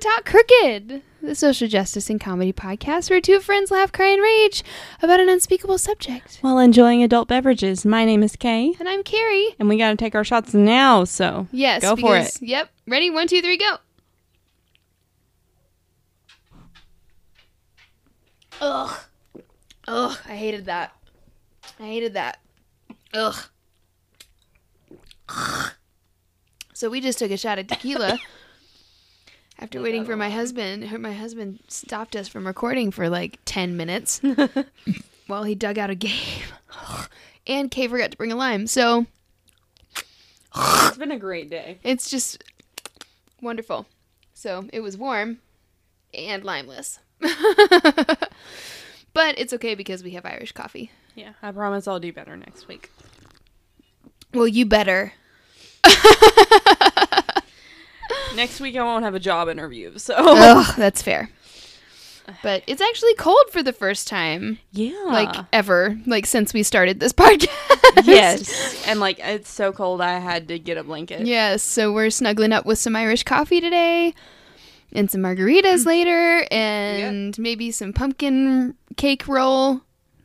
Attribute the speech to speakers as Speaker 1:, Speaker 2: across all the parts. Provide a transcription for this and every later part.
Speaker 1: Talk Crooked, the social justice and comedy podcast where two friends laugh, cry, and rage about an unspeakable subject.
Speaker 2: While enjoying adult beverages, my name is Kay,
Speaker 1: And I'm Carrie.
Speaker 2: and we gotta take our shots now, so
Speaker 1: Yes,
Speaker 2: go for it.
Speaker 1: because- Yep. Ready? One, two, three, go. Ugh. Ugh. I hated that. I hated that. Ugh. Ugh. So we just took a shot at tequila. After waiting for my husband, her- my husband stopped us from recording for like 10 minutes while he dug out a game. and Kay forgot to bring a lime. So
Speaker 2: It's been a great day.
Speaker 1: it's just wonderful. So it was warm and limeless. but it's okay because we have Irish coffee.
Speaker 2: Yeah, I promise I'll do better next week.
Speaker 1: Well, you better.
Speaker 2: Next week I won't have a job interview, so
Speaker 1: Ugh, that's fair. But it's actually cold for the first time,
Speaker 2: yeah,
Speaker 1: like ever, like since we started this podcast.
Speaker 2: yes, and like it's so cold I had to get a blanket.
Speaker 1: Yes, so we're snuggling up with some Irish coffee today and some
Speaker 2: Mm.
Speaker 1: margaritas later and maybe some pumpkin cake roll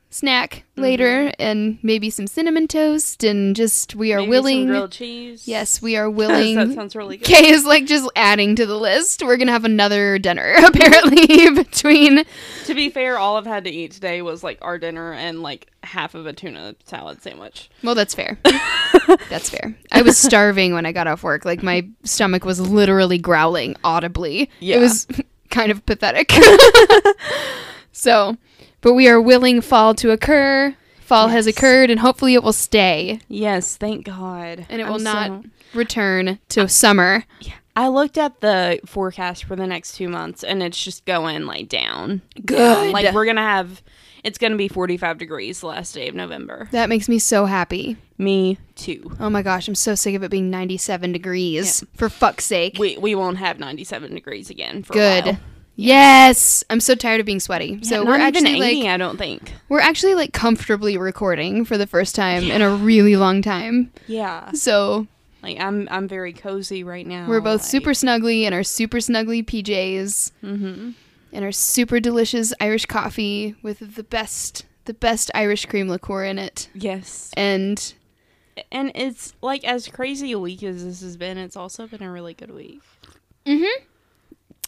Speaker 1: snack
Speaker 2: Mm-hmm.
Speaker 1: later and maybe some cinnamon toast and just we are
Speaker 2: Maybe some
Speaker 1: willing
Speaker 2: grilled cheese.
Speaker 1: Yes, we are
Speaker 2: that
Speaker 1: willing.
Speaker 2: sounds really good.
Speaker 1: Kay is like just adding to the list. We're going to have another dinner apparently between
Speaker 2: To be fair, all I've had to eat today was like our dinner and like half of a tuna salad sandwich.
Speaker 1: Well, that's fair. that's fair. I was starving when I got off work. Like my stomach was literally growling audibly.
Speaker 2: Yeah.
Speaker 1: It was kind of pathetic. so, but we are willing fall to occur. Fall has
Speaker 2: Yes.
Speaker 1: occurred and hopefully it will stay
Speaker 2: Yes, thank God.
Speaker 1: and it
Speaker 2: I'm
Speaker 1: will not
Speaker 2: so-
Speaker 1: return to summer.
Speaker 2: I looked at the forecast for the next two months, and it's just going like down.
Speaker 1: Good.
Speaker 2: Like we're gonna have, it's gonna be forty-five degrees the last day of November.
Speaker 1: That makes me so happy.
Speaker 2: Me too.
Speaker 1: Oh my gosh, I'm so sick of it being 97 degrees. For fuck's sake.
Speaker 2: We we won't have ninety-seven degrees again. For A
Speaker 1: Good.
Speaker 2: while.
Speaker 1: Yes, I'm so tired of being sweaty. so
Speaker 2: Not
Speaker 1: we're
Speaker 2: even
Speaker 1: actually like
Speaker 2: eighty. I don't think.
Speaker 1: We're actually like comfortably recording for the first time in a really long time.
Speaker 2: Yeah.
Speaker 1: So
Speaker 2: Like I'm I'm very cozy right Mm-hmm. now.
Speaker 1: we're both
Speaker 2: like-
Speaker 1: super snuggly in our super snuggly PJs and our super delicious Irish coffee with the best the best Irish cream liqueur in it.
Speaker 2: Yes.
Speaker 1: And
Speaker 2: And it's like as crazy a week as this has been. It's also been a really good week.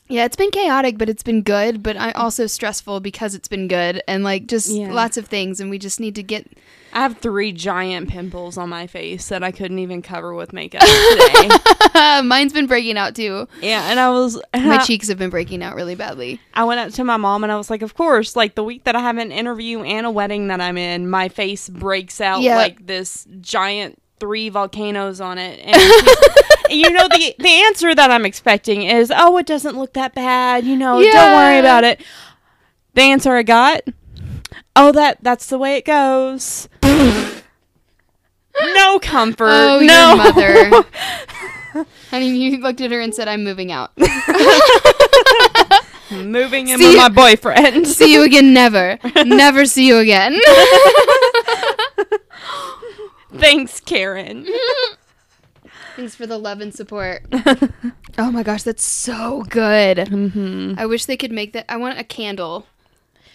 Speaker 1: yeah, it's been chaotic, but it's been good, but I also stressful because it's been good and like just
Speaker 2: Yeah.
Speaker 1: lots of things and we just need to get
Speaker 2: I have three giant pimples on my face that I couldn't even cover with makeup today.
Speaker 1: uh, mine's been breaking out too.
Speaker 2: yeah, and I was
Speaker 1: My
Speaker 2: I-
Speaker 1: cheeks have been breaking out really badly.
Speaker 2: I went up to my mom and I was like, "Of course, like the week that I have an interview and a wedding that I'm in, my face breaks out
Speaker 1: Yeah.
Speaker 2: like this giant three volcanoes on it." And she's- you know the the answer that I'm expecting is, "Oh, it doesn't look that bad. You know, don't
Speaker 1: Yeah.
Speaker 2: worry about it." The answer I got, "Oh, that that's the way it goes." no comfort.
Speaker 1: Oh,
Speaker 2: no
Speaker 1: your mother. I mean, you looked at her and said, "I'm moving out.
Speaker 2: Moving in
Speaker 1: See
Speaker 2: with
Speaker 1: ya.
Speaker 2: my boyfriend.
Speaker 1: see you again. Never, never see you again."
Speaker 2: Thanks, Karen.
Speaker 1: Thanks for the love and support. oh my gosh, that's so good. I wish they could make that. I want a candle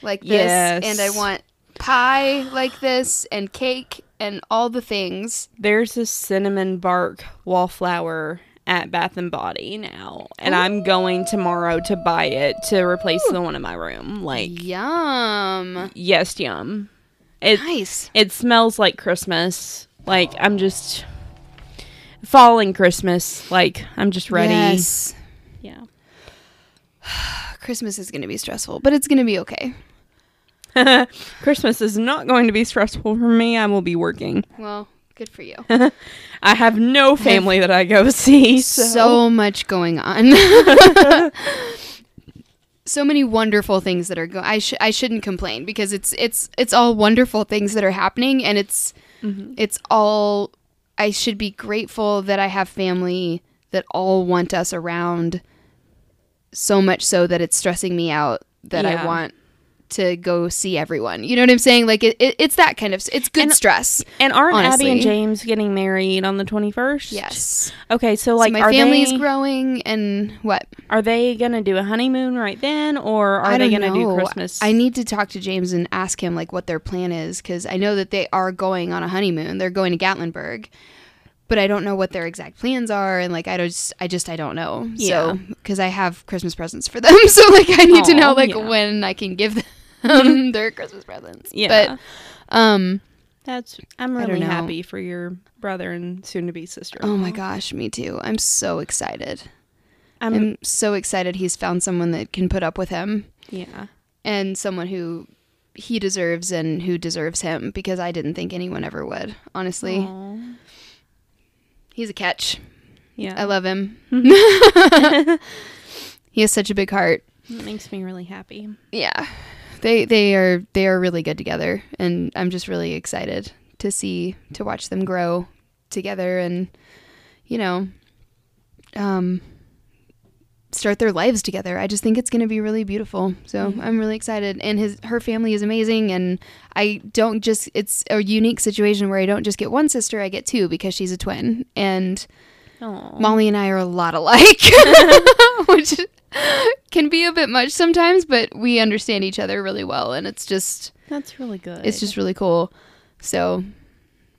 Speaker 1: like this,
Speaker 2: Yes.
Speaker 1: and I want pie like this, and cake, and all the things.
Speaker 2: There's a cinnamon bark wallflower at Bath and Body now, and I'm going tomorrow to buy it to replace the one in my room. Like,
Speaker 1: Yum.
Speaker 2: yes, yum. It
Speaker 1: Nice.
Speaker 2: it smells like Christmas. Like I'm just fall and Christmas. Like I'm just ready.
Speaker 1: Yes.
Speaker 2: Yeah.
Speaker 1: Christmas is gonna be stressful, but it's gonna be okay.
Speaker 2: Christmas is not going to be stressful for me. I will be working.
Speaker 1: Well, good for you.
Speaker 2: I have no family that I go see. So,
Speaker 1: so much going on. so many wonderful things that are going. I sh- I shouldn't complain because it's it's it's all wonderful things that are happening, and it's
Speaker 2: Mm-hmm.
Speaker 1: it's all. I should be grateful that I have family that all want us around. So much so that it's stressing me out that I
Speaker 2: Yeah.
Speaker 1: want to go see everyone. You know what I'm saying? Like it, it it's that kind of s- it's good stress.
Speaker 2: And aren't Abby
Speaker 1: Honestly.
Speaker 2: and James getting married on the 21st?
Speaker 1: Yes.
Speaker 2: Okay, so
Speaker 1: Like my
Speaker 2: like are
Speaker 1: family is
Speaker 2: they
Speaker 1: growing and what?
Speaker 2: are they going to do a honeymoon right then or are
Speaker 1: I
Speaker 2: they
Speaker 1: don't
Speaker 2: going to do
Speaker 1: know.
Speaker 2: Christmas?
Speaker 1: I need to talk to James and ask him like what their plan is because I know that they are going on a honeymoon. They're going to Gatlinburg, but I don't know what their exact plans are, and like I don't, just, I just I don't know.
Speaker 2: Yeah.
Speaker 1: So because I have Christmas presents for them, so like I need to
Speaker 2: Aw,
Speaker 1: know like
Speaker 2: yeah. Mm-hmm.
Speaker 1: when I can give them their Christmas presents.
Speaker 2: Yeah.
Speaker 1: But um,
Speaker 2: That's I'm
Speaker 1: don't
Speaker 2: really
Speaker 1: know.
Speaker 2: happy for your brother and soon to be sister.
Speaker 1: oh my gosh, me too. I'm so excited.
Speaker 2: I'm
Speaker 1: I'm so excited he's found someone that can put up with him.
Speaker 2: yeah.
Speaker 1: and someone who he deserves and who deserves him because I didn't think anyone ever would. Honestly,
Speaker 2: Aw.
Speaker 1: he's a catch.
Speaker 2: Yeah.
Speaker 1: I love him. he has such a big heart.
Speaker 2: it makes me really happy.
Speaker 1: Yeah. They they are they are really good together and I'm just really excited to see to watch them grow together and you know um start their lives together. I just think it's going to be really beautiful. So, I'm really excited and his her family is amazing and I don't just it's a unique situation where I don't just get one sister, I get two because she's a twin and
Speaker 2: Oh.
Speaker 1: Molly and I are a lot alike, which can be a bit much sometimes, but we understand each other really well, and it's just
Speaker 2: That's really good.
Speaker 1: it's just really cool. So,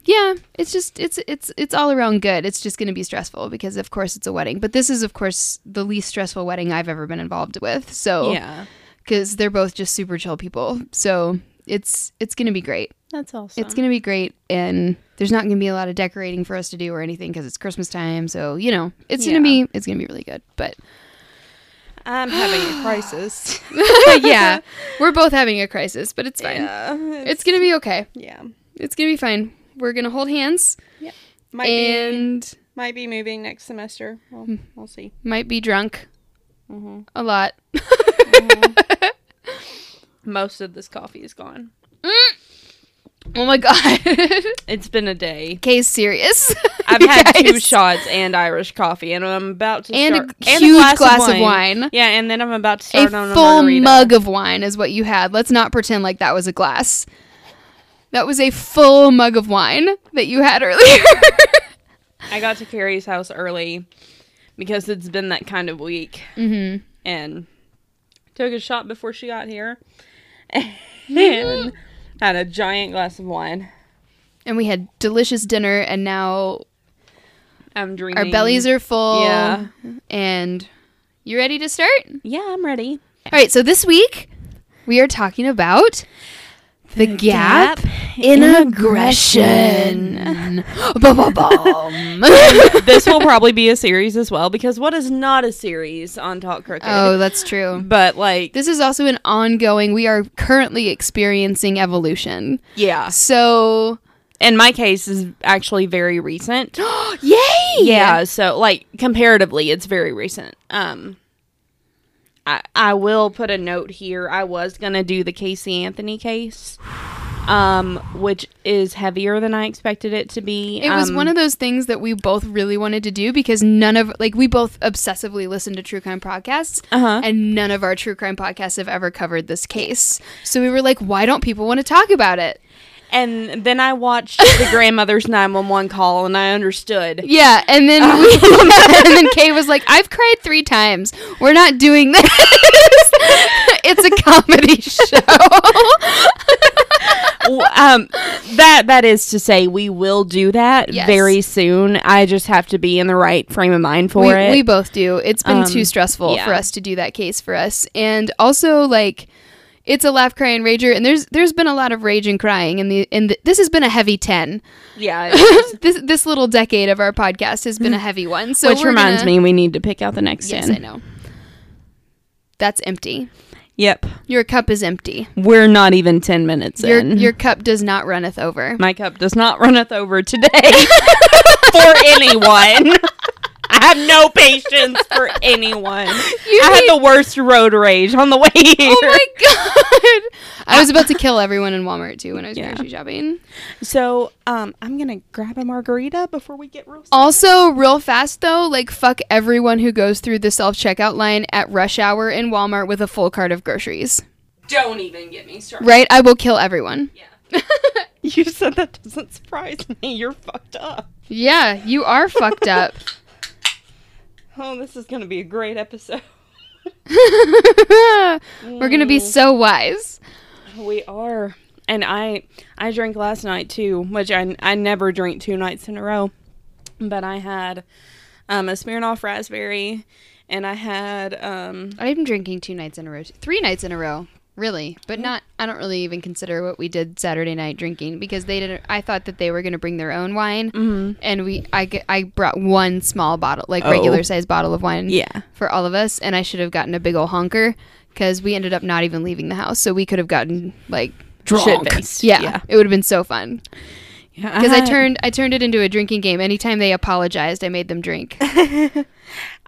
Speaker 1: yeah, it's just it's it's it's all around good. It's just going to be stressful because of course it's a wedding, but this is of course the least stressful wedding I've ever been involved with. So,
Speaker 2: Yeah.
Speaker 1: because they're both just super chill people, so it's it's going to be great.
Speaker 2: That's awesome.
Speaker 1: It's going to be great, and there's not going to be a lot of decorating for us to do or anything because it's Christmas time. So you know, it's
Speaker 2: Yeah.
Speaker 1: going to be it's going to be really good. But
Speaker 2: I'm having a crisis.
Speaker 1: yeah, we're both having a crisis, but it's fine.
Speaker 2: yeah.
Speaker 1: It's going to be okay.
Speaker 2: Yeah.
Speaker 1: It's going to be fine. We're going to hold hands
Speaker 2: Might
Speaker 1: and Hmm.
Speaker 2: be might be moving next semester. We'll, we'll see.
Speaker 1: might be drunk
Speaker 2: Mm-hmm.
Speaker 1: a lot.
Speaker 2: Mm. Most of this coffee is gone.
Speaker 1: Oh my god.
Speaker 2: It's been a day.
Speaker 1: Kay's serious.
Speaker 2: I've
Speaker 1: You
Speaker 2: had two
Speaker 1: guys.
Speaker 2: shots and Irish coffee, and I'm about to
Speaker 1: And a
Speaker 2: start,
Speaker 1: huge glass of wine.
Speaker 2: Yeah, and then I'm about to
Speaker 1: A
Speaker 2: start on
Speaker 1: full
Speaker 2: a margarita.
Speaker 1: mug of wine is what you had. Let's not pretend like that was a glass. That was a full mug of wine that you had earlier.
Speaker 2: I got to Carrie's house early because it's been that kind of week,
Speaker 1: mm-hmm.
Speaker 2: and took a shot before she got here,
Speaker 1: Mm-hmm.
Speaker 2: and had a giant glass of wine.
Speaker 1: And we had delicious dinner, and now
Speaker 2: I'm dreaming.
Speaker 1: our bellies are full.
Speaker 2: Yeah.
Speaker 1: And you ready to start?
Speaker 2: Yeah, I'm ready.
Speaker 1: All right, so this week we are talking about the, gap, in aggression. Ba-ba-bum.
Speaker 2: this will probably be a series as well because what is not a series on Talk Crooked?
Speaker 1: oh, that's true.
Speaker 2: but like,
Speaker 1: This is also an ongoing, we are currently experiencing evolution.
Speaker 2: yeah.
Speaker 1: So,
Speaker 2: And my case is actually very recent.
Speaker 1: yay!
Speaker 2: yeah so like comparatively it's very recent um i i will put a note here i was gonna do the casey anthony case um which is heavier than i expected it to be Um,
Speaker 1: It was one of those things that we both really wanted to do because none of, like, we both obsessively listen to true crime podcasts,
Speaker 2: Uh-huh.
Speaker 1: and none of our true crime podcasts have ever covered this case. So we were like, why don't people want to talk about it?
Speaker 2: and then i watched the grandmother's 911 call and i understood
Speaker 1: Yeah, and then we, and then Kay was like, "I've cried three times. We're not doing this. it's a comedy show."
Speaker 2: W- um that that is to say we will do that
Speaker 1: Yes.
Speaker 2: very soon i just have to be in the right frame of mind for
Speaker 1: we,
Speaker 2: it
Speaker 1: we both do. It's been too
Speaker 2: Um,
Speaker 1: stressful for
Speaker 2: yeah.
Speaker 1: us to do that case for us, and also like. It's a laugh, cry, and rager, and there's there's been a lot of rage and crying, and the and the, this has been a heavy ten.
Speaker 2: yeah it is.
Speaker 1: This this little decade of our podcast has been a heavy one. So
Speaker 2: which
Speaker 1: we're
Speaker 2: reminds
Speaker 1: gonna-
Speaker 2: me we need to pick out the next
Speaker 1: yes,
Speaker 2: 10
Speaker 1: I know, that's empty.
Speaker 2: Yep.
Speaker 1: Your cup is empty.
Speaker 2: We're not even 10 minutes
Speaker 1: Your
Speaker 2: in.
Speaker 1: your cup does not runneth over.
Speaker 2: My cup does not runneth over today for anyone. I have no patience for anyone. I
Speaker 1: hate-
Speaker 2: had the worst road rage on the way here.
Speaker 1: Oh my god! I was about to kill everyone in Walmart too when I was
Speaker 2: Yeah.
Speaker 1: grocery shopping.
Speaker 2: so, um, I'm going to grab a margarita before we get real
Speaker 1: Also, real fast though, like fuck everyone who goes through the self checkout line at rush hour in Walmart with a full cart of groceries.
Speaker 2: Don't even get me started.
Speaker 1: Right? I will kill everyone.
Speaker 2: Yeah. you said that doesn't surprise me. You're fucked up.
Speaker 1: Yeah, you are fucked up.
Speaker 2: Oh, this is going to be a great episode.
Speaker 1: We're going to be so wise.
Speaker 2: We are. And I I drank last night too, which I I never drink two nights in a row. But I had um, a Smirnoff raspberry and I had um
Speaker 1: I'm drinking two nights in a row, three nights in a row, really. But not. I don't really even consider what we did Saturday night drinking because they didn't. I thought that they were going to bring their own wine, and we. I g- I brought one small bottle, like regular sized bottle of wine,
Speaker 2: Yeah.
Speaker 1: for all of us, and I should have gotten a big old honker because we ended up not even leaving the house, so we could have gotten like.
Speaker 2: Drunk.
Speaker 1: shit-faced. Yeah,
Speaker 2: Yeah.
Speaker 1: it would have been so fun because
Speaker 2: because
Speaker 1: I turned I turned it into a drinking game. Anytime they apologized, I made them drink.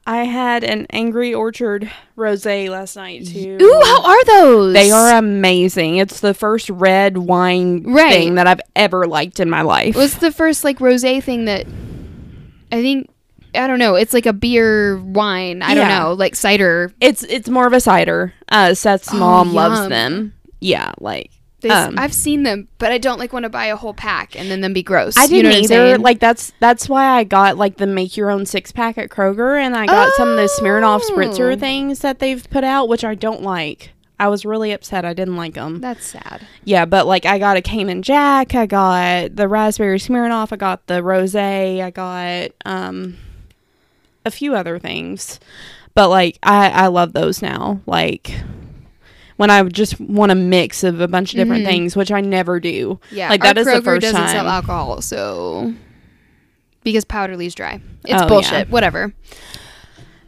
Speaker 2: I had an Angry Orchard rosé last night too.
Speaker 1: Ooh, how are those?
Speaker 2: They are amazing. It's the first red wine
Speaker 1: Right.
Speaker 2: thing that I've ever liked in my life.
Speaker 1: What's the first like rosé thing that I think I don't know. It's like a beer wine. I don't
Speaker 2: Yeah.
Speaker 1: know, like cider.
Speaker 2: it's it's more of a cider. Uh, Seth's mom
Speaker 1: Oh, yum.
Speaker 2: loves them. Yeah, like
Speaker 1: They, s-
Speaker 2: um,
Speaker 1: I've seen them, but I don't like want to buy a whole pack and then them be gross.
Speaker 2: I
Speaker 1: You know
Speaker 2: didn't
Speaker 1: what I'm
Speaker 2: either.
Speaker 1: saying?
Speaker 2: Like that's that's why I got like the make your own six pack at Kroger, and I got some of the Smirnoff
Speaker 1: Oh.
Speaker 2: spritzer things that they've put out, which I don't like. I was really upset. I didn't like them.
Speaker 1: that's sad.
Speaker 2: Yeah, but like I got a Cayman Jack, I got the raspberry Smirnoff, I got the rosé, I got um a few other things. But like I I love those now. Like when I just want a mix of a bunch of different things, which I never do.
Speaker 1: Mm. Yeah,
Speaker 2: like
Speaker 1: our
Speaker 2: that is
Speaker 1: Kroger
Speaker 2: the first
Speaker 1: doesn't
Speaker 2: time.
Speaker 1: sell alcohol, so because Powderly's dry, it's
Speaker 2: Oh, yeah.
Speaker 1: bullshit. Whatever.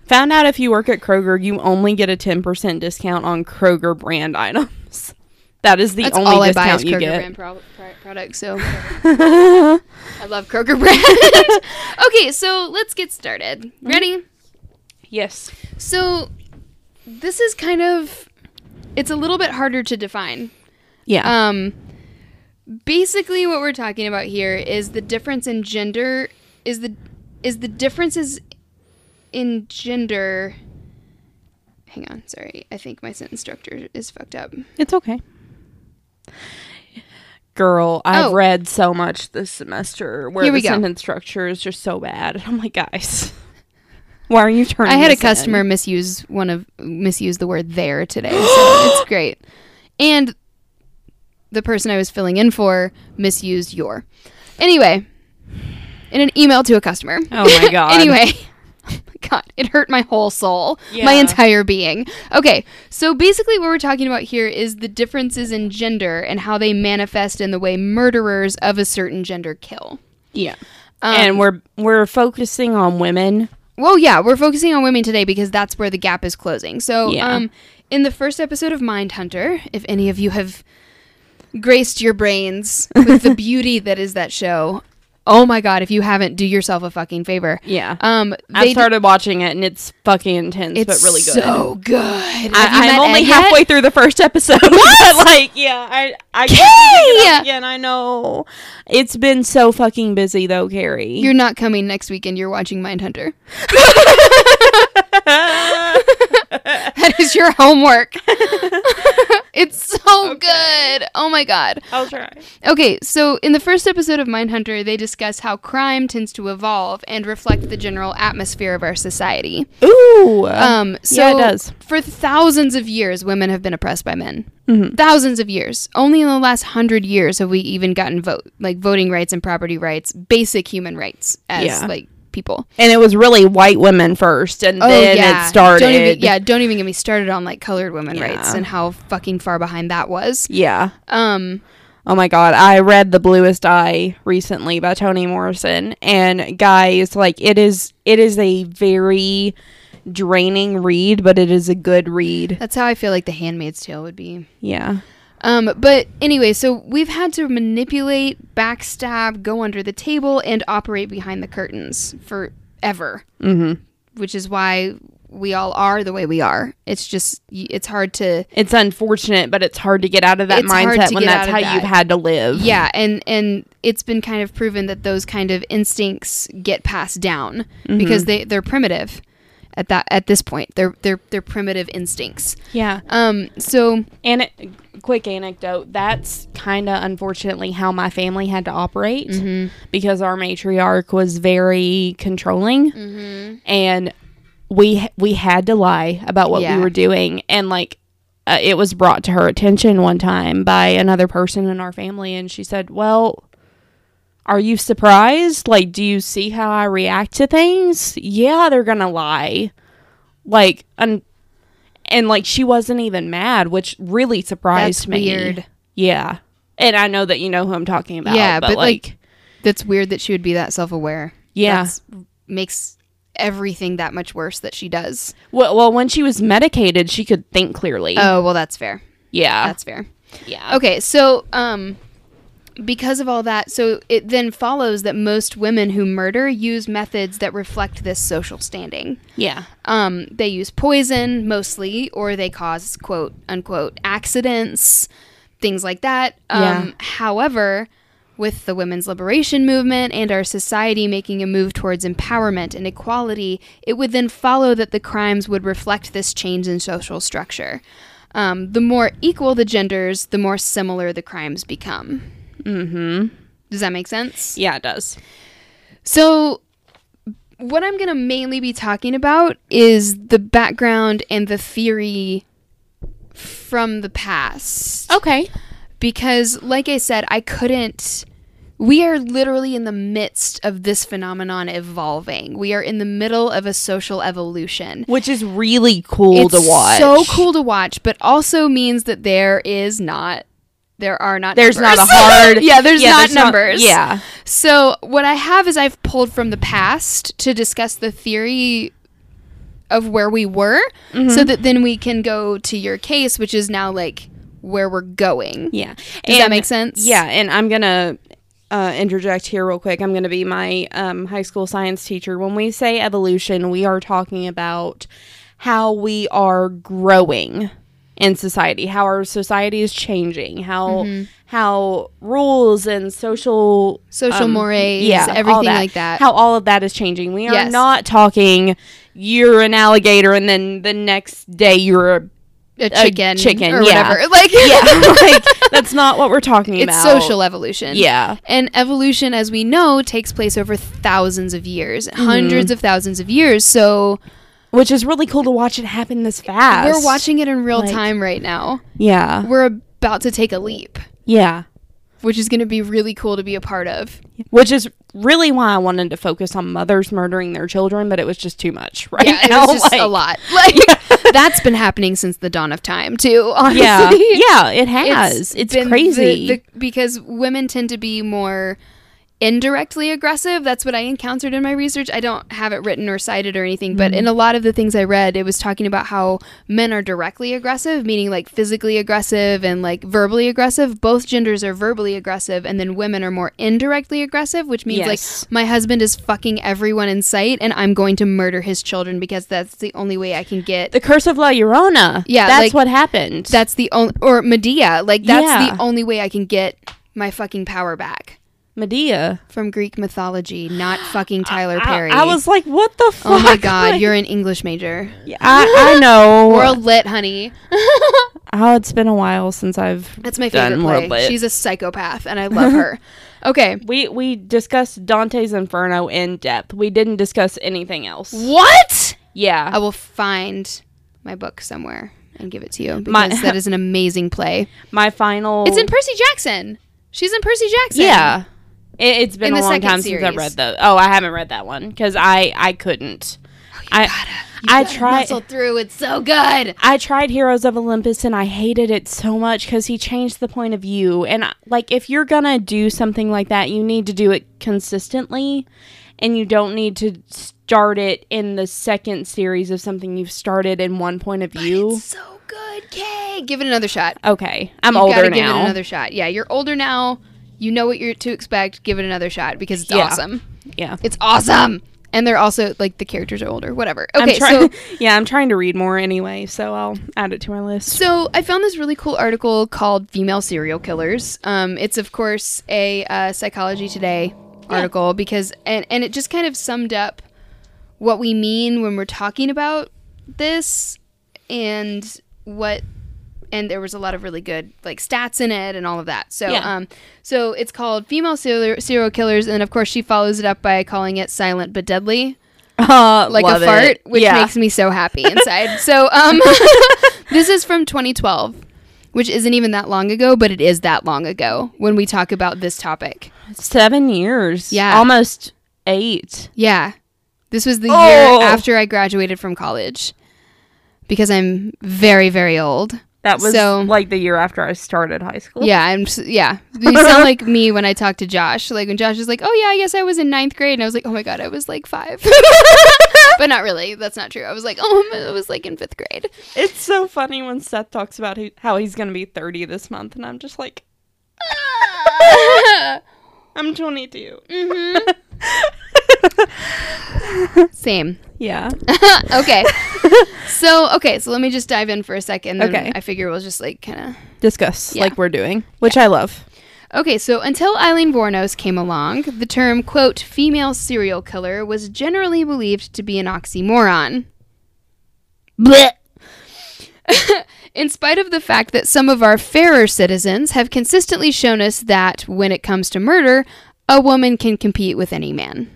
Speaker 2: Found out if you work at Kroger, you only get a ten percent discount on Kroger brand items. That is the
Speaker 1: That's
Speaker 2: only
Speaker 1: all I
Speaker 2: discount
Speaker 1: buy is
Speaker 2: you
Speaker 1: Kroger
Speaker 2: get.
Speaker 1: brand pro- pro- products. So whatever. I love Kroger brand. okay, so let's get started. Ready?
Speaker 2: Yes.
Speaker 1: So this is kind of it's a little bit harder to define.
Speaker 2: Yeah.
Speaker 1: Um basically what we're talking about here is the difference in gender is the is the differences in gender Hang on, sorry. I think my sentence structure is fucked up.
Speaker 2: It's okay. Girl, I've
Speaker 1: Oh.
Speaker 2: read so much this semester where
Speaker 1: Here we
Speaker 2: the
Speaker 1: go.
Speaker 2: sentence structure is just so bad. I'm like, guys, why are you turning?
Speaker 1: I had a
Speaker 2: this in?"
Speaker 1: customer misuse one of misuse the word there today, so it's great. And the person I was filling in for misused your. Anyway, in an email to a customer.
Speaker 2: Oh my god.
Speaker 1: anyway, oh my God, it hurt my whole soul, my
Speaker 2: Yeah.
Speaker 1: entire being. Okay, so basically, what we're talking about here is the differences in gender and how they manifest in the way murderers of a certain gender kill.
Speaker 2: yeah,
Speaker 1: um,
Speaker 2: and we're we're focusing on women.
Speaker 1: Well, yeah, we're focusing on women today because that's where the gap is closing. So,
Speaker 2: Yeah.
Speaker 1: um, in the first episode of Mindhunter, if any of you have graced your brains with the beauty that is that show, oh my god, if you haven't, do yourself a fucking favor.
Speaker 2: Yeah,
Speaker 1: Um, they
Speaker 2: I started watching it and it's fucking intense,
Speaker 1: it's
Speaker 2: but really good.
Speaker 1: So good. Have you
Speaker 2: I,
Speaker 1: met
Speaker 2: I'm only
Speaker 1: Ed yet?
Speaker 2: halfway through the first episode. But like, yeah, I, I can't pick it up again. I know it's been so fucking busy though, Carrie.
Speaker 1: You're not coming next weekend. You're watching Mindhunter. that is your homework. it's so good. Oh my god.
Speaker 2: I'll try.
Speaker 1: Okay, so in the first episode of Mindhunter, they discuss how crime tends to evolve and reflect the general atmosphere of our society.
Speaker 2: Ooh.
Speaker 1: Um, so
Speaker 2: yeah, it does.
Speaker 1: For thousands of years, women have been oppressed by men.
Speaker 2: Mm-hmm.
Speaker 1: Thousands of years. Only in the last hundred years have we even gotten vote, like voting rights and property rights, basic human rights as
Speaker 2: Yeah.
Speaker 1: like people.
Speaker 2: and it was really white women first, Oh, and then it started.
Speaker 1: Oh, Don't even, yeah, don't even get me started on like colored women
Speaker 2: Yeah.
Speaker 1: rights and how fucking far behind that was.
Speaker 2: Yeah.
Speaker 1: Um,
Speaker 2: Oh my God. I read The Bluest Eye recently by Toni Morrison, and guys, like it is, it is a very draining read, but it is a good read.
Speaker 1: that's how I feel like The Handmaid's Tale would be.
Speaker 2: Yeah.
Speaker 1: Um, but anyway, so we've had to manipulate, backstab, go under the table, and operate behind the curtains forever. Mm-hmm. Which is why we all are the way we are. It's just y- it's hard to
Speaker 2: It's unfortunate, but it's hard to get out of that
Speaker 1: It's hard
Speaker 2: mindset
Speaker 1: to
Speaker 2: when
Speaker 1: get
Speaker 2: that's
Speaker 1: out
Speaker 2: how
Speaker 1: of
Speaker 2: you've
Speaker 1: that.
Speaker 2: had to live.
Speaker 1: yeah, and and it's been kind of proven that those kind of instincts get passed down because they they're primitive. at that at this point. They're they're they're primitive instincts.
Speaker 2: Yeah.
Speaker 1: Um so
Speaker 2: And quick anecdote that's kind of unfortunately how my family had to operate because our matriarch was very controlling Mm-hmm. and we we had to lie about what
Speaker 1: Yeah.
Speaker 2: we were doing and like uh, it was brought to her attention one time by another person in our family and she said well are you surprised like do you see how i react to things yeah they're gonna lie like un- and like she wasn't even mad which really surprised
Speaker 1: That's
Speaker 2: me
Speaker 1: weird.
Speaker 2: yeah and i know that you know who i'm talking about
Speaker 1: Yeah,
Speaker 2: but,
Speaker 1: but,
Speaker 2: like,
Speaker 1: like, that's weird that she would be that self-aware.
Speaker 2: Yeah.
Speaker 1: That's, makes everything that much worse that she does.
Speaker 2: well, well when she was medicated she could think clearly
Speaker 1: Oh, well that's fair.
Speaker 2: yeah
Speaker 1: That's fair.
Speaker 2: yeah
Speaker 1: Okay, so um because of all that, so it then follows that most women who murder use methods that reflect this social standing.
Speaker 2: yeah
Speaker 1: Um, they use poison mostly, or they cause quote unquote accidents, things like that. Um,
Speaker 2: Yeah.
Speaker 1: However, with the women's liberation movement and our society making a move towards empowerment and equality, it would then follow that the crimes would reflect this change in social structure. Um, the more equal the genders, the more similar the crimes become. Mm-hmm. Does that make sense?
Speaker 2: yeah it does
Speaker 1: So, what I'm going to mainly be talking about is the background and the theory from the past.
Speaker 2: okay
Speaker 1: Because, like I said, I couldn't. We are literally in the midst of this phenomenon evolving. We are in the middle of a social evolution.
Speaker 2: which is really cool
Speaker 1: it's
Speaker 2: to watch
Speaker 1: so cool to watch, but also means that there is not. There are not.
Speaker 2: there's not a
Speaker 1: numbers.
Speaker 2: hard
Speaker 1: yeah, there's not numbers.
Speaker 2: yeah
Speaker 1: So what I have is I've pulled from the past to discuss the theory of where we were,
Speaker 2: Mm-hmm.
Speaker 1: so that then we can go to your case, which is now like where we're going.
Speaker 2: Yeah.
Speaker 1: Does that make sense?
Speaker 2: Yeah, and I'm gonna uh, interject here real quick. I'm gonna be my um, high school science teacher. When we say evolution, we are talking about how we are growing in society, how our society is changing, how
Speaker 1: Mm-hmm.
Speaker 2: how rules and social
Speaker 1: Social
Speaker 2: um,
Speaker 1: mores,
Speaker 2: yeah, all
Speaker 1: everything like that.
Speaker 2: How all of that is changing. We are
Speaker 1: Yes.
Speaker 2: not talking you're an alligator and then the next day you're a
Speaker 1: a chicken,
Speaker 2: chicken,
Speaker 1: or
Speaker 2: yeah.
Speaker 1: whatever. Like,
Speaker 2: yeah, like that's not what we're talking
Speaker 1: it's
Speaker 2: about.
Speaker 1: social evolution.
Speaker 2: Yeah.
Speaker 1: And evolution, as we know, takes place over thousands of years,
Speaker 2: Mm-hmm.
Speaker 1: hundreds of thousands of years. So
Speaker 2: Which is really cool to watch it happen this fast.
Speaker 1: we're watching it in real
Speaker 2: Like-
Speaker 1: time right now.
Speaker 2: Yeah.
Speaker 1: We're about to take a leap,
Speaker 2: Yeah.
Speaker 1: which is going to be really cool to be a part of.
Speaker 2: Which is really why I wanted to focus on mothers murdering their children, but it was just too much right
Speaker 1: yeah, it
Speaker 2: now.
Speaker 1: was just
Speaker 2: like-
Speaker 1: a lot. Like that's been happening since the dawn of time, too. Honestly,
Speaker 2: Yeah. yeah, it has.
Speaker 1: It's
Speaker 2: It's,
Speaker 1: been the-
Speaker 2: crazy.
Speaker 1: the- because women tend to be more indirectly aggressive. That's what I encountered in my research. I don't have it written or cited or anything, but
Speaker 2: Mm-hmm.
Speaker 1: in a lot of the things I read, it was talking about how men are directly aggressive, meaning like physically aggressive and like verbally aggressive. Both genders are verbally aggressive, and then women are more indirectly aggressive, which means
Speaker 2: Yes.
Speaker 1: like my husband is fucking everyone in sight, and I'm going to murder his children because that's the only way I can get
Speaker 2: The Curse of La Llorona.
Speaker 1: Yeah,
Speaker 2: That's
Speaker 1: like-
Speaker 2: what happened.
Speaker 1: that's the only or Medea. Like that's
Speaker 2: Yeah.
Speaker 1: the only way I can get my fucking power back
Speaker 2: Medea.
Speaker 1: from Greek mythology, not fucking Tyler
Speaker 2: I,
Speaker 1: Perry.
Speaker 2: I was like, what the fuck?
Speaker 1: oh my god,
Speaker 2: Like,
Speaker 1: you're an English major.
Speaker 2: I, I know.
Speaker 1: World lit, honey.
Speaker 2: oh, it's been a while since I've
Speaker 1: That's my
Speaker 2: done
Speaker 1: favorite
Speaker 2: World
Speaker 1: play.
Speaker 2: Lit.
Speaker 1: She's a psychopath, and I love her. Okay,
Speaker 2: We we discussed Dante's Inferno in depth. We didn't discuss anything
Speaker 1: Mm.
Speaker 2: else.
Speaker 1: what?
Speaker 2: Yeah.
Speaker 1: I will find my book somewhere and give it to you because
Speaker 2: My-
Speaker 1: that is an amazing play.
Speaker 2: My final
Speaker 1: Oh. It's in Percy Jackson. She's in Percy Jackson.
Speaker 2: Yeah. It, it's been
Speaker 1: In
Speaker 2: a
Speaker 1: the
Speaker 2: long
Speaker 1: second
Speaker 2: time since
Speaker 1: series.
Speaker 2: I read the Oh, I haven't read that one cuz I I couldn't.
Speaker 1: Oh,
Speaker 2: I I tried
Speaker 1: Muscle through. It's so good.
Speaker 2: I tried Heroes of Olympus and I hated it so much cuz he changed the point of view and I- like if you're going to do something like that, you need to do it consistently and you don't need to start it in the second series of something you've started in one point of view.
Speaker 1: It's so good, Kay. Give it another shot.
Speaker 2: Okay, I'm
Speaker 1: You've
Speaker 2: older
Speaker 1: gotta Give
Speaker 2: now.
Speaker 1: it another shot. Yeah, you're older now. You know what you're to expect. Give it another shot because it's
Speaker 2: Yeah.
Speaker 1: awesome.
Speaker 2: yeah,
Speaker 1: It's awesome. And they're also like the characters are older. Whatever.
Speaker 2: I'm
Speaker 1: Okay,
Speaker 2: trying.
Speaker 1: so
Speaker 2: yeah, I'm trying to read more anyway, so I'll add it to my list.
Speaker 1: so I found this really cool article called "Female Serial Killers." Um, it's of course a uh, Psychology Today article because and and it just kind of summed up what we mean when we're talking about this and what and there was a lot of really good like stats in it and all of that. So
Speaker 2: Yeah.
Speaker 1: um so it's called Female Serial Serial Killers and of course she follows it up by calling it Silent but Deadly
Speaker 2: Uh,
Speaker 1: like
Speaker 2: love
Speaker 1: a
Speaker 2: it.
Speaker 1: fart, which
Speaker 2: Yeah.
Speaker 1: makes me so happy inside. so um, this is from 2012, which isn't even that long ago, but it is that long ago when we talk about this topic.
Speaker 2: seven years.
Speaker 1: Yeah.
Speaker 2: almost eight.
Speaker 1: Yeah, this was the
Speaker 2: Oh.
Speaker 1: year after I graduated from college because I'm very very old.
Speaker 2: That was
Speaker 1: So-
Speaker 2: like the year after I started high school.
Speaker 1: Yeah, I'm. s- Yeah, you sound like me when I talk to Josh. Like when Josh is like, "Oh yeah, I guess I was in ninth grade," and I was like, "Oh my god, I was like five. but not really. That's not true. I was like, "Oh, I was like in fifth grade."
Speaker 2: It's so funny when Seth talks about who, how he's going to be 30 this month, and I'm just like, I'm Mm. 22.
Speaker 1: Same.
Speaker 2: Yeah.
Speaker 1: okay. so okay, so let me just dive in for a second. Then
Speaker 2: Okay.
Speaker 1: I figure we'll just like kind
Speaker 2: Discuss
Speaker 1: Yeah.
Speaker 2: like we're doing, which I love.
Speaker 1: of. Okay, so until Eileen Bornos came along, the term "quote female serial killer" was generally believed to be an oxymoron. Blech. In spite of the fact that some of our fairer citizens have consistently shown us that when it comes to murder, a woman can compete with any man.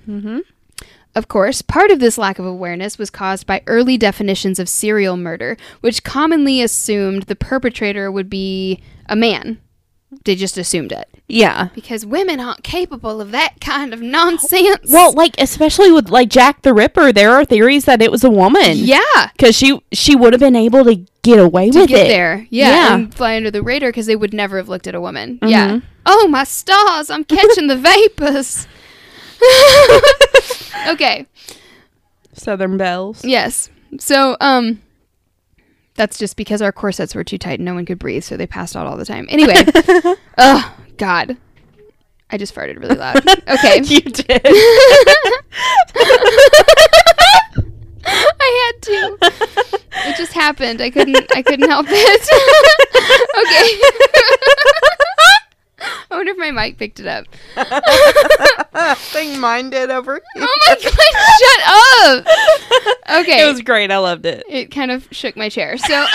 Speaker 1: Of course, part of this lack of awareness was caused by early definitions of serial murder, which commonly assumed the perpetrator would be a man. They just assumed it.
Speaker 2: Yeah.
Speaker 1: Because women aren't capable of that kind of nonsense.
Speaker 2: Well, like especially with like Jack the Ripper, there are theories that it was a woman.
Speaker 1: yeah.
Speaker 2: Cuz she she would have been able to get away with
Speaker 1: get
Speaker 2: it.
Speaker 1: there. Yeah,
Speaker 2: Yeah. Mm-hmm.
Speaker 1: and fly under the radar because they would never have looked at a woman. Yeah. Oh my stars! I'm catching the vapors. okay.
Speaker 2: Southern Bells.
Speaker 1: Yes. So um, that's just because our corsets were too tight and no one could breathe, so they passed out all the time. Anyway. oh God. I just farted really loud. Okay.
Speaker 2: You did.
Speaker 1: I had to. It just happened. I couldn't. I couldn't help it. okay. I wonder if my mic picked it up.
Speaker 2: Thing mine did over.
Speaker 1: Oh my god! Shut up. Okay.
Speaker 2: It was great. I loved it.
Speaker 1: It kind of shook my chair. So um.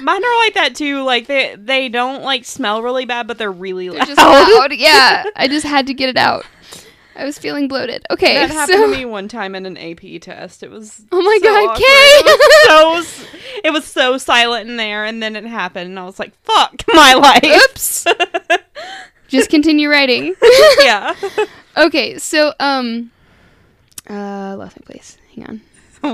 Speaker 2: Mine are like that too. Like they they don't like smell really bad, but they're really loud.
Speaker 1: just loud. Yeah. I just had to get it out. I was feeling bloated. Okay.
Speaker 2: That happened
Speaker 1: so.
Speaker 2: to me one time in an AP test. It was
Speaker 1: Oh my
Speaker 2: so
Speaker 1: god, Kay.
Speaker 2: awkward. so s- it was so silent in there, and then it happened, and I was like, "Fuck my life."
Speaker 1: Oops. Just continue writing.
Speaker 2: yeah.
Speaker 1: Okay, so um, uh, lost my place. Hang on.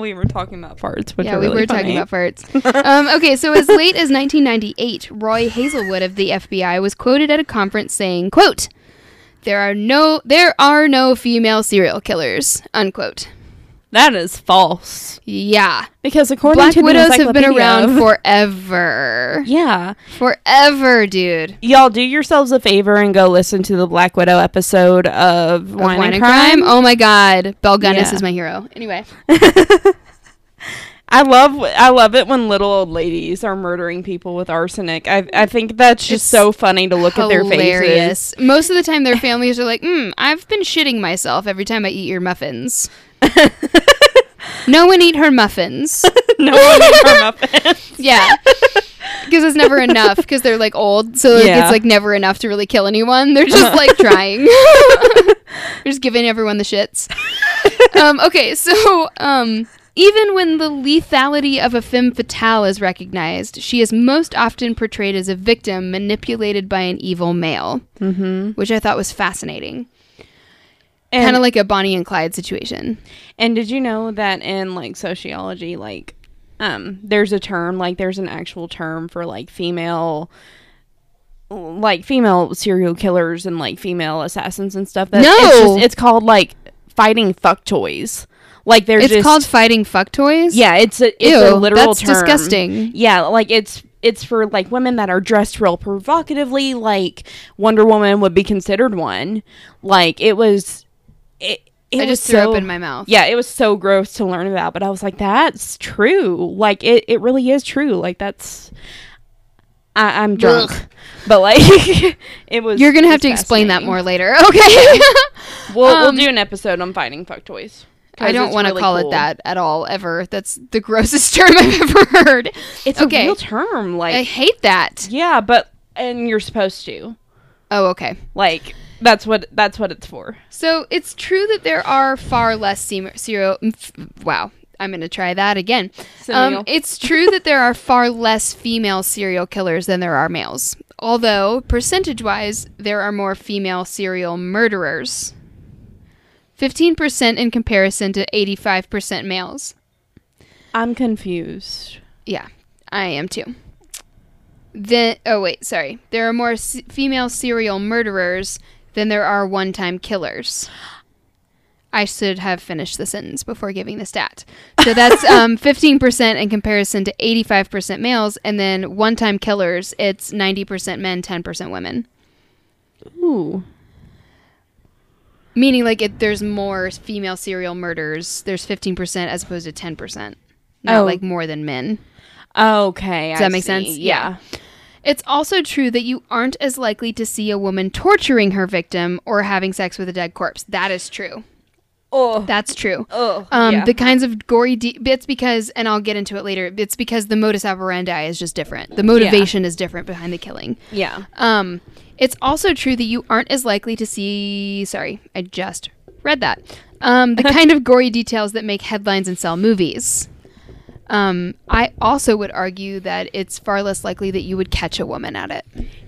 Speaker 2: we were talking about farts, which
Speaker 1: yeah,
Speaker 2: are
Speaker 1: we
Speaker 2: really
Speaker 1: were talking
Speaker 2: funny.
Speaker 1: about farts. um, okay, so as late as 1998, Roy Hazelwood of the FBI was quoted at a conference saying, "quote There are no there are no female serial killers." Unquote.
Speaker 2: That is false
Speaker 1: Yeah,
Speaker 2: because according
Speaker 1: black
Speaker 2: to the
Speaker 1: widows have been
Speaker 2: Encyclopedia
Speaker 1: around
Speaker 2: of-
Speaker 1: forever,
Speaker 2: yeah.
Speaker 1: forever, dude.
Speaker 2: Y'all do yourselves a favor and go listen to the Black Widow episode of
Speaker 1: Of
Speaker 2: Wine, and Crime.
Speaker 1: Oh my God, Belle Gunness
Speaker 2: Yeah.
Speaker 1: is my hero. Anyway,
Speaker 2: I love I love it when little old ladies are murdering people with arsenic. I I think that's
Speaker 1: It's
Speaker 2: just so funny to look at their faces.
Speaker 1: Hilarious. Most of the time, their families are like, mm, "I've been shitting myself every time I eat your muffins." no one eat her muffins.
Speaker 2: no one eat her muffins.
Speaker 1: Yeah, because it's never enough. Because they're like old, so like,
Speaker 2: Yeah.
Speaker 1: it's like never enough to really kill anyone. They're just like trying. They're just giving everyone the shits. um, okay, so um, even when the lethality of a femme fatale is recognized, she is most often portrayed as a victim manipulated by an evil male, mm-hmm. which I thought was fascinating.
Speaker 2: And,
Speaker 1: Kind of like a Bonnie and Clyde situation.
Speaker 2: and did you know that in like sociology, like um, there's a term like there's an actual term for like female, like female serial killers and like female assassins and stuff. That it's,
Speaker 1: No!
Speaker 2: just, it's called like fighting fuck toys. Like they're
Speaker 1: It's
Speaker 2: just
Speaker 1: called fighting fuck toys.
Speaker 2: Yeah, it's a it's a
Speaker 1: Ew,
Speaker 2: literal
Speaker 1: that's
Speaker 2: term.
Speaker 1: disgusting.
Speaker 2: Yeah, like it's it's for like women that are dressed real provocatively, like Wonder Woman would be considered one. Like it was, it, it
Speaker 1: I
Speaker 2: was
Speaker 1: just threw
Speaker 2: so-
Speaker 1: up in my mouth.
Speaker 2: Yeah, it was so gross to learn about, but I was like, that's true. Like it, it really is true. Like that's. I, I'm drunk, but like it was.
Speaker 1: You're gonna
Speaker 2: it
Speaker 1: have
Speaker 2: was
Speaker 1: to explain that
Speaker 2: fascinating.
Speaker 1: more later. Okay.
Speaker 2: We'll
Speaker 1: Um,
Speaker 2: we'll do an episode on fighting fuck toys. 'cause
Speaker 1: I don't
Speaker 2: it's
Speaker 1: want to
Speaker 2: really
Speaker 1: call
Speaker 2: cool.
Speaker 1: it that at all ever. That's the grossest term I've ever heard.
Speaker 2: It's
Speaker 1: Okay.
Speaker 2: a real term. Like
Speaker 1: I hate that.
Speaker 2: yeah, but and you're supposed to
Speaker 1: Oh, okay.
Speaker 2: like that's what that's what it's for.
Speaker 1: So it's true that there are far less sem- zero. mm, f- Wow, I'm gonna try that again. Um,
Speaker 2: Seminal.
Speaker 1: it's true that there are far less female serial killers than there are males. Although percentage-wise, there are more female serial murderers. Fifteen percent in comparison to eighty-five percent males.
Speaker 2: I'm confused.
Speaker 1: Yeah, I am too. Then, oh wait, sorry. There are more s- female serial murderers than there are one-time killers. I should have finished the sentence before giving the stat. So that's um, 15% in comparison to 85% males, and then one-time killers, it's 90% men, 10% women.
Speaker 2: Ooh.
Speaker 1: Meaning, like, it, there's more female serial murders. There's 15% as opposed to 10%. Not
Speaker 2: Oh.
Speaker 1: like more than men.
Speaker 2: Okay.
Speaker 1: Does that make sense?
Speaker 2: Yeah.
Speaker 1: It's also true that you aren't as likely to see a woman torturing her victim or having sex with a dead corpse. That is true.
Speaker 2: Oh.
Speaker 1: That's true.
Speaker 2: oh.
Speaker 1: Um,
Speaker 2: yeah.
Speaker 1: The kinds of gory de- it's because, and I'll get into it later. It's because the modus operandi is just different. The motivation is different behind the killing.
Speaker 2: yeah.
Speaker 1: Um, it's also true that you aren't as likely to see. Sorry, I just read that. Um, the kind of gory details that make headlines and sell movies. Um, I also would argue that it's far less likely that you would catch a woman at it.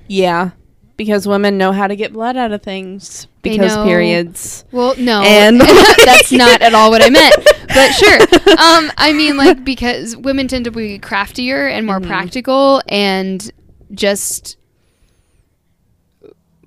Speaker 2: Yeah. Because women know how to get blood out of things
Speaker 1: They
Speaker 2: because
Speaker 1: know.
Speaker 2: periods.
Speaker 1: Well, no,
Speaker 2: And-
Speaker 1: that's not at all what I meant. But sure, um, I mean, like because women tend to be craftier and more
Speaker 2: Mm-hmm.
Speaker 1: practical and just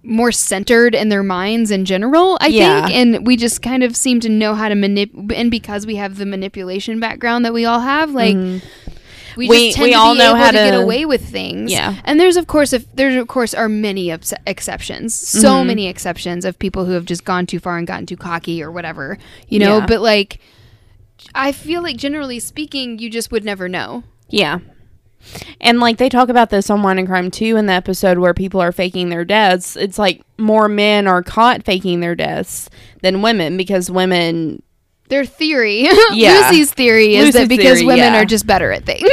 Speaker 1: more centered in their minds in general. I
Speaker 2: Yeah.
Speaker 1: think, and we just kind of seem to know how to manip. And because we have the manipulation background that we all have, like. We,
Speaker 2: Mm-hmm. We-
Speaker 1: just tend
Speaker 2: we
Speaker 1: to
Speaker 2: all
Speaker 1: be
Speaker 2: know
Speaker 1: able
Speaker 2: how
Speaker 1: to, get
Speaker 2: to-
Speaker 1: away with things.
Speaker 2: Yeah.
Speaker 1: And there's of course if there of course are many obs- exceptions. So
Speaker 2: Mm-hmm.
Speaker 1: many exceptions of people who have just gone too far and gotten too cocky or whatever, you know,
Speaker 2: Yeah.
Speaker 1: but like I feel like generally speaking you just would never know.
Speaker 2: Yeah. And like they talk about this on Wine and Crime too in the episode where people are faking their deaths. It's like more men are caught faking their deaths than women because women
Speaker 1: Their theory,
Speaker 2: Yeah.
Speaker 1: Lucy's theory is that
Speaker 2: Lucy's
Speaker 1: because
Speaker 2: theory,
Speaker 1: women
Speaker 2: yeah.
Speaker 1: are just better at things.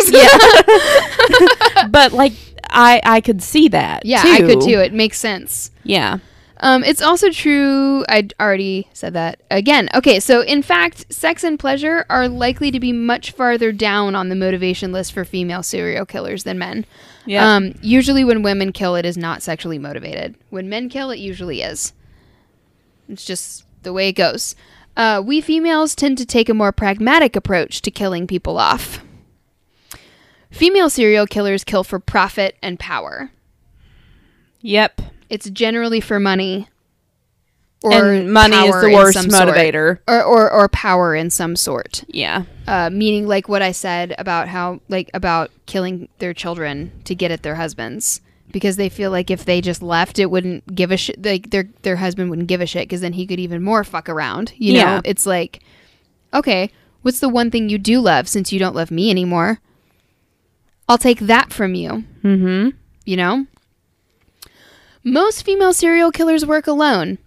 Speaker 2: but like I I could see that.
Speaker 1: yeah, I could too. It makes sense.
Speaker 2: Yeah.
Speaker 1: Um, it's also true. I already said that again. Okay, so in fact, sex and pleasure are likely to be much farther down on the motivation list for female serial killers than men.
Speaker 2: Yeah.
Speaker 1: Um, usually, when women kill, it is not sexually motivated. When men kill, it usually is. It's just the way it goes. Uh, we females tend to take a more pragmatic approach to killing people off. Female serial killers kill for profit and power.
Speaker 2: yep.
Speaker 1: It's generally for money.
Speaker 2: and money is
Speaker 1: power
Speaker 2: the
Speaker 1: in
Speaker 2: worst
Speaker 1: some sort.
Speaker 2: motivator.
Speaker 1: Or, or, or power in some sort.
Speaker 2: Yeah.
Speaker 1: Uh, meaning, like what I said about how, like, about killing their children to get at their husbands. Because they feel like if they just left, it wouldn't give a shit. Like, their, their husband wouldn't give a shit because then he could even more fuck around. You know?
Speaker 2: Yeah.
Speaker 1: It's like, okay, what's the one thing you do love since you don't love me anymore? I'll take that from you
Speaker 2: Mm-hmm.
Speaker 1: you know? Most female serial killers work alone,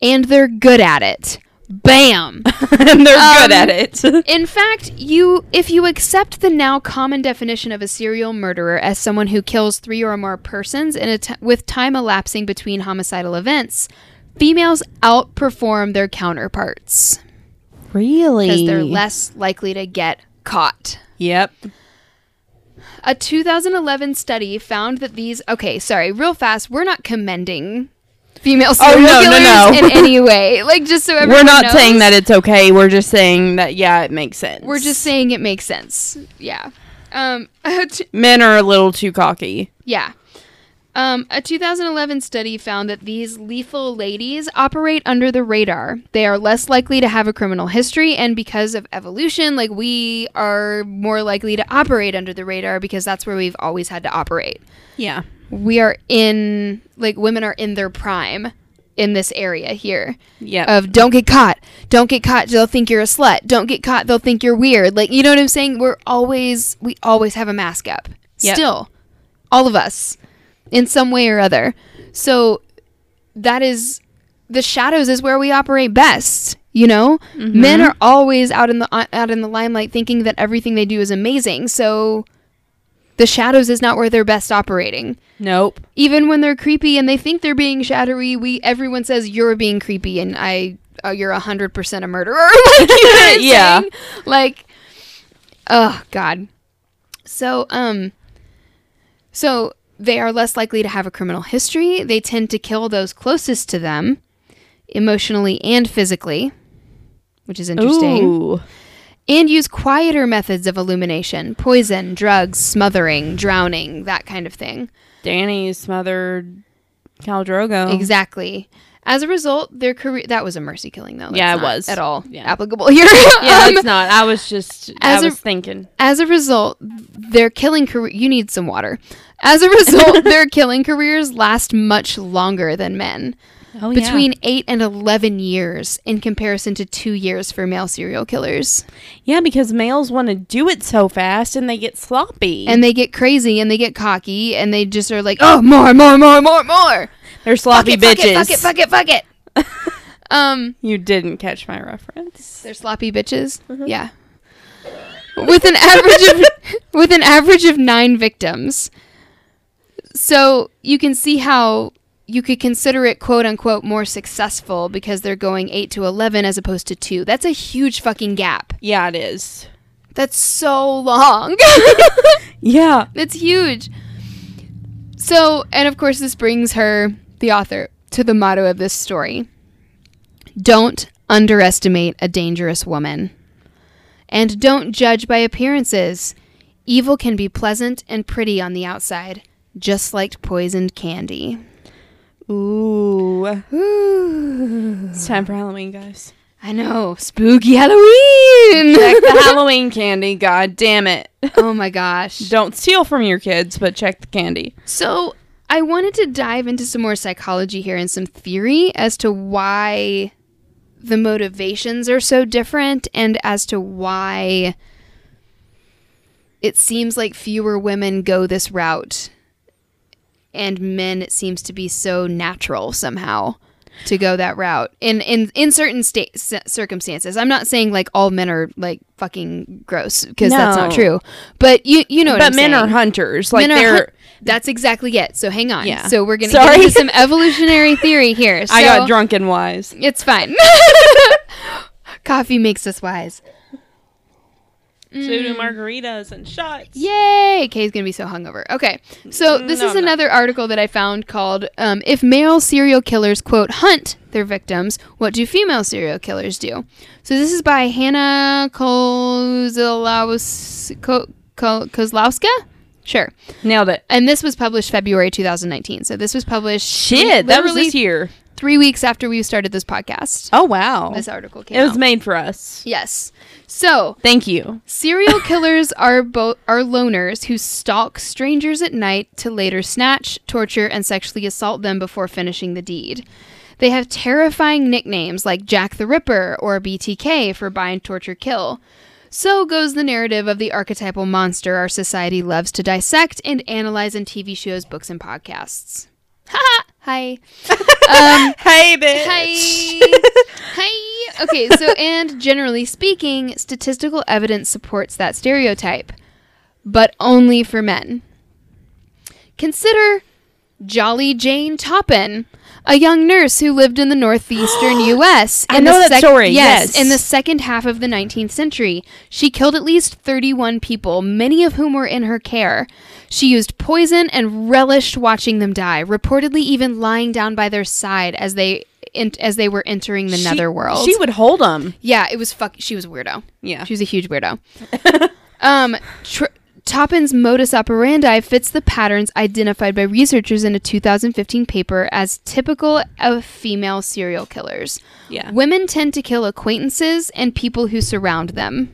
Speaker 1: and they're good at it. Bam!
Speaker 2: and they're
Speaker 1: Um,
Speaker 2: good at it.
Speaker 1: In fact, you if you accept the now common definition of a serial murderer as someone who kills three or more persons in a t- with time elapsing between homicidal events, females outperform their counterparts
Speaker 2: really?
Speaker 1: because they're less likely to get caught.
Speaker 2: Yep.
Speaker 1: A 2011 study found that these. Okay, sorry, real fast. We're not commending female serial
Speaker 2: Oh, no, no,
Speaker 1: killers
Speaker 2: no.
Speaker 1: in any way. Like, just so everyone
Speaker 2: We're not
Speaker 1: knows,
Speaker 2: saying that it's okay. We're just saying that yeah, it makes sense.
Speaker 1: We're just saying it makes sense. Yeah. Um.
Speaker 2: men are a little too cocky.
Speaker 1: Yeah. Um, a 2011 study found that these lethal ladies operate under the radar. They are less likely to have a criminal history, and because of evolution, like we are more likely to operate under the radar because that's where we've always had to operate.
Speaker 2: Yeah.
Speaker 1: we are in like women are in their prime in this area here
Speaker 2: Yeah.
Speaker 1: of don't get caught don't get caught they'll think you're a slut don't get caught they'll think you're weird like you know what i'm saying we're always we always have a mask up
Speaker 2: Yep.
Speaker 1: still all of us in some way or other. So that is the shadows is where we operate best. You know,
Speaker 2: Mm-hmm.
Speaker 1: men are always out in the uh, out in the limelight, thinking that everything they do is amazing. So the shadows is not where they're best operating.
Speaker 2: Nope.
Speaker 1: Even when they're creepy and they think they're being shadowy, we everyone says you're being creepy and I uh, you're hundred percent a murderer. like, you know what I'm
Speaker 2: Yeah.
Speaker 1: saying? Like, oh god. So um. So they are less likely to have a criminal history. They tend to kill those closest to them, emotionally and physically, which is interesting.
Speaker 2: Ooh.
Speaker 1: And use quieter methods of illumination poison, drugs, smothering, drowning, that kind of thing.
Speaker 2: Danny smothered Cal Drogo.
Speaker 1: Exactly. As a result, their career that was a mercy killing though. That's
Speaker 2: Yeah, it
Speaker 1: not
Speaker 2: was.
Speaker 1: at all
Speaker 2: Yeah.
Speaker 1: applicable here.
Speaker 2: Yeah,
Speaker 1: Um,
Speaker 2: it's not. I was just.
Speaker 1: as
Speaker 2: I
Speaker 1: a-
Speaker 2: was thinking.
Speaker 1: as a result, their killing career you need some water. As a result, their killing careers last much longer than men,
Speaker 2: Oh
Speaker 1: between 8 and 11 years in comparison to 2 years for male serial killers.
Speaker 2: Yeah, because males want to do it so fast and they get sloppy.
Speaker 1: And they get crazy and they get cocky and they just are like, "Oh, more, more, more, more, more."
Speaker 2: they're sloppy
Speaker 1: Fuck
Speaker 2: bitches.
Speaker 1: it, fuck it, fuck it, fuck it. um
Speaker 2: You didn't catch my reference.
Speaker 1: They're sloppy bitches. Yeah. With an average of with an average of 9 victims. So, you can see how you could consider it quote unquote more successful because they're going 8 to 11 as opposed to 2. That's a huge fucking gap.
Speaker 2: Yeah, it is.
Speaker 1: That's so long.
Speaker 2: Yeah.
Speaker 1: That's huge. So, and of course this brings her the author to the motto of this story. Don't underestimate a dangerous woman. And don't judge by appearances. Evil can be pleasant and pretty on the outside, just like poisoned candy.
Speaker 2: Ooh. It's time for Halloween, guys.
Speaker 1: I know, spooky Halloween.
Speaker 2: Check the Halloween candy. God damn it.
Speaker 1: oh my gosh.
Speaker 2: Don't steal from your kids, but check the candy.
Speaker 1: So, I wanted to dive into some more psychology here and some theory as to why the motivations are so different and as to why it seems like fewer women go this route and men it seems to be so natural somehow to go that route in in in certain state c- circumstances i'm not saying like all men are like fucking gross because that's not
Speaker 2: No.
Speaker 1: true but you you know what
Speaker 2: but
Speaker 1: I'm
Speaker 2: men
Speaker 1: saying.
Speaker 2: are hunters. Like
Speaker 1: Men are
Speaker 2: they're.
Speaker 1: hun- that's exactly it. So hang on.
Speaker 2: Yeah.
Speaker 1: So we're gonna
Speaker 2: Sorry.
Speaker 1: get into some evolutionary theory here. So
Speaker 2: I got drunk and wise.
Speaker 1: It's fine. Coffee makes us wise.
Speaker 2: So do margaritas and shots.
Speaker 1: Yay! Kay's gonna be so hungover. Okay, so this
Speaker 2: No,
Speaker 1: is
Speaker 2: I'm not.
Speaker 1: another article that I found called um, "If Male Serial Killers Quote Hunt Their Victims, What Do Female Serial Killers Do?" So this is by Hannah Kozlowska. Ko- Ko- Kozlowska? Sure.
Speaker 2: Nailed it.
Speaker 1: And this was published February 2019. So this was published
Speaker 2: Shit, that was
Speaker 1: literally
Speaker 2: this year.
Speaker 1: three weeks after we started this podcast.
Speaker 2: Oh wow.
Speaker 1: This article came
Speaker 2: It was
Speaker 1: out.
Speaker 2: made for us.
Speaker 1: yes. So
Speaker 2: Thank you.
Speaker 1: serial killers are bo- are loners who stalk strangers at night to later snatch, torture, and sexually assault them before finishing the deed. They have terrifying nicknames like Jack the Ripper or BTK for bind, torture, kill. So goes the narrative of the archetypal monster our society loves to dissect and analyze in TV shows, books, and podcasts. Ha! ha! Hi.
Speaker 2: Hey, bitch.
Speaker 1: Hi. Hi. Okay, so, and generally speaking, statistical evidence supports that stereotype, but only for men. Consider Jolly Jane Toppin, a young nurse who lived in the northeastern U.S.
Speaker 2: I
Speaker 1: in the
Speaker 2: know that story, yes.
Speaker 1: in the second half of the 19th century, she killed at least 31 people, many of whom were in her care. She used poison and relished watching them die, reportedly even lying down by their side as they in, as they were entering the
Speaker 2: She-
Speaker 1: netherworld.
Speaker 2: She would hold them.
Speaker 1: yeah, it was fuck. She was a weirdo.
Speaker 2: Yeah.
Speaker 1: She was a huge weirdo. um, tr- Toppin's modus operandi fits the patterns identified by researchers in a 2015 paper as typical of female serial killers.
Speaker 2: Yeah.
Speaker 1: Women tend to kill acquaintances and people who surround them.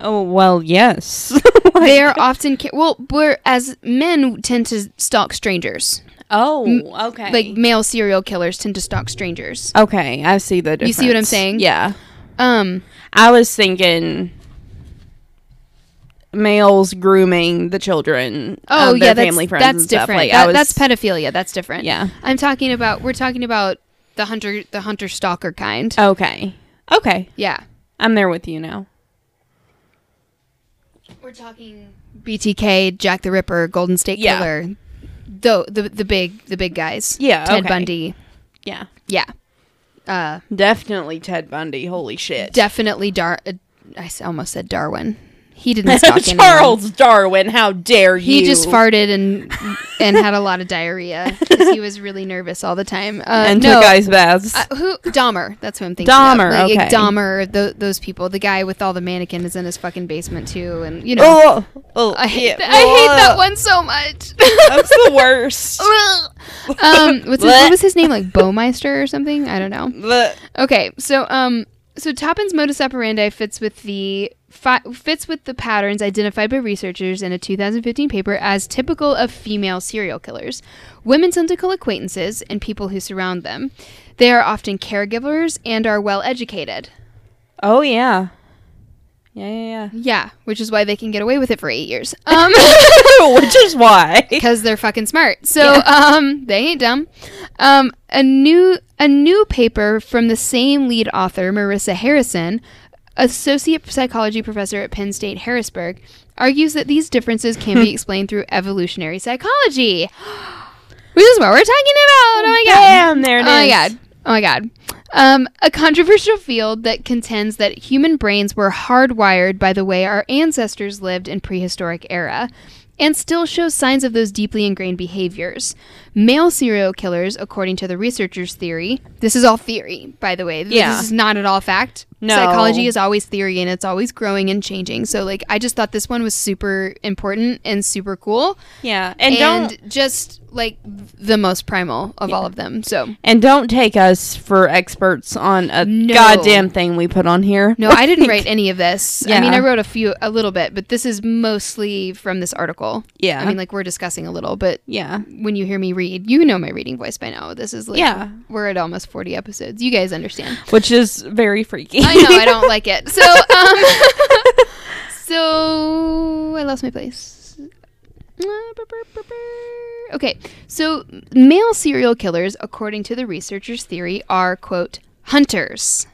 Speaker 2: Oh well, yes.
Speaker 1: They are often ki- well, whereas men tend to stalk strangers.
Speaker 2: oh, okay.
Speaker 1: Like male serial killers tend to stalk strangers.
Speaker 2: okay, I see the
Speaker 1: You
Speaker 2: difference.
Speaker 1: see what I'm saying?
Speaker 2: Yeah.
Speaker 1: Um,
Speaker 2: I was thinking males grooming the children.
Speaker 1: Oh
Speaker 2: um, their
Speaker 1: yeah, that's,
Speaker 2: family friends
Speaker 1: that's
Speaker 2: and stuff.
Speaker 1: different.
Speaker 2: Like,
Speaker 1: that,
Speaker 2: I was-
Speaker 1: that's pedophilia. That's different.
Speaker 2: Yeah.
Speaker 1: I'm talking about. We're talking about the hunter, the hunter stalker kind.
Speaker 2: Uh, okay. Okay,
Speaker 1: yeah,
Speaker 2: I'm there with you now.
Speaker 1: we're talking BTK, Jack the Ripper, Golden State
Speaker 2: Yeah.
Speaker 1: Killer, the, the the big the big guys.
Speaker 2: Yeah,
Speaker 1: Ted
Speaker 2: okay.
Speaker 1: Bundy.
Speaker 2: Yeah,
Speaker 1: Yeah, uh,
Speaker 2: definitely Ted Bundy. Holy shit.
Speaker 1: definitely Dar. Uh, I s- almost said Darwin. He didn't stalk anyone.
Speaker 2: Charles Darwin, how dare you?
Speaker 1: He just farted and and had a lot of diarrhea because he was really nervous all the time. Uh,
Speaker 2: and
Speaker 1: no,
Speaker 2: took ice baths.
Speaker 1: Uh, who Dahmer? That's who I'm thinking. of.
Speaker 2: Dahmer,
Speaker 1: Like,
Speaker 2: okay.
Speaker 1: Dahmer. Tho- those people. The guy with all the mannequins is in his fucking basement too, and you know.
Speaker 2: oh, oh,
Speaker 1: I hate,
Speaker 2: yeah,
Speaker 1: that, I hate that
Speaker 2: ugh,
Speaker 1: one so much.
Speaker 2: That's the worst.
Speaker 1: um, what's his, what was his name? Like Bowmeister or something? I don't know.
Speaker 2: The-
Speaker 1: Okay, so um, so Toppin's modus operandi fits with the fi- fits with the patterns identified by researchers in a 2015 paper as typical of female serial killers, women tentacle acquaintances, and people who surround them. They are often caregivers and are well educated.
Speaker 2: oh yeah, yeah, yeah,
Speaker 1: Yeah, which is why they can get away with it for eight years. Um,
Speaker 2: yeah. which is why.
Speaker 1: because they're fucking smart. So um, they ain't dumb. Um, a new a new paper from the same lead author, Marissa Harrison, associate psychology professor at Penn State Harrisburg, argues that these differences can be explained through evolutionary psychology. Which is what we're talking about. Oh my god.
Speaker 2: Damn, there it
Speaker 1: Oh my
Speaker 2: is.
Speaker 1: god. Oh my god. Um, a controversial field that contends that human brains were hardwired by the way our ancestors lived in prehistoric era and still shows signs of those deeply ingrained behaviors. Male serial killers, according to the researchers' theory, this is all theory, by the way. This
Speaker 2: Yeah.
Speaker 1: is not at all fact.
Speaker 2: No.
Speaker 1: Psychology is always theory and it's always growing and changing. So like I just thought this one was super important and super cool
Speaker 2: Yeah, and,
Speaker 1: and,
Speaker 2: don't
Speaker 1: just like the most primal of all of them. So
Speaker 2: and don't take us for experts on a
Speaker 1: No.
Speaker 2: goddamn thing we put on here.
Speaker 1: no, I didn't write any of this. I mean,
Speaker 2: Yeah.
Speaker 1: I wrote a few, a little bit, but this is mostly from this article.
Speaker 2: Yeah.
Speaker 1: I mean, like we're discussing a little, but
Speaker 2: yeah,
Speaker 1: when you hear me read, you know my reading voice by now. This is like,
Speaker 2: Yeah.
Speaker 1: we're at almost forty episodes. You guys understand.
Speaker 2: which is very freaky.
Speaker 1: I know I don't like it. So, um, so I lost my place. Okay, so male serial killers, according to the researchers' theory, are quote hunters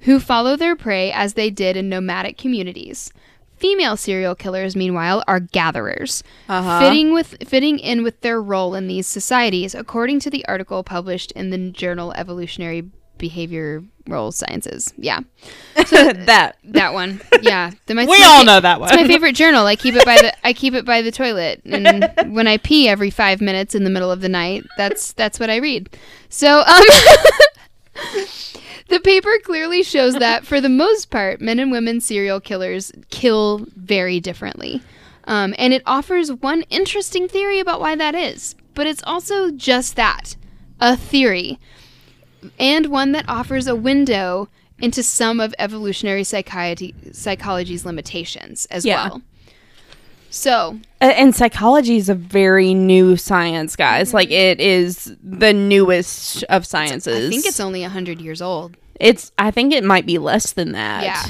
Speaker 1: who follow their prey as they did in nomadic communities. Female serial killers, meanwhile, are gatherers,
Speaker 2: Uh-huh.
Speaker 1: fitting with fitting in with their role in these societies, according to the article published in the journal Evolutionary Behavioral Sciences. Yeah,
Speaker 2: that
Speaker 1: that one. Yeah, The- my-
Speaker 2: we
Speaker 1: my
Speaker 2: all
Speaker 1: fa-
Speaker 2: know that one.
Speaker 1: It's my favorite journal. I keep it by the I keep it by the toilet, and when I pee every five minutes in the middle of the night, that's that's what I read. So, um, the paper clearly shows that for the most part, men and women serial killers kill very differently, um, and it offers one interesting theory about why that is. But it's also just that a theory, and one that offers a window into some of evolutionary psychiatry, psychology's limitations as
Speaker 2: Yeah.
Speaker 1: well. So,
Speaker 2: A- and psychology is a very new science guys like it is the newest of sciences
Speaker 1: I think it's only 100 years old.
Speaker 2: it's i think it might be less than that
Speaker 1: Yeah.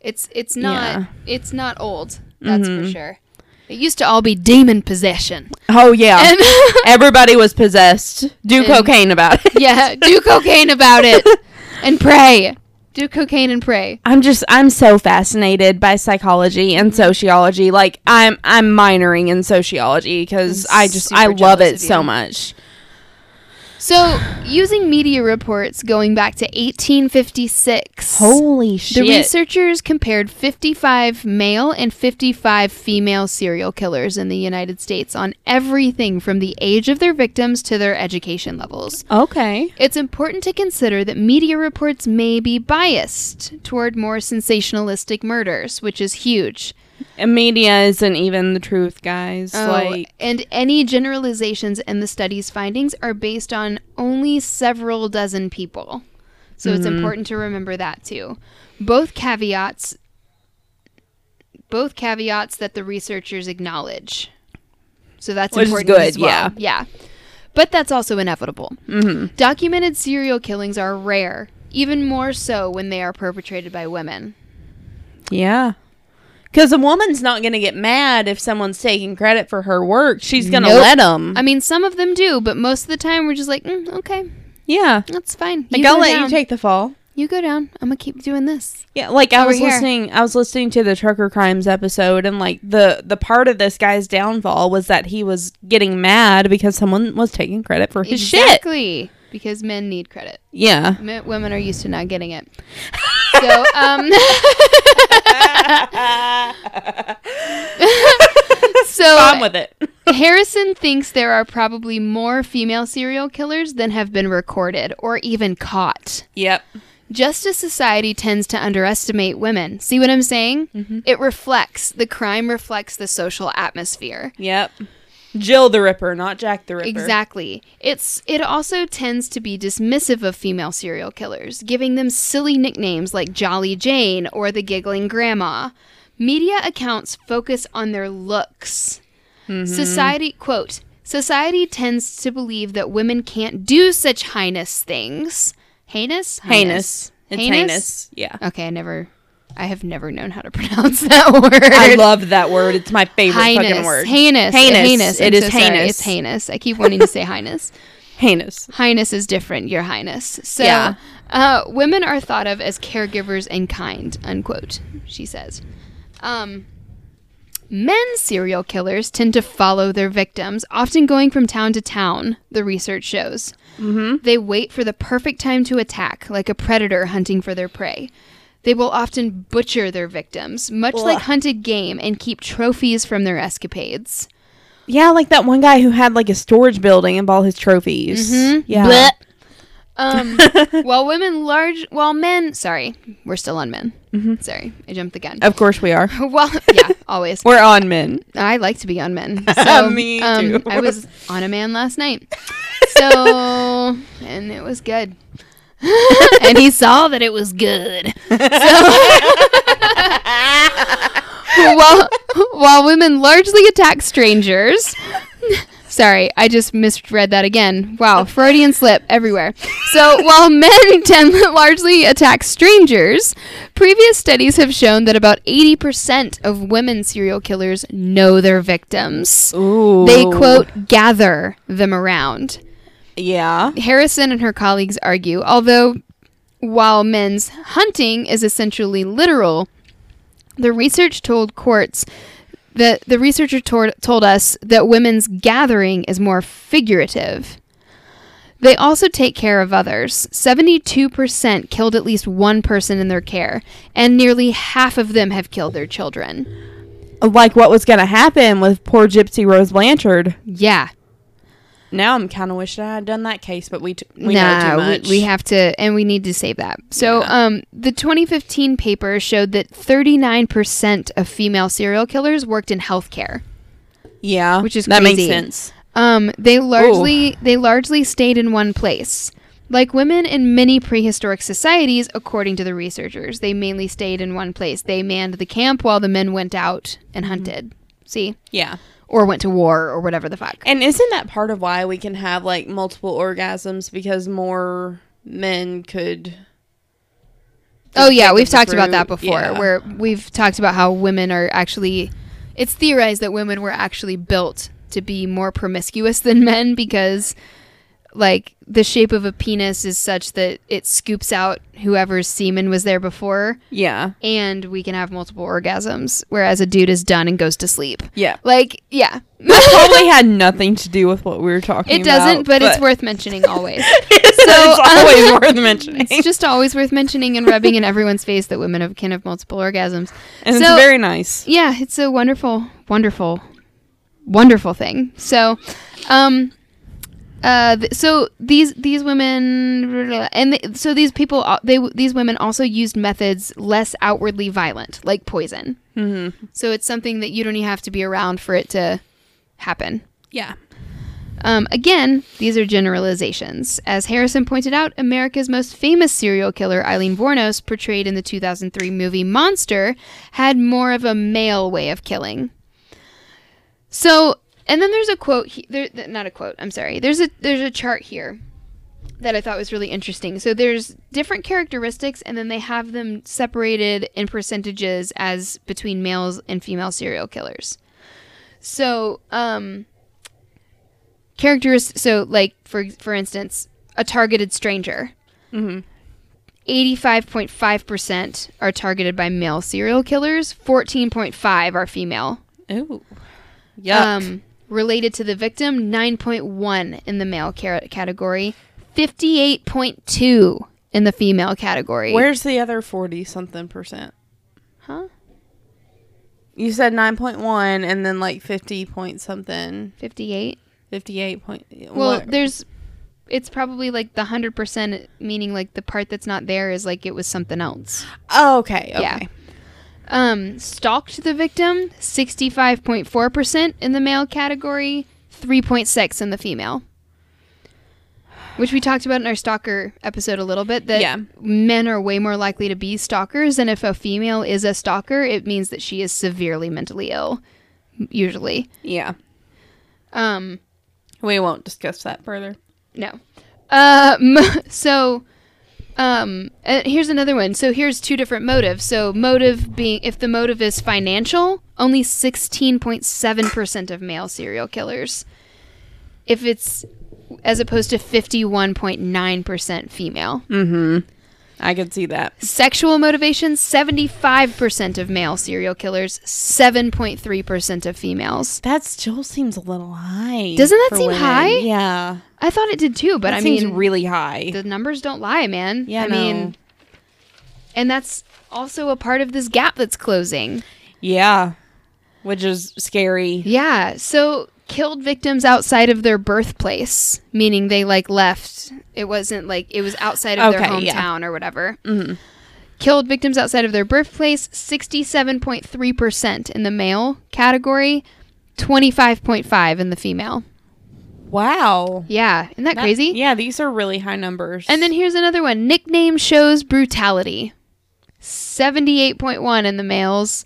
Speaker 1: It's it's not
Speaker 2: Yeah. Mm-hmm.
Speaker 1: it's not old. That's for sure. It used to all be demon possession.
Speaker 2: oh yeah
Speaker 1: And
Speaker 2: everybody was possessed do cocaine about it
Speaker 1: yeah, do cocaine about it and pray. Do cocaine and pray.
Speaker 2: i'm just i'm so fascinated by psychology and sociology like i'm i'm minoring in sociology because
Speaker 1: I'm
Speaker 2: i just
Speaker 1: super
Speaker 2: i love
Speaker 1: jealous
Speaker 2: it
Speaker 1: of
Speaker 2: so
Speaker 1: you.
Speaker 2: much
Speaker 1: So, using media reports going back to 1856.
Speaker 2: holy shit
Speaker 1: The researchers compared 55 male and 55 female serial killers in the United States on everything from the age of their victims to their education levels.
Speaker 2: okay
Speaker 1: It's important to consider that media reports may be biased toward more sensationalistic murders, which is huge.
Speaker 2: And media isn't even the truth guys like
Speaker 1: Oh, and any generalizations in the study's findings are based on only several dozen people. So
Speaker 2: Mm-hmm.
Speaker 1: it's important to remember that too. Both caveats both caveats that the researchers acknowledge. So that's
Speaker 2: Which is
Speaker 1: important
Speaker 2: good,
Speaker 1: as well. Yeah.
Speaker 2: yeah.
Speaker 1: But that's also inevitable. Mm-hmm. Documented serial killings are rare, even more so when they are perpetrated by women.
Speaker 2: yeah Because a woman's not going to get mad if someone's taking credit for her work. She's going to
Speaker 1: Nope.
Speaker 2: 'em. let them.
Speaker 1: I mean, some of them do, but most of the time we're just like, mm, okay,
Speaker 2: yeah.
Speaker 1: that's fine.
Speaker 2: Like, I'll
Speaker 1: go
Speaker 2: let
Speaker 1: down.
Speaker 2: you take the fall.
Speaker 1: You go down. I'm gonna keep doing this.
Speaker 2: Yeah, like I
Speaker 1: Over
Speaker 2: was
Speaker 1: here.
Speaker 2: listening I was listening to the Trucker Crimes episode and like the the part of this guy's downfall was that he was getting mad because someone was taking credit for his shit.
Speaker 1: exactly. Because men need credit.
Speaker 2: Yeah.
Speaker 1: M- women are used to not getting it. So, um, so
Speaker 2: I'm with it.
Speaker 1: Harrison thinks there are probably more female serial killers than have been recorded or even caught.
Speaker 2: Yep.
Speaker 1: Just as society tends to underestimate women. See what I'm saying? It reflects, the crime reflects the social atmosphere.
Speaker 2: Yep. Jill the Ripper, not Jack the Ripper.
Speaker 1: Exactly. It's it also tends to be dismissive of female serial killers, giving them silly nicknames like Jolly Jane or the Giggling Grandma. Media accounts focus on their looks.
Speaker 2: Mm-hmm.
Speaker 1: Society quote Society tends to believe that women can't do such heinous things. Heinous?
Speaker 2: Heinous. It's heinous. Yeah.
Speaker 1: Okay, I never I have never known how to pronounce that word.
Speaker 2: I love that word. It's my favorite fucking word.
Speaker 1: Heinous.
Speaker 2: Heinous.
Speaker 1: Heinous.
Speaker 2: It
Speaker 1: I'm
Speaker 2: is
Speaker 1: sorry.
Speaker 2: heinous.
Speaker 1: It's heinous. I keep wanting to say heinous.
Speaker 2: heinous.
Speaker 1: Highness is different, Your Highness. So,
Speaker 2: Yeah.
Speaker 1: uh, women are thought of as caregivers and kind, unquote, she says. Um, men serial killers tend to follow their victims, often going from town to town, the research shows. Mm-hmm. They wait for the perfect time to attack, like a predator hunting for their prey. They will often butcher their victims, much like hunted game, and keep trophies from their escapades.
Speaker 2: Yeah, like that one guy who had like a storage building of all his trophies.
Speaker 1: Mm-hmm.
Speaker 2: Yeah.
Speaker 1: Um, while women large, while men, sorry, we're still on men.
Speaker 2: Mm-hmm.
Speaker 1: Sorry, I jumped the gun.
Speaker 2: Of course we are.
Speaker 1: Well, yeah, always.
Speaker 2: We're on men.
Speaker 1: I like to be on men. So, um,
Speaker 2: Me too.
Speaker 1: I was on a man last night. So, and it was good. and he saw that it was good. So, while, while women largely attack strangers. Sorry, I just misread that again. Wow, Freudian slip everywhere. So, while men tend to largely attack strangers, previous studies have shown that about 80% of women serial killers know their victims.
Speaker 2: Ooh.
Speaker 1: They quote, gather them around.
Speaker 2: Yeah.
Speaker 1: Harrison and her colleagues argue, although while men's hunting is essentially literal, the research told courts that the researcher told, told us that women's gathering is more figurative. They also take care of others. 72% killed at least one person in their care, and nearly half of them have killed their children.
Speaker 2: Like what was gonna happen with poor Gypsy Rose Blanchard.
Speaker 1: Yeah.
Speaker 2: Now I'm kind of wishing I had done that case, but we t- we know
Speaker 1: nah,
Speaker 2: too much.
Speaker 1: We, we have to, and we need to save that. So, um, the 2015 paper showed that 39% of female serial killers worked in healthcare.
Speaker 2: yeah,
Speaker 1: which is
Speaker 2: that
Speaker 1: crazy.
Speaker 2: makes sense.
Speaker 1: Um, they largely they largely stayed in one place. Like women in many prehistoric societies, according to the researchers, they mainly stayed in one place. They manned the camp while the men went out
Speaker 2: Mm-hmm.
Speaker 1: and hunted. See,
Speaker 2: Yeah,
Speaker 1: or went to war or whatever the fuck.
Speaker 2: and isn't that part of why we can have like multiple orgasms because more men could?
Speaker 1: Oh yeah, we've
Speaker 2: the
Speaker 1: talked about that
Speaker 2: fruit,
Speaker 1: before.
Speaker 2: yeah.
Speaker 1: Where we've talked about how women are actually it's theorized that women were actually built to be more promiscuous than men because like the shape of a penis is such that it scoops out whoever's semen was there before
Speaker 2: Yeah,
Speaker 1: and we can have multiple orgasms whereas a dude is done and goes to sleep.
Speaker 2: yeah.
Speaker 1: Like, yeah.
Speaker 2: Probably had nothing to do with what we were talking.
Speaker 1: It doesn't,
Speaker 2: about,
Speaker 1: but, it's worth mentioning always.
Speaker 2: it's
Speaker 1: um,
Speaker 2: always worth mentioning,
Speaker 1: it's just always worth mentioning and rubbing in everyone's face that women have, can have multiple orgasms.
Speaker 2: and
Speaker 1: so-
Speaker 2: it's very nice.
Speaker 1: yeah, it's a wonderful, wonderful, wonderful thing. So, um, uh, th- so these these women and th- so these people al- they these women also used methods less outwardly violent, like poison. Mm-hmm. So it's something that you don't even have to be around for it to happen.
Speaker 2: Yeah,
Speaker 1: Um, again, these are generalizations. As Harrison pointed out, America's most famous serial killer, Eileen Vornos, portrayed in the 2003 movie Monster, had more of a male way of killing. So, and then there's a quote. He, there, th- not a quote. I'm sorry. There's a there's a chart here that I thought was really interesting. So there's different characteristics, and then they have them separated in percentages as between males and female serial killers. So, um, characteristics. So, like for for instance, a targeted stranger.
Speaker 2: Mhm.
Speaker 1: 85.5% are targeted by male serial killers, 14.5 are female.
Speaker 2: Ooh. Yuck.
Speaker 1: Um, related to the victim, 9.1 in the male car- category, 58.2 in the female category.
Speaker 2: Where's the other 40 something percent?
Speaker 1: Huh?
Speaker 2: You said 9.1 and then like 50 point something,
Speaker 1: 58.
Speaker 2: 58 point.
Speaker 1: Well,
Speaker 2: what-
Speaker 1: there's. It's probably like the 100%, meaning like the part that's not there is like it was something else.
Speaker 2: Oh, okay. Okay.
Speaker 1: Yeah. Um, stalked the victim, 65.4% in the male category, 3.6 in the female. Which we talked about in our stalker episode a little bit that
Speaker 2: Yeah.
Speaker 1: men are way more likely to be stalkers and if a female is a stalker, it means that she is severely mentally ill usually.
Speaker 2: Yeah.
Speaker 1: Um
Speaker 2: We won't discuss that further.
Speaker 1: No. Um, so, um, uh, here's another one. So here's two different motives. So motive being, if the motive is financial, only 16.7% of male serial killers. If it's, as opposed to 51.9% female.
Speaker 2: Mm. I could see that.
Speaker 1: Sexual motivation, 75% of male serial killers, 7.3% of females.
Speaker 2: That still seems a little high.
Speaker 1: Doesn't that
Speaker 2: for
Speaker 1: seem high?
Speaker 2: Yeah.
Speaker 1: I thought it did too, but
Speaker 2: That
Speaker 1: I
Speaker 2: seems
Speaker 1: mean,
Speaker 2: really high.
Speaker 1: the numbers don't lie, man.
Speaker 2: Yeah,
Speaker 1: I mean,
Speaker 2: no.
Speaker 1: and that's also a part of this gap that's closing.
Speaker 2: yeah. Which is scary.
Speaker 1: Yeah. So killed victims outside of their birthplace, meaning they like left. It wasn't like it was outside of their
Speaker 2: Okay, yeah. Mm-hmm.
Speaker 1: hometown or whatever. Killed victims outside of their birthplace, 67.3% in the male category, 25.5 in the female.
Speaker 2: Wow.
Speaker 1: Yeah, isn't that
Speaker 2: That-
Speaker 1: crazy?
Speaker 2: Yeah, these are really high numbers.
Speaker 1: And then here's another one. Nickname shows brutality. 78.1 in the males,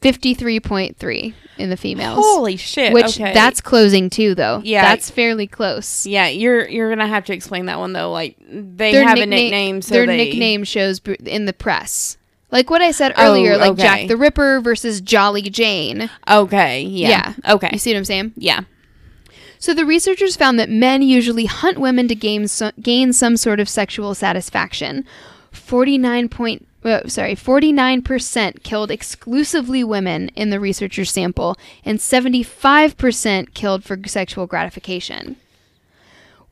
Speaker 1: 53.3 in the females.
Speaker 2: holy shit.
Speaker 1: which
Speaker 2: okay.
Speaker 1: that's closing too though.
Speaker 2: Yeah.
Speaker 1: That's fairly close.
Speaker 2: Yeah, you're you're gonna have to explain that one though. Like they
Speaker 1: Their
Speaker 2: have
Speaker 1: nickna-
Speaker 2: a nickname, so
Speaker 1: their
Speaker 2: they,
Speaker 1: nickname shows bru- in the press. Like what I said
Speaker 2: Oh,
Speaker 1: earlier, like
Speaker 2: okay.
Speaker 1: Jack the Ripper versus Jolly Jane.
Speaker 2: Okay, yeah, okay,
Speaker 1: You see what I'm saying?
Speaker 2: yeah,
Speaker 1: So the researchers found that men usually hunt women to gain so- gain some sort of sexual satisfaction. Forty nine point uh, sorry forty nine percent killed exclusively women in the researchers' sample, and seventy five percent killed for sexual gratification.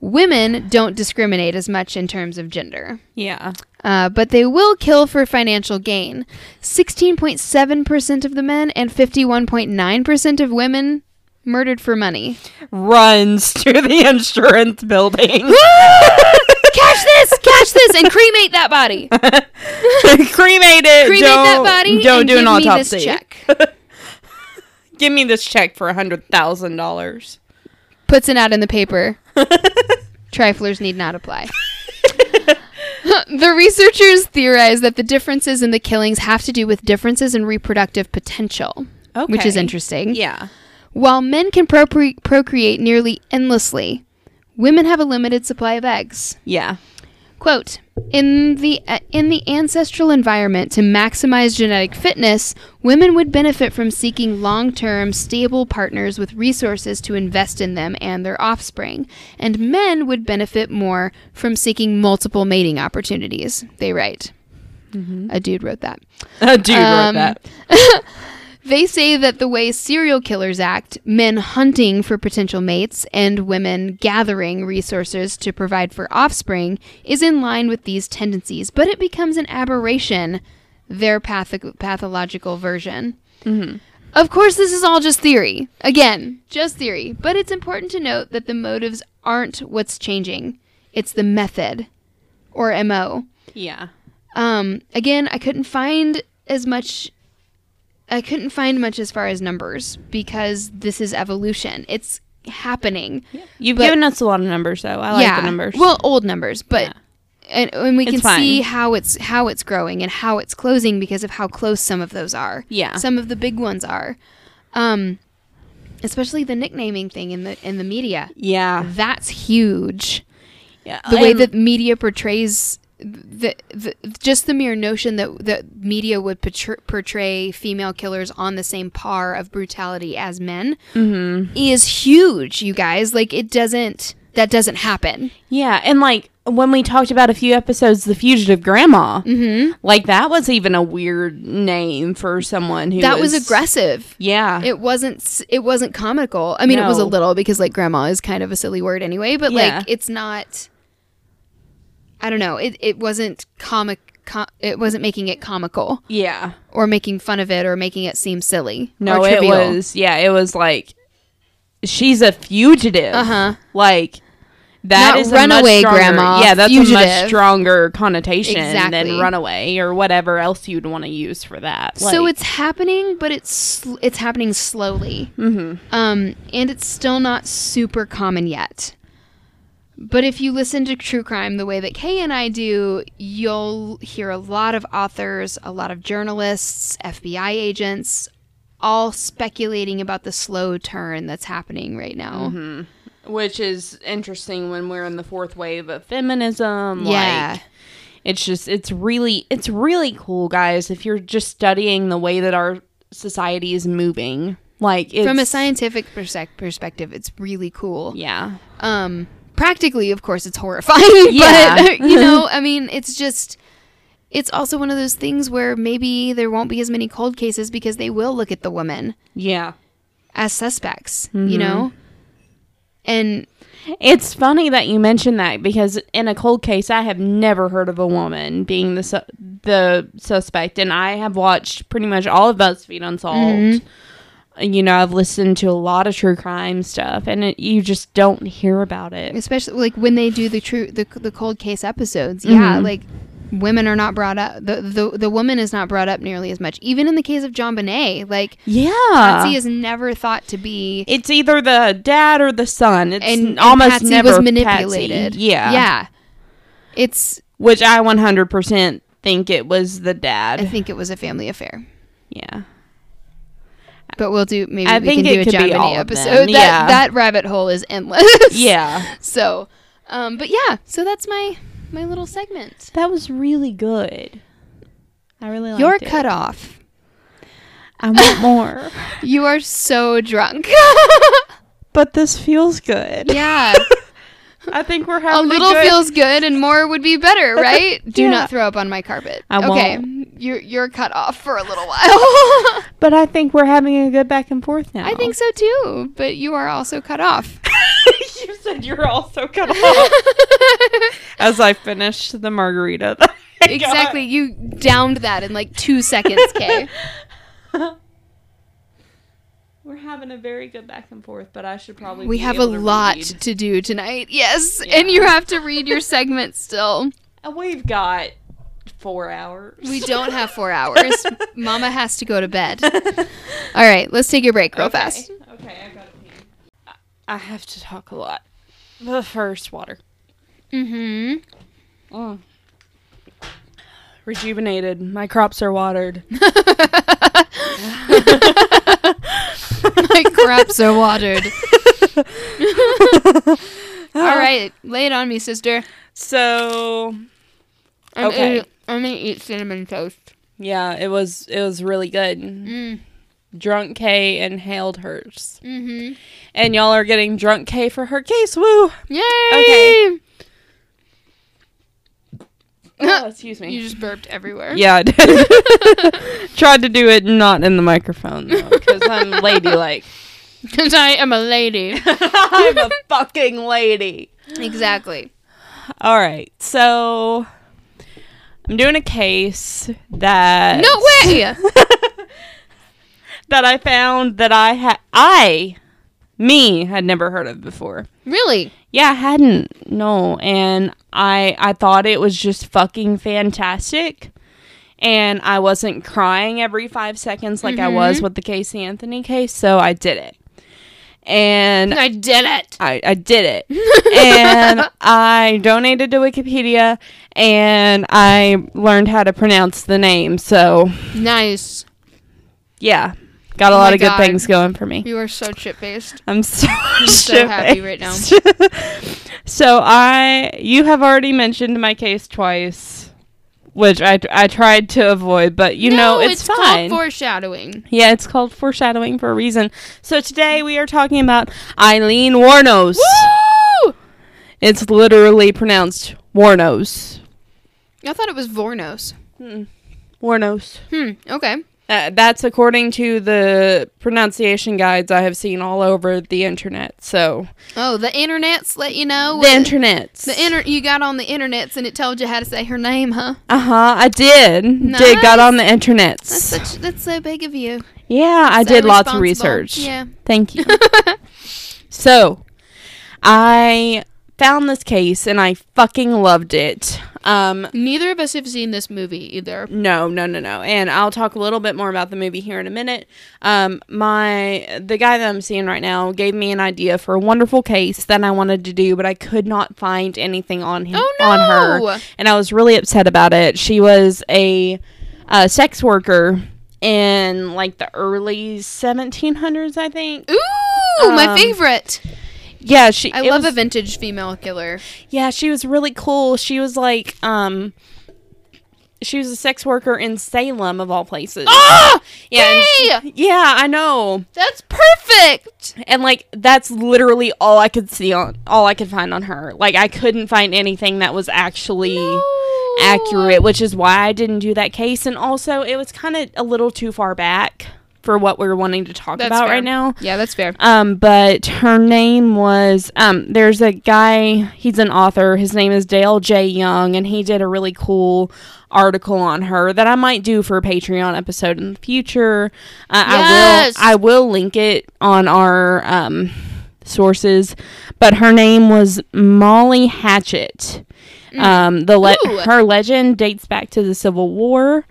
Speaker 1: Women don't discriminate as much in terms of gender.
Speaker 2: yeah.
Speaker 1: Uh, but they will kill for financial gain. 16.7% of the men and 51.9% of women murdered for money.
Speaker 2: Runs to the insurance building,
Speaker 1: catch this, catch this, and cremate that body. Cremate
Speaker 2: cremate it,
Speaker 1: that body.
Speaker 2: don't
Speaker 1: and
Speaker 2: do an
Speaker 1: give me this
Speaker 2: autopsy.
Speaker 1: check.
Speaker 2: Give me this check for a hundred thousand dollars.
Speaker 1: Puts it out in the paper. Triflers need not apply. the researchers theorize that the differences in the killings have to do with differences in reproductive potential, which is
Speaker 2: Okay.
Speaker 1: interesting.
Speaker 2: Yeah,
Speaker 1: While men can procre- procreate nearly endlessly, women have a limited supply of eggs.
Speaker 2: yeah.
Speaker 1: Quote, in the uh, in the ancestral environment to maximize genetic fitness, women would benefit from seeking long-term stable partners with resources to invest in them and their offspring, and men would benefit more from seeking multiple mating opportunities. They write. A dude wrote that.
Speaker 2: Dude
Speaker 1: Um,
Speaker 2: wrote that.
Speaker 1: They say that the way serial killers act, men hunting for potential mates and women gathering resources to provide for offspring, is in line with these tendencies, but it becomes an aberration, their patho- pathological version. Of course, this is all just theory. Again, just theory. But it's important to note that the motives aren't what's changing, it's the method or MO.
Speaker 2: Yeah.
Speaker 1: Um, again, I couldn't find as much. I couldn't find much as far as numbers because this is evolution. It's happening.
Speaker 2: You've
Speaker 1: But-
Speaker 2: given us a lot of numbers though. I like the numbers.
Speaker 1: Well, old numbers, but
Speaker 2: Yeah.
Speaker 1: and, and we
Speaker 2: It's
Speaker 1: can
Speaker 2: fine.
Speaker 1: see how it's how it's growing and how it's closing because of how close some of those are.
Speaker 2: Yeah.
Speaker 1: Some of the big ones are. Um especially the nicknaming thing in the in the media.
Speaker 2: yeah.
Speaker 1: That's huge.
Speaker 2: Yeah,
Speaker 1: the way
Speaker 2: and-
Speaker 1: that media portrays the, the just the mere notion that that media would portray, portray female killers on the same par of brutality as men
Speaker 2: Mm-hmm.
Speaker 1: is huge you guys like it doesn't that doesn't happen
Speaker 2: Yeah, and like when we talked about a few episodes, the fugitive grandma, mm-hmm. like that was even a weird name for someone who
Speaker 1: that was, aggressive
Speaker 2: Yeah,
Speaker 1: it wasn't s- it wasn't comical i mean it was a
Speaker 2: Ah. No.
Speaker 1: little because like grandma is kind of a silly word anyway but
Speaker 2: Yeah.
Speaker 1: like it's not i don't know it, it wasn't comic com- it wasn't making it comical
Speaker 2: yeah.
Speaker 1: or making fun of it or making it seem silly.
Speaker 2: No,
Speaker 1: or
Speaker 2: it
Speaker 1: trivial.
Speaker 2: was yeah, it was like she's a fugitive.
Speaker 1: Uh-huh.
Speaker 2: Like that
Speaker 1: Not
Speaker 2: is
Speaker 1: runaway
Speaker 2: a much stronger,
Speaker 1: grandma,
Speaker 2: Yeah, that's a much
Speaker 1: fugitive.
Speaker 2: stronger connotation
Speaker 1: Exactly.
Speaker 2: than runaway or whatever else you'd want to use for that.
Speaker 1: so
Speaker 2: Like,
Speaker 1: it's happening, but it's sl- it's happening slowly. Mm-hmm. Um, and it's still not super common yet. But if you listen to true crime the way that Kay and I do, you'll hear a lot of authors, a lot of journalists, FBI agents, all speculating about the slow turn that's happening right now.
Speaker 2: Mm-hmm. which is interesting when we're in the fourth wave of feminism.
Speaker 1: Yeah.
Speaker 2: Like, it's just it's really it's really cool, guys. If you're just studying the way that our society is moving, like it's,
Speaker 1: From a scientific persec- perspective, it's really cool.
Speaker 2: yeah,
Speaker 1: um practically of course it's horrifying
Speaker 2: Yeah.
Speaker 1: but you know i mean it's just it's also one of those things where maybe there won't be as many cold cases because they will look at the women
Speaker 2: yeah.
Speaker 1: as suspects you
Speaker 2: Mm-hmm.
Speaker 1: know and
Speaker 2: It's funny that you mentioned that because in a cold case, I have never heard of a woman being the su- the suspect, and I have watched pretty much all of BuzzFeed Unsolved.
Speaker 1: Mm-hmm.
Speaker 2: You know, I've listened to a lot of true crime stuff, and it, you just don't hear about it.
Speaker 1: especially like when they do the true the, the cold case episodes
Speaker 2: Mm-hmm.
Speaker 1: yeah like women are not brought up the, the the woman is not brought up nearly as much even in the case of john bonet like
Speaker 2: Yeah,
Speaker 1: patsy is never thought to be
Speaker 2: it's either the dad or the son. It's
Speaker 1: and, and
Speaker 2: almost
Speaker 1: Patsy
Speaker 2: never
Speaker 1: was
Speaker 2: Patsy.
Speaker 1: manipulated
Speaker 2: Yeah,
Speaker 1: yeah it's
Speaker 2: Which I one hundred percent think it was the
Speaker 1: I
Speaker 2: dad.
Speaker 1: think it was a family affair.
Speaker 2: Yeah.
Speaker 1: But we'll do maybe
Speaker 2: I
Speaker 1: we
Speaker 2: think
Speaker 1: can do
Speaker 2: it
Speaker 1: a
Speaker 2: could
Speaker 1: John
Speaker 2: be all
Speaker 1: Benny
Speaker 2: of them,
Speaker 1: episode. That
Speaker 2: yeah.
Speaker 1: that rabbit hole is endless.
Speaker 2: Yeah.
Speaker 1: So, um, but yeah, so that's my my little segment.
Speaker 2: That was really good. I really liked
Speaker 1: You're
Speaker 2: it.
Speaker 1: cut off.
Speaker 2: I want more.
Speaker 1: You are so drunk.
Speaker 2: but this feels good.
Speaker 1: yeah,
Speaker 2: I think we're
Speaker 1: a
Speaker 2: having
Speaker 1: little
Speaker 2: good-
Speaker 1: feels good, and more would be better, right? Do
Speaker 2: Yeah.
Speaker 1: not throw up on my carpet.
Speaker 2: I
Speaker 1: okay, you're you're cut off for a little while.
Speaker 2: But I think we're having a good back and forth now.
Speaker 1: I think so too, but you are also cut off.
Speaker 2: you said you're also cut off as I finished the margarita. that I got.
Speaker 1: exactly, you downed that in like two seconds, Kay.
Speaker 2: We're having a very good back and forth, but I should probably
Speaker 1: We
Speaker 2: be
Speaker 1: have a
Speaker 2: able to
Speaker 1: lot
Speaker 2: read.
Speaker 1: to do tonight. Yes, and you have to read your segment still.
Speaker 2: Uh, We've got four hours.
Speaker 1: We don't have 4 hours. Mama has to go to bed. All right, let's take a break real
Speaker 2: Okay.
Speaker 1: fast.
Speaker 2: Okay, I got it. I- I have to talk a lot. But first, water. Mm-hmm.
Speaker 1: Mhm.
Speaker 2: Mm. Rejuvenated. My crops are watered.
Speaker 1: My crops are watered. All right, lay it on me, sister.
Speaker 2: So
Speaker 1: I'm
Speaker 2: Okay.
Speaker 1: gonna- I'm going to eat cinnamon toast.
Speaker 2: yeah, it was it was really good.
Speaker 1: Mm.
Speaker 2: Drunk K inhaled hers,
Speaker 1: Mhm.
Speaker 2: and y'all are getting drunk K for her case. Woo!
Speaker 1: Yay!
Speaker 2: Okay. Oh, excuse
Speaker 1: You
Speaker 2: me.
Speaker 1: just burped everywhere.
Speaker 2: Yeah, I did. tried to do it not in the microphone though, because I'm ladylike.
Speaker 1: Because I am a lady.
Speaker 2: I'm a fucking lady.
Speaker 1: exactly.
Speaker 2: All right, so I'm doing a case that
Speaker 1: No way!
Speaker 2: that I found that I had I me had never heard of before.
Speaker 1: really?
Speaker 2: Yeah, I hadn't. No, and I I thought it was just fucking fantastic. And I wasn't crying every 5 seconds like I
Speaker 1: Mm-hmm.
Speaker 2: was with the Casey Anthony case, so I did it. And
Speaker 1: I did it.
Speaker 2: I, I did it. and I donated to Wikipedia and I learned how to pronounce the name. So,
Speaker 1: Nice.
Speaker 2: yeah. Got a
Speaker 1: Oh
Speaker 2: lot
Speaker 1: my
Speaker 2: of good
Speaker 1: God.
Speaker 2: things going for me.
Speaker 1: You are so chip based.
Speaker 2: I'm so,
Speaker 1: so happy right now.
Speaker 2: shit-faced. so I, you have already mentioned my case twice, which I I tried to avoid, but you know it's, fine.
Speaker 1: called foreshadowing.
Speaker 2: yeah, it's called foreshadowing for a reason. So today we are talking about Eileen Warnos.
Speaker 1: Woo!
Speaker 2: It's literally pronounced Warnos.
Speaker 1: I thought it was Vornos.
Speaker 2: Warnos.
Speaker 1: Hmm. Okay.
Speaker 2: Uh, that's according to the pronunciation guides I have seen all over the internet. So
Speaker 1: Oh, the internet's let you know.
Speaker 2: the
Speaker 1: Oh, what-
Speaker 2: internet.
Speaker 1: The inter- you got on the internets and it told you how to say her name, huh?
Speaker 2: Uh huh. I did. Did got on the internet.
Speaker 1: That's such that's so big of you.
Speaker 2: yeah, I
Speaker 1: So
Speaker 2: did lots of
Speaker 1: responsible.
Speaker 2: research.
Speaker 1: Yeah.
Speaker 2: Thank you. so, I found this case and I fucking loved it. Um,
Speaker 1: Neither of us have seen this movie either.
Speaker 2: no, no, no, no. And I'll talk a little bit more about the movie here in a minute. Um, my the guy that I'm seeing right now gave me an idea for a wonderful case that I wanted to do, but I could not find anything on him
Speaker 1: Oh,
Speaker 2: on her,
Speaker 1: no.
Speaker 2: and I was really upset about it. She was a, uh sex worker in like the early 1700s, I think.
Speaker 1: Ooh,
Speaker 2: Um,
Speaker 1: my favorite.
Speaker 2: Yeah, she.
Speaker 1: I
Speaker 2: it
Speaker 1: love
Speaker 2: was-
Speaker 1: a vintage female killer.
Speaker 2: Yeah, she was really cool. She was like, um, she was a sex worker in Salem of all places.
Speaker 1: Ah!
Speaker 2: yeah, and she-
Speaker 1: Yay!
Speaker 2: yeah, I know.
Speaker 1: That's perfect.
Speaker 2: And like, that's literally all I could see on, all I could find on her. Like, I couldn't find anything that was actually accurate, which is why I didn't do that case. And also, it was kind of a little too far back for what we're wanting to talk about
Speaker 1: fair.
Speaker 2: right now.
Speaker 1: Yeah, that's fair.
Speaker 2: Um, but her name was um. There's a guy. He's an author. His name is Dale J. Young, and he did a really cool article on her that I might do for a Patreon episode in the future. Uh,
Speaker 1: Yes!
Speaker 2: I will. I will link it on our um sources. But her name was Molly Hatchet. Um, the
Speaker 1: Mm. Ooh.
Speaker 2: le- her legend dates back to the Civil War.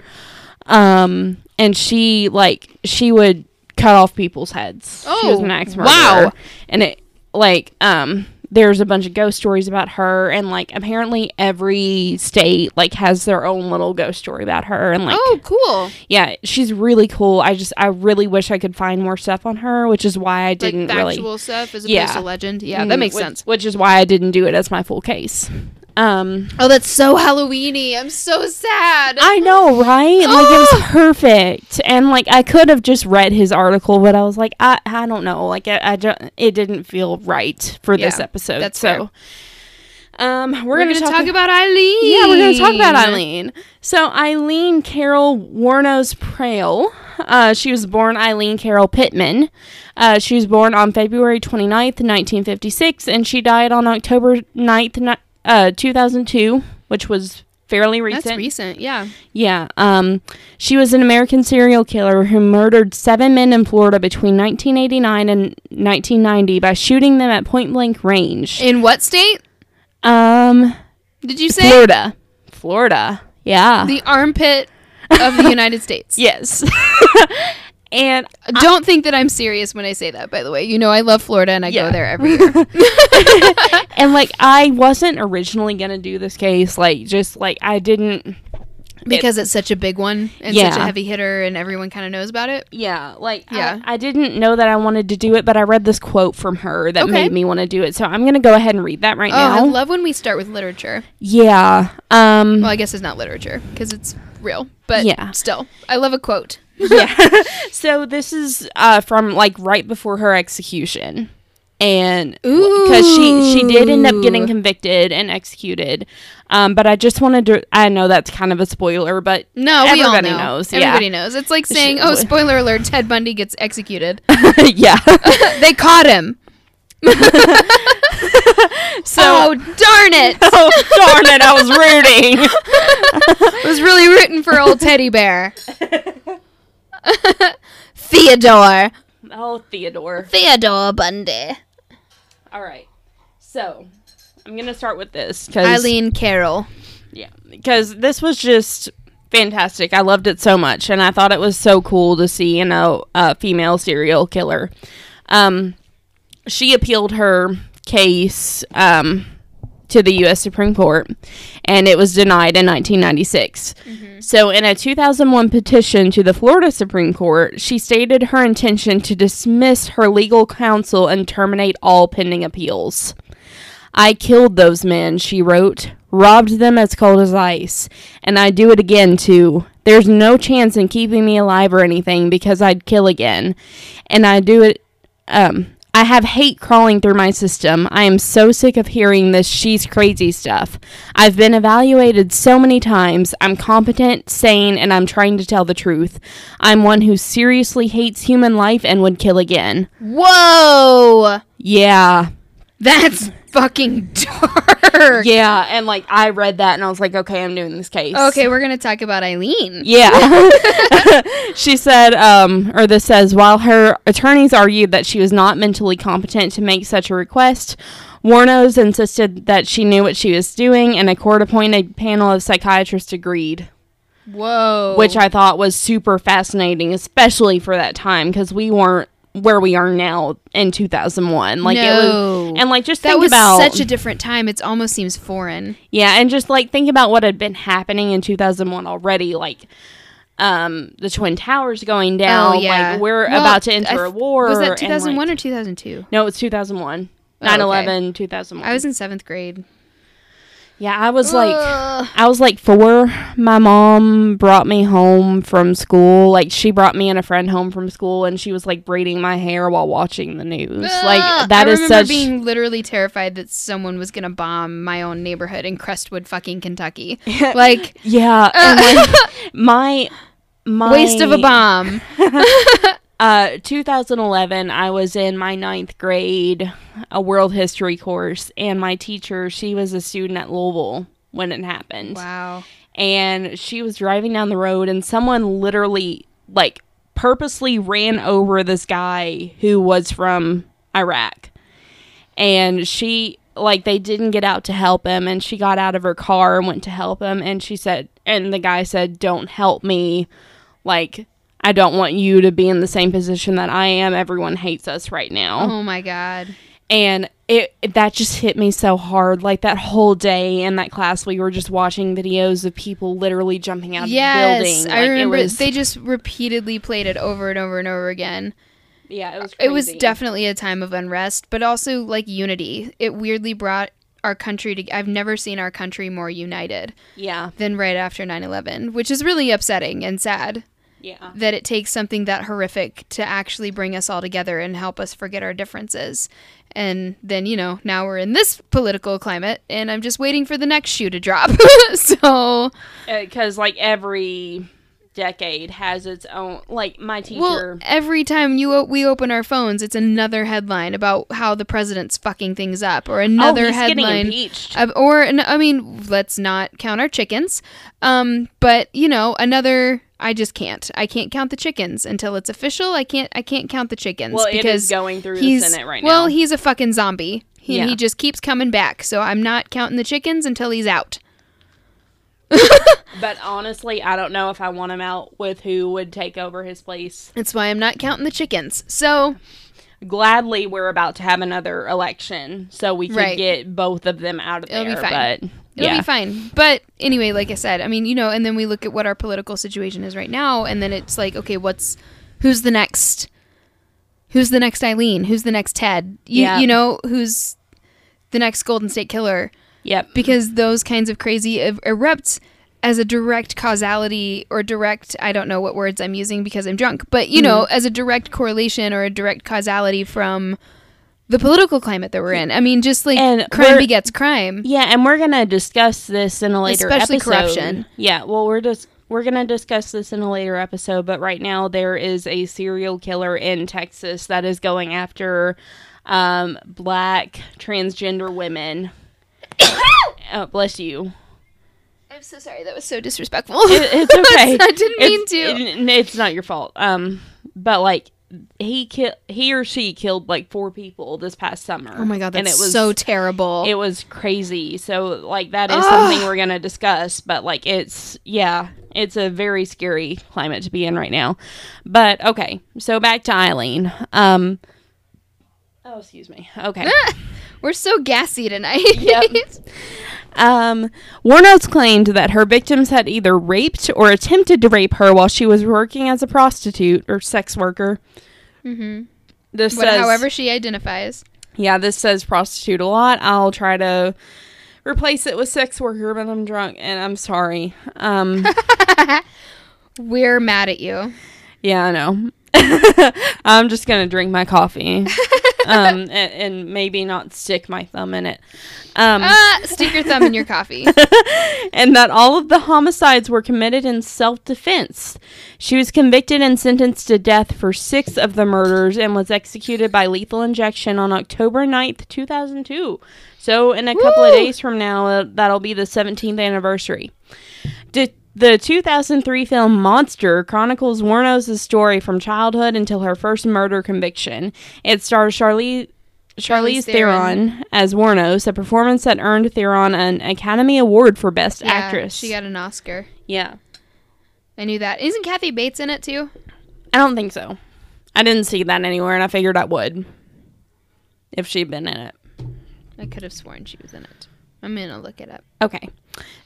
Speaker 2: Um, and she like she would cut off people's heads. she was
Speaker 1: Oh,
Speaker 2: an axe murderer.
Speaker 1: wow.
Speaker 2: And it like um there's a bunch of ghost stories about her and like apparently every state like has their own little ghost story about her and like
Speaker 1: Oh, cool.
Speaker 2: yeah, she's really cool. I just I really wish I could find more stuff on her, which is why I didn't
Speaker 1: like
Speaker 2: really
Speaker 1: factual stuff as opposed
Speaker 2: Yeah. Mm-hmm.
Speaker 1: to legend. Yeah, that makes
Speaker 2: which,
Speaker 1: sense.
Speaker 2: Which is why I didn't do it as my full case. Um
Speaker 1: Oh, that's so Halloweeny. I'm so sad.
Speaker 2: I know, right? Like it was
Speaker 1: Ah!
Speaker 2: perfect. And like I could have just read his article, but I was like I I don't know. Like I, I just, it didn't feel right for this
Speaker 1: Yeah,
Speaker 2: episode.
Speaker 1: that's
Speaker 2: so um we're,
Speaker 1: we're,
Speaker 2: going
Speaker 1: gonna
Speaker 2: to
Speaker 1: talk,
Speaker 2: talk
Speaker 1: about Eileen.
Speaker 2: Yeah, we're going to talk about Eileen. So Eileen Carol Warnos Prale. Uh, she was born Eileen Carol Pittman. Uh, she was born on February 29th, 1956, and she died on October 9th, ni- uh, 2002, which was fairly recent.
Speaker 1: That's recent. Yeah.
Speaker 2: Yeah. Um, she was an American serial killer who murdered seven men in Florida between 1989 and 1990 by shooting them at point blank range.
Speaker 1: In what state
Speaker 2: Um,
Speaker 1: did you say?
Speaker 2: Florida. Florida. Yeah.
Speaker 1: The armpit of the United States.
Speaker 2: Yes. and
Speaker 1: Don't think that I'm serious when I say that, by the way. You know, I love Florida and I
Speaker 2: Yeah.
Speaker 1: go there every year.
Speaker 2: and like I wasn't originally gonna do this case, like just like I didn't
Speaker 1: because it's such a big one and such
Speaker 2: Yeah.
Speaker 1: a heavy hitter and everyone kind of knows about it.
Speaker 2: Yeah, like
Speaker 1: Yeah.
Speaker 2: I, I didn't know that I wanted to do it, but I read this quote from her that
Speaker 1: Okay.
Speaker 2: made me want to do it. So I'm gonna go ahead and read that right
Speaker 1: Oh,
Speaker 2: now.
Speaker 1: I love when we start with literature.
Speaker 2: yeah. Um
Speaker 1: Well, I guess it's not literature because it's real, but
Speaker 2: Yeah.
Speaker 1: still, I love a quote.
Speaker 2: yeah. so this is uh, from like right before her execution, and because she she did end up getting
Speaker 1: Ooh.
Speaker 2: convicted and executed. Um, but I just wanted to. I know that's kind of a spoiler, but
Speaker 1: No, we all
Speaker 2: everybody
Speaker 1: know.
Speaker 2: knows.
Speaker 1: Everybody knows. It's like saying, "Oh,
Speaker 2: Sure.
Speaker 1: spoiler alert! Ted Bundy gets executed.
Speaker 2: yeah, yeah.
Speaker 1: they caught him."
Speaker 2: So.
Speaker 1: oh darn it!
Speaker 2: Oh darn it! I was rooting.
Speaker 1: I was really rooting for old teddy bear. Theodore.
Speaker 2: oh Theodore.
Speaker 1: Theodore Bundy.
Speaker 2: All right. So I'm gonna start with this because
Speaker 1: Eileen Carroll.
Speaker 2: Yeah, because this was just fantastic. I loved it so much, and I thought it was so cool to see, you know, a female serial killer. Um, she appealed her case um, to the U.S. Supreme Court, and it was denied in 1996. So, in a 2001 petition to the Florida Supreme Court, she stated her intention to dismiss her legal counsel and terminate all pending appeals. I killed those men, she wrote, robbed them as cold as ice, and I do it again too. There's no chance in keeping me alive or anything because I'd kill again. And I do it um I have hate crawling through my system. I am so sick of hearing this she's crazy stuff. I've been evaluated so many times. I'm competent, sane, and I'm trying to tell the truth. I'm one who seriously hates human life and would kill again.
Speaker 1: Whoa!
Speaker 2: Yeah.
Speaker 1: That's fucking dark.
Speaker 2: Yeah, and like I read that and I was like, okay, I'm doing this case.
Speaker 1: Okay, we're gonna talk about Eileen.
Speaker 2: Yeah. she said, um, or this says, while her attorneys argued that she was not mentally competent to make such a request, Warnos insisted that she knew what she was doing, and a court appointed panel of psychiatrists agreed,
Speaker 1: Whoa.
Speaker 2: which I thought was super fascinating, especially for that time, because we weren't where we are now in 2001. Like, it
Speaker 1: No.
Speaker 2: was, and like, just
Speaker 1: that
Speaker 2: think
Speaker 1: was
Speaker 2: about
Speaker 1: such a different time. It almost seems foreign.
Speaker 2: Yeah, and just like think about what had been happening in 2001 already, like um the twin towers going down, like we're
Speaker 1: Oh, Well,
Speaker 2: about to enter
Speaker 1: I
Speaker 2: a
Speaker 1: th-
Speaker 2: war.
Speaker 1: Was that
Speaker 2: and,
Speaker 1: 2001
Speaker 2: like-
Speaker 1: or 2002?
Speaker 2: no, it's 2001.
Speaker 1: Oh, okay.
Speaker 2: 9/11, 2001.
Speaker 1: I was in seventh grade.
Speaker 2: yeah, I was like
Speaker 1: Ugh.
Speaker 2: I was like 4. My mom brought me home from school. Like she brought me and a friend home from school and she was like braiding my hair while watching the news.
Speaker 1: Ugh.
Speaker 2: like that
Speaker 1: Ah, I
Speaker 2: is
Speaker 1: remember
Speaker 2: such
Speaker 1: being literally terrified that someone was gonna bomb my own neighborhood in Crestwood, fucking Kentucky. like
Speaker 2: Yeah, and when my my
Speaker 1: waste of a bomb.
Speaker 2: Uh, 2011, I was in my ninth grade, a world history course, and my teacher, she was a student at Louisville when it happened.
Speaker 1: Wow.
Speaker 2: And she was driving down the road, and someone literally, like, purposely ran over this guy who was from Iraq. And she, like, they didn't get out to help him, and she got out of her car and went to help him. And she said, and the guy said, Don't help me like I don't want you to be in the same position that I am. Everyone hates us right now.
Speaker 1: Oh my god.
Speaker 2: And it it- that just hit me so hard. Like that whole day in that class we were just watching videos of people literally jumping out of the
Speaker 1: Yes,
Speaker 2: building.
Speaker 1: I
Speaker 2: Like,
Speaker 1: remember.
Speaker 2: it was,
Speaker 1: they just repeatedly played it over and over and over again.
Speaker 2: yeah, it was
Speaker 1: It was
Speaker 2: crazy.
Speaker 1: definitely a time of unrest, but also like unity. It weirdly brought our country to. I've never seen our country more united
Speaker 2: Yeah.
Speaker 1: than right after 9/11, which is really upsetting and sad
Speaker 2: Yeah.
Speaker 1: that it takes something that horrific to actually bring us all together and help us forget our differences. And then, you know, now we're in this political climate and I'm just waiting for the next shoe to drop. so,
Speaker 2: Because Uh, like every decade has its own like my teacher oh,
Speaker 1: well, every time you o- we open our phones, it's another headline about how the president's fucking things up or
Speaker 2: Oh,
Speaker 1: another
Speaker 2: he's getting
Speaker 1: headline
Speaker 2: impeached.
Speaker 1: Uh, or n- I mean, let's not count our chickens. Um, but you know, another. I just can't. I can't count the chickens until it's official. I can't. I can't count the chickens
Speaker 2: Well, it is
Speaker 1: because
Speaker 2: going through the
Speaker 1: he's,
Speaker 2: Senate right
Speaker 1: Well,
Speaker 2: now.
Speaker 1: he's a fucking zombie. He,
Speaker 2: Yeah.
Speaker 1: he just keeps coming back. So I'm not counting the chickens until he's out.
Speaker 2: but honestly, I don't know if I want him out with who would take over his place.
Speaker 1: That's why I'm not counting the chickens. So
Speaker 2: gladly we're about to have another election so we could
Speaker 1: Right.
Speaker 2: get both of them out of
Speaker 1: It'll be
Speaker 2: there
Speaker 1: fine.
Speaker 2: but
Speaker 1: It'll
Speaker 2: yeah
Speaker 1: be fine. But anyway, like I said, I mean, you know, and then we look at what our political situation is right now, and then it's like, okay, what's who's the next who's the next Eileen? Who's the next Ted? You,
Speaker 2: Yeah.
Speaker 1: you know, who's the next Golden State Killer?
Speaker 2: yep
Speaker 1: Because those kinds of crazy ev- erupt as a direct causality or direct I don't know what words I'm using because I'm drunk, but you
Speaker 2: Mm-hmm.
Speaker 1: know, as a direct correlation or a direct causality from the political climate that we're in. I mean, just like
Speaker 2: And
Speaker 1: crime
Speaker 2: we're-
Speaker 1: begets crime.
Speaker 2: yeah and we're gonna discuss this in a later
Speaker 1: Especially
Speaker 2: episode.
Speaker 1: corruption.
Speaker 2: yeah well we're just we're gonna discuss this in a later episode but right now there is a serial killer in texas that is going after um black transgender women oh bless you
Speaker 1: I'm so sorry. That was so disrespectful.
Speaker 2: It- it's okay.
Speaker 1: I didn't mean
Speaker 2: It's-
Speaker 1: to.
Speaker 2: it- n- it's not your fault. Um, but like he killed, he or she killed like four people this past summer.
Speaker 1: oh my god,
Speaker 2: and
Speaker 1: that's
Speaker 2: it was
Speaker 1: so terrible.
Speaker 2: it was crazy. So like that is
Speaker 1: Ugh.
Speaker 2: something we're gonna discuss. But like it's yeah, it's a very scary climate to be in right now. But okay, so back to Eileen. Um, oh excuse me. Okay.
Speaker 1: We're so gassy tonight.
Speaker 2: Yep. Um, Warnotes claimed that her victims had either raped or attempted to rape her while she was working as a prostitute or sex worker.
Speaker 1: hmm
Speaker 2: This
Speaker 1: What,
Speaker 2: says,
Speaker 1: however she identifies.
Speaker 2: yeah, this says prostitute a lot. I'll try to replace it with sex worker, but I'm drunk and I'm sorry. Um,
Speaker 1: We're mad at you.
Speaker 2: yeah, I know. I'm just gonna drink my coffee, um, and, and maybe not stick my thumb in it. Um,
Speaker 1: Ah, stick your thumb in your coffee.
Speaker 2: and that all of the homicides were committed in self defense. She was convicted and sentenced to death for six of the murders and was executed by lethal injection on October 9th, 2002. So, in a couple of
Speaker 1: Woo!
Speaker 2: days from now, uh, that'll be the 17th anniversary. D- the 2003 film Monster chronicles Warnos' story from childhood until her first murder conviction. It stars Charlize. Charlize
Speaker 1: Charlize
Speaker 2: Theron.
Speaker 1: Theron.
Speaker 2: as Warnos, a performance that earned Theron an Academy Award for Best
Speaker 1: Yeah,
Speaker 2: Actress.
Speaker 1: She got an Oscar.
Speaker 2: yeah,
Speaker 1: I knew that. Isn't Kathy Bates in it too?
Speaker 2: I don't think so. I didn't see that anywhere, and I figured I would if she'd been in it.
Speaker 1: I could have sworn she was in it. I'm gonna look it up.
Speaker 2: Okay.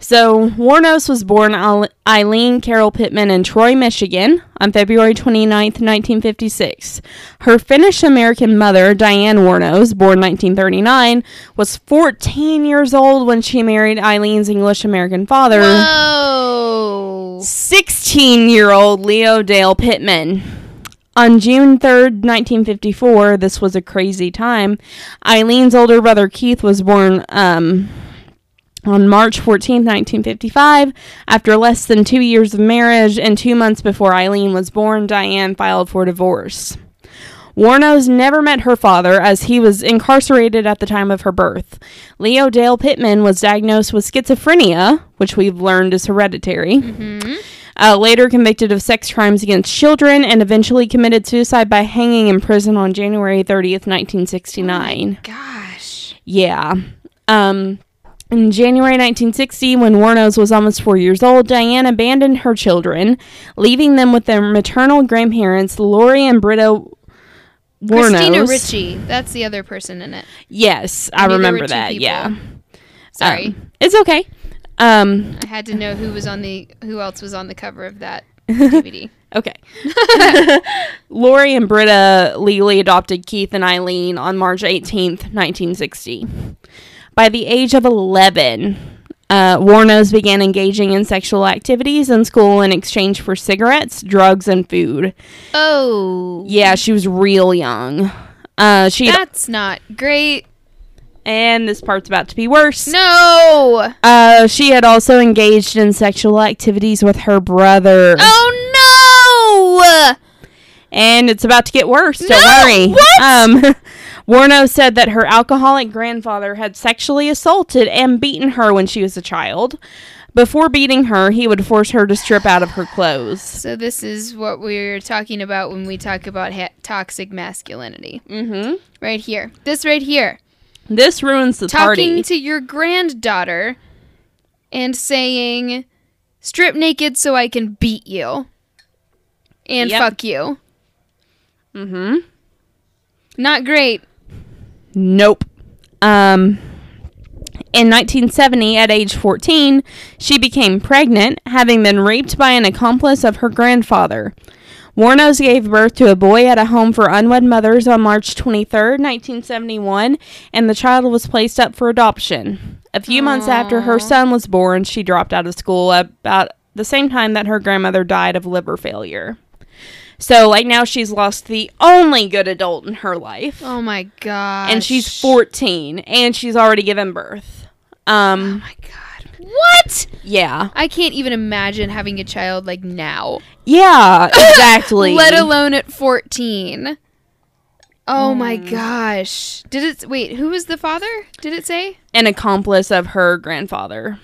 Speaker 2: So, Warnos was born Eile- Eileen Carol Pittman in Troy, Michigan on February 29th, 1956. Her Finnish American mother, Diane Warnos, born 1939, was 14 years old when she married Eileen's English American
Speaker 1: Uh.
Speaker 2: father,
Speaker 1: Oh,
Speaker 2: 16 year old Leo Dale Pittman. On June 3rd, 1954, this was a crazy time. Eileen's older brother Keith was born um, on March 14th, 1955. After less than two years of marriage and two months before Eileen was born, Diane filed for divorce. Warnos never met her father as he was incarcerated at the time of her birth. Leo Dale Pittman was diagnosed with schizophrenia, which we've learned is hereditary. Uh, later convicted of sex crimes against children and eventually committed suicide by hanging in prison on January 30th, 1969.
Speaker 1: gosh.
Speaker 2: Yeah. Um, in January 1960, when Warnos was almost four years old, Diane abandoned her children, leaving them with their maternal grandparents, Lori and Britta Warnos.
Speaker 1: Christina Ritchie. That's the other person in it.
Speaker 2: Yes, I
Speaker 1: Knew the
Speaker 2: remember
Speaker 1: Ritchie
Speaker 2: that.
Speaker 1: people.
Speaker 2: Yeah.
Speaker 1: Sorry,
Speaker 2: Um, it's okay. Um,
Speaker 1: I had to know who was on the who else was on the cover of that DVD.
Speaker 2: Okay. Lori and Britta legally adopted Keith and Eileen on March 18th, 1960. By the age of 11, uh, Warnos began engaging in sexual activities in school in exchange for cigarettes, drugs, and food.
Speaker 1: Oh,
Speaker 2: Yeah, she was real young. Uh, she
Speaker 1: that's not great.
Speaker 2: and this part's about to be worse.
Speaker 1: No.
Speaker 2: Uh, she had also engaged in sexual activities with her brother,
Speaker 1: Oh no.
Speaker 2: and it's about to get worse. Don't
Speaker 1: No!
Speaker 2: worry.
Speaker 1: What?
Speaker 2: Um, Warno said that her alcoholic grandfather had sexually assaulted and beaten her when she was a child. Before beating her, he would force her to strip out of her clothes.
Speaker 1: So this is what we're talking about when we talk about ha- toxic masculinity.
Speaker 2: Mm-hmm.
Speaker 1: Right here. This right here.
Speaker 2: This ruins the
Speaker 1: talking
Speaker 2: party.
Speaker 1: to your granddaughter and saying, strip naked so I can beat you and
Speaker 2: Yep.
Speaker 1: fuck you.
Speaker 2: mm-hmm.
Speaker 1: Not great.
Speaker 2: Nope. Um, in 1970, at age 14, she became pregnant, having been raped by an accomplice of her grandfather. Warnos gave birth to a boy at a home for unwed mothers on March 23, 1971, and the child was placed up for adoption. A few months after her son was born, she dropped out of school at about the same time that her grandmother died of liver failure. So, like, now she's lost the only good adult in her life
Speaker 1: Oh my god.
Speaker 2: and she's 14 and she's already given birth um
Speaker 1: Oh my god. What?
Speaker 2: yeah
Speaker 1: I can't even imagine having a child like now,
Speaker 2: yeah exactly
Speaker 1: let alone at 14. Oh my
Speaker 2: Hmm.
Speaker 1: gosh. Did it Wait, who was the father? Did it say?
Speaker 2: an accomplice of her grandfather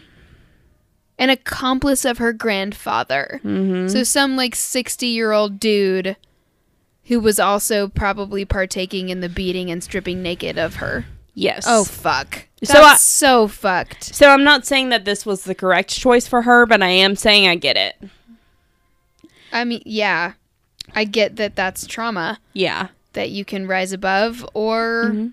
Speaker 1: An accomplice of her grandfather.
Speaker 2: mm-hmm.
Speaker 1: So some like 60 year old dude who was also probably partaking in the beating and stripping naked of her.
Speaker 2: yes
Speaker 1: Oh fuck. That's so,
Speaker 2: So I-
Speaker 1: fucked.
Speaker 2: so i'm not saying that this was the correct choice for her but i am saying i get it
Speaker 1: I mean, yeah. I get that that's trauma
Speaker 2: yeah Mm-hmm.
Speaker 1: that you can rise above or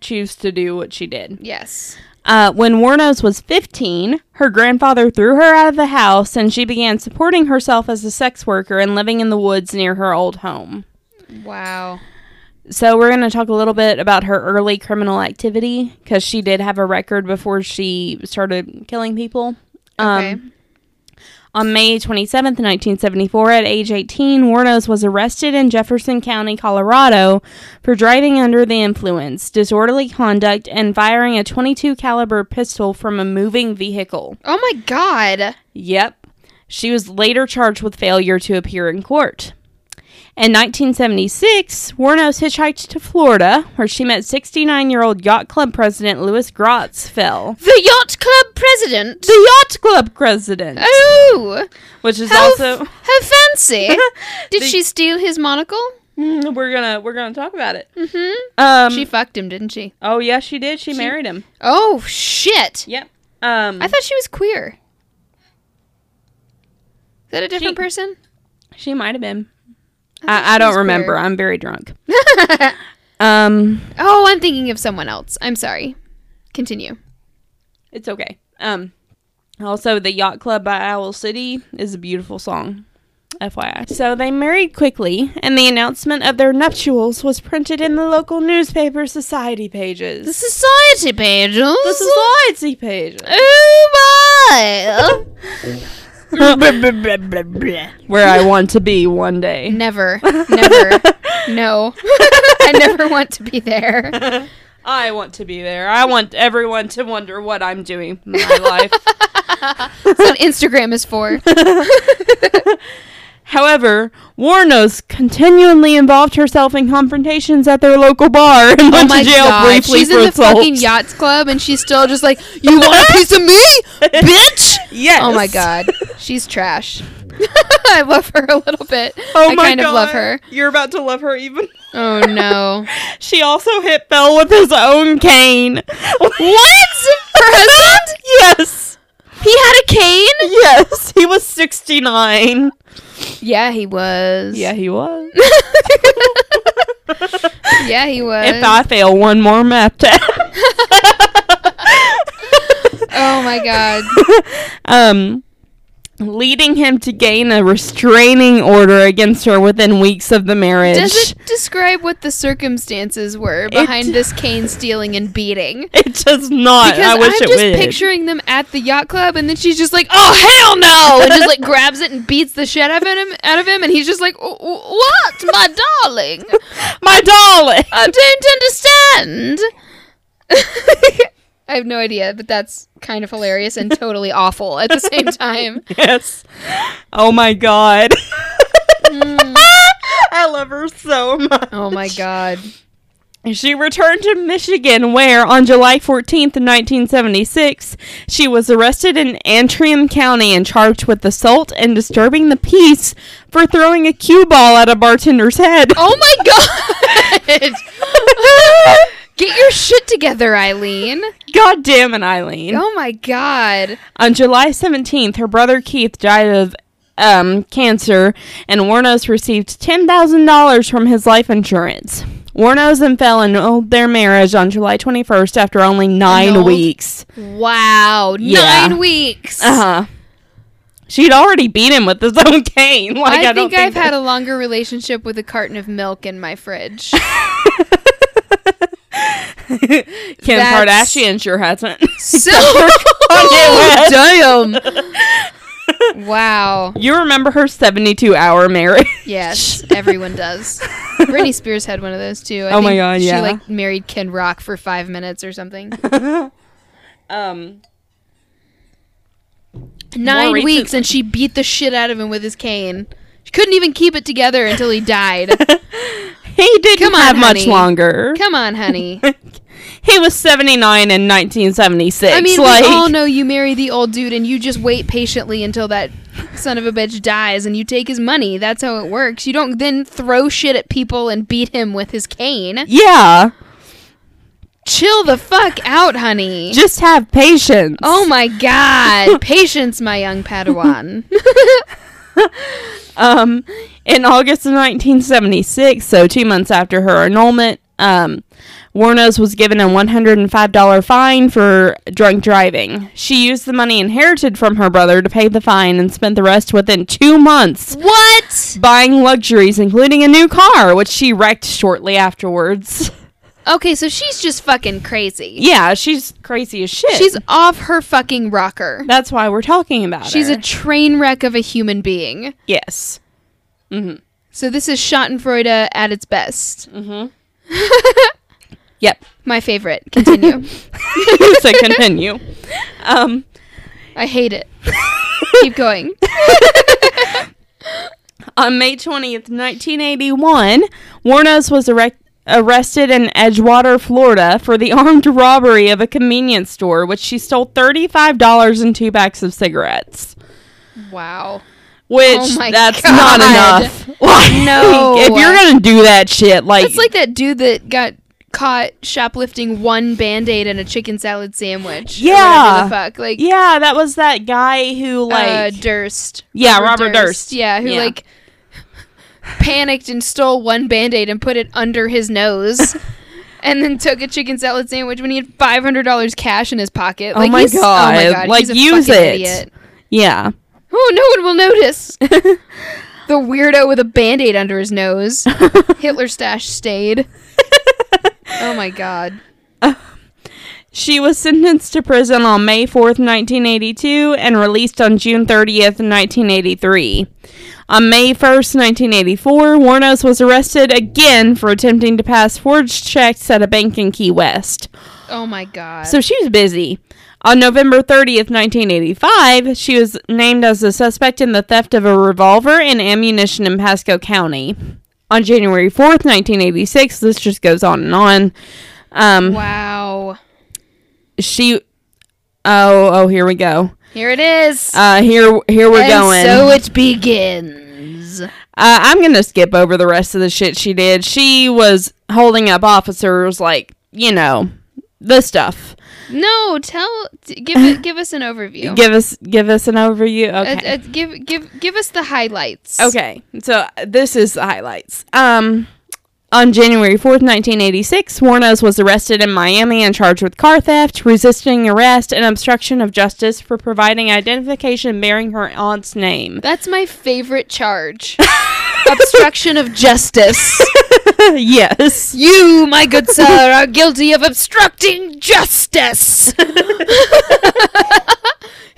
Speaker 2: choose to do what she did.
Speaker 1: Yes.
Speaker 2: Uh, when Warnos was 15, her grandfather threw her out of the house and she began supporting herself as a sex worker and living in the woods near her old home.
Speaker 1: Wow.
Speaker 2: So we're going to talk a little bit about her early criminal activity because she did have a record before she started killing people. Um,
Speaker 1: Okay.
Speaker 2: On May 27, 1974, at age 18, Warnos was arrested in Jefferson County, Colorado for driving under the influence, disorderly conduct, and firing a 22 caliber pistol from a moving vehicle.
Speaker 1: oh my God.
Speaker 2: Yep. She was later charged with failure to appear in court. In 1976, Warnos hitchhiked to Florida, where she met 69 year old yacht club president Louis Grotzfeld,
Speaker 1: The yacht club president.
Speaker 2: the yacht club president,
Speaker 1: Oh,
Speaker 2: which is
Speaker 1: how,
Speaker 2: also.
Speaker 1: how fancy! Did
Speaker 2: The-
Speaker 1: she steal his monocle?
Speaker 2: Mm, we're gonna we're gonna talk about it.
Speaker 1: Hmm.
Speaker 2: Um.
Speaker 1: She fucked him, didn't she?
Speaker 2: oh yeah, she did. She, married him.
Speaker 1: Oh shit!
Speaker 2: Yep. Um.
Speaker 1: I thought she was queer. Is that a different
Speaker 2: She-
Speaker 1: person?
Speaker 2: she might have been.
Speaker 1: thought
Speaker 2: I, I
Speaker 1: she
Speaker 2: don't
Speaker 1: was
Speaker 2: remember.
Speaker 1: queer.
Speaker 2: I'm very drunk. Um.
Speaker 1: oh, I'm thinking of someone else. I'm sorry. Continue.
Speaker 2: It's okay. Um. Also, the yacht club by Owl City is a beautiful song. FYI. So they married quickly, and the announcement of their nuptials was printed in the local newspaper society pages.
Speaker 1: The society pages.
Speaker 2: the society pages.
Speaker 1: Oh my!
Speaker 2: Where I want to be one day.
Speaker 1: never, never, no. I never want to be there.
Speaker 2: I want to be there. I want everyone to wonder what I'm doing in my life.
Speaker 1: That's what Instagram is for. Oh
Speaker 2: However, Warnos continually involved herself in confrontations at their local bar and
Speaker 1: Oh
Speaker 2: went
Speaker 1: my
Speaker 2: to jail
Speaker 1: god,
Speaker 2: briefly
Speaker 1: she's
Speaker 2: for
Speaker 1: in the
Speaker 2: assault.
Speaker 1: fucking yachts club and she's still just like, you want a piece of me, bitch?
Speaker 2: Yes.
Speaker 1: Oh my god, she's trash. I love her a little bit.
Speaker 2: Oh
Speaker 1: I
Speaker 2: my
Speaker 1: kind
Speaker 2: god.
Speaker 1: of love her.
Speaker 2: You're about to love her even.
Speaker 1: Oh no,
Speaker 2: She also hit Belle with his own cane. What?
Speaker 1: her husband?
Speaker 2: yes.
Speaker 1: He had a cane.
Speaker 2: Yes. He was 69.
Speaker 1: Yeah, he was.
Speaker 2: Yeah, he was.
Speaker 1: yeah, he was.
Speaker 2: if I fail one more math test.
Speaker 1: oh my god.
Speaker 2: um, leading him to gain a restraining order against her within weeks of the marriage.
Speaker 1: Does it describe what the circumstances were behind this cane stealing and beating?
Speaker 2: It does not.
Speaker 1: Because
Speaker 2: I wish
Speaker 1: am
Speaker 2: it
Speaker 1: just
Speaker 2: would.
Speaker 1: picturing them at the yacht club, and then she's just like, "Oh hell no!" and just like grabs it and beats the shit out of him, out of him, and he's just like, "Wh- wh- "What, my darling?
Speaker 2: My darling.
Speaker 1: I don't understand." I have no idea, but that's kind of hilarious and totally awful at the same time.
Speaker 2: yes. Oh my god. I love her so much.
Speaker 1: Hmm. Oh my god!
Speaker 2: She returned to Michigan, where on July 14th, 1976, she was arrested in Antrim County and charged with assault and disturbing the peace for throwing a cue ball at a bartender's head.
Speaker 1: Oh my god! Get your shit together, Eileen.
Speaker 2: God damn it, Eileen.
Speaker 1: Oh my god.
Speaker 2: On July 17th, her brother Keith died of um, cancer, and Warnos received $10,000 from his life insurance. Warnos and Fell annulled their marriage on July 21st after only nine
Speaker 1: Annulled?
Speaker 2: weeks.
Speaker 1: Wow.
Speaker 2: Yeah.
Speaker 1: Nine weeks.
Speaker 2: Uh huh. She'd already beat him with his own cane. Like I,
Speaker 1: I,
Speaker 2: don't
Speaker 1: think I've
Speaker 2: think
Speaker 1: had a longer relationship with a carton of milk in my fridge.
Speaker 2: Kim
Speaker 1: that's-
Speaker 2: Kardashian sure hasn't.
Speaker 1: so Oh,
Speaker 2: damn.
Speaker 1: wow.
Speaker 2: You remember her 72 hour marriage?
Speaker 1: Yes, everyone does. Britney Spears had one of those too. I
Speaker 2: Oh my
Speaker 1: think
Speaker 2: God, yeah.
Speaker 1: She like married Ken Rock for five minutes or something.
Speaker 2: Um,
Speaker 1: Nine
Speaker 2: recent-
Speaker 1: weeks, and she beat the shit out of him with his cane. She couldn't even keep it together until he died.
Speaker 2: he didn't
Speaker 1: Come on,
Speaker 2: have much
Speaker 1: honey.
Speaker 2: longer.
Speaker 1: Come on, honey.
Speaker 2: he was 79 in 1976.
Speaker 1: I mean,
Speaker 2: like,
Speaker 1: we all know you marry the old dude and you just wait patiently until that son of a bitch dies and you take his money. That's how it works. You don't then throw shit at people and beat him with his cane.
Speaker 2: yeah,
Speaker 1: Chill the fuck out, honey.
Speaker 2: just have patience.
Speaker 1: Oh my god. Patience, my young Padawan.
Speaker 2: Um, in August of 1976, so two months after her annulment, Um, Warnos was given a $105 fine for drunk driving. She used the money inherited from her brother to pay the fine and spent the rest within two months
Speaker 1: What?
Speaker 2: buying luxuries, including a new car, which she wrecked shortly afterwards.
Speaker 1: Okay, so she's just fucking crazy.
Speaker 2: yeah, she's crazy as shit.
Speaker 1: She's off her fucking rocker.
Speaker 2: That's why we're talking about
Speaker 1: She's
Speaker 2: her.
Speaker 1: a train wreck of a human being.
Speaker 2: yes. Mm-hmm.
Speaker 1: So this is Schadenfreude at its best.
Speaker 2: Mm. Yep.
Speaker 1: My favorite. Continue.
Speaker 2: so continue. Um,
Speaker 1: I hate it. Keep going.
Speaker 2: on May 20th, 1981, Warnos was erect- arrested in Edgewater, Florida for the armed robbery of a convenience store, which she stole $35 and two packs of cigarettes.
Speaker 1: Wow.
Speaker 2: Which
Speaker 1: Oh my
Speaker 2: that's
Speaker 1: God.
Speaker 2: not enough. Like,
Speaker 1: No.
Speaker 2: if you're gonna do that shit, like,
Speaker 1: It's like that dude that got caught shoplifting one band-aid and a chicken salad sandwich. or
Speaker 2: Yeah.
Speaker 1: whatever the fuck. Like,
Speaker 2: yeah, that was that guy who
Speaker 1: uh,
Speaker 2: like
Speaker 1: Durst.
Speaker 2: Yeah, Robert Durst.
Speaker 1: Yeah, who
Speaker 2: Yeah.
Speaker 1: like panicked and stole one band-aid and put it under his nose. And then took a chicken salad sandwich when he had five hundred dollars cash in his pocket.
Speaker 2: Oh
Speaker 1: Like,
Speaker 2: my
Speaker 1: he's-
Speaker 2: God. Like,
Speaker 1: he's a
Speaker 2: use
Speaker 1: fucking
Speaker 2: it. yeah.
Speaker 1: Oh, no one will notice. the weirdo with a band aid under his nose. Hitler stash stayed. Oh my god.
Speaker 2: She was sentenced to prison on May 4th, 1982, and released on June 30th, 1983. On May 1st, 1984, Warnos was arrested again for attempting to pass forged checks at a bank in Key West.
Speaker 1: Oh my god.
Speaker 2: So she was busy. On November 30th, 1985, she was named as a suspect in the theft of a revolver and ammunition in Pasco County. On January 4th, 1986, this just goes on and on. Um,
Speaker 1: wow.
Speaker 2: she oh oh here we go
Speaker 1: Here it is.
Speaker 2: uh here here we're
Speaker 1: and
Speaker 2: going
Speaker 1: So it begins.
Speaker 2: uh, i'm gonna skip over the rest of the shit she did she was holding up officers like you know the stuff
Speaker 1: No, tell t- give it, give us an overview.
Speaker 2: give us give us an overview
Speaker 1: Uh,
Speaker 2: okay
Speaker 1: uh, give give give us the highlights.
Speaker 2: okay so uh, this is the highlights um on January 4th, 1986, Warnos was arrested in Miami and charged with car theft, resisting arrest, and obstruction of justice for providing identification bearing her aunt's name.
Speaker 1: That's my favorite charge. Obstruction of justice.
Speaker 2: yes.
Speaker 1: You, my good sir, are guilty of obstructing justice.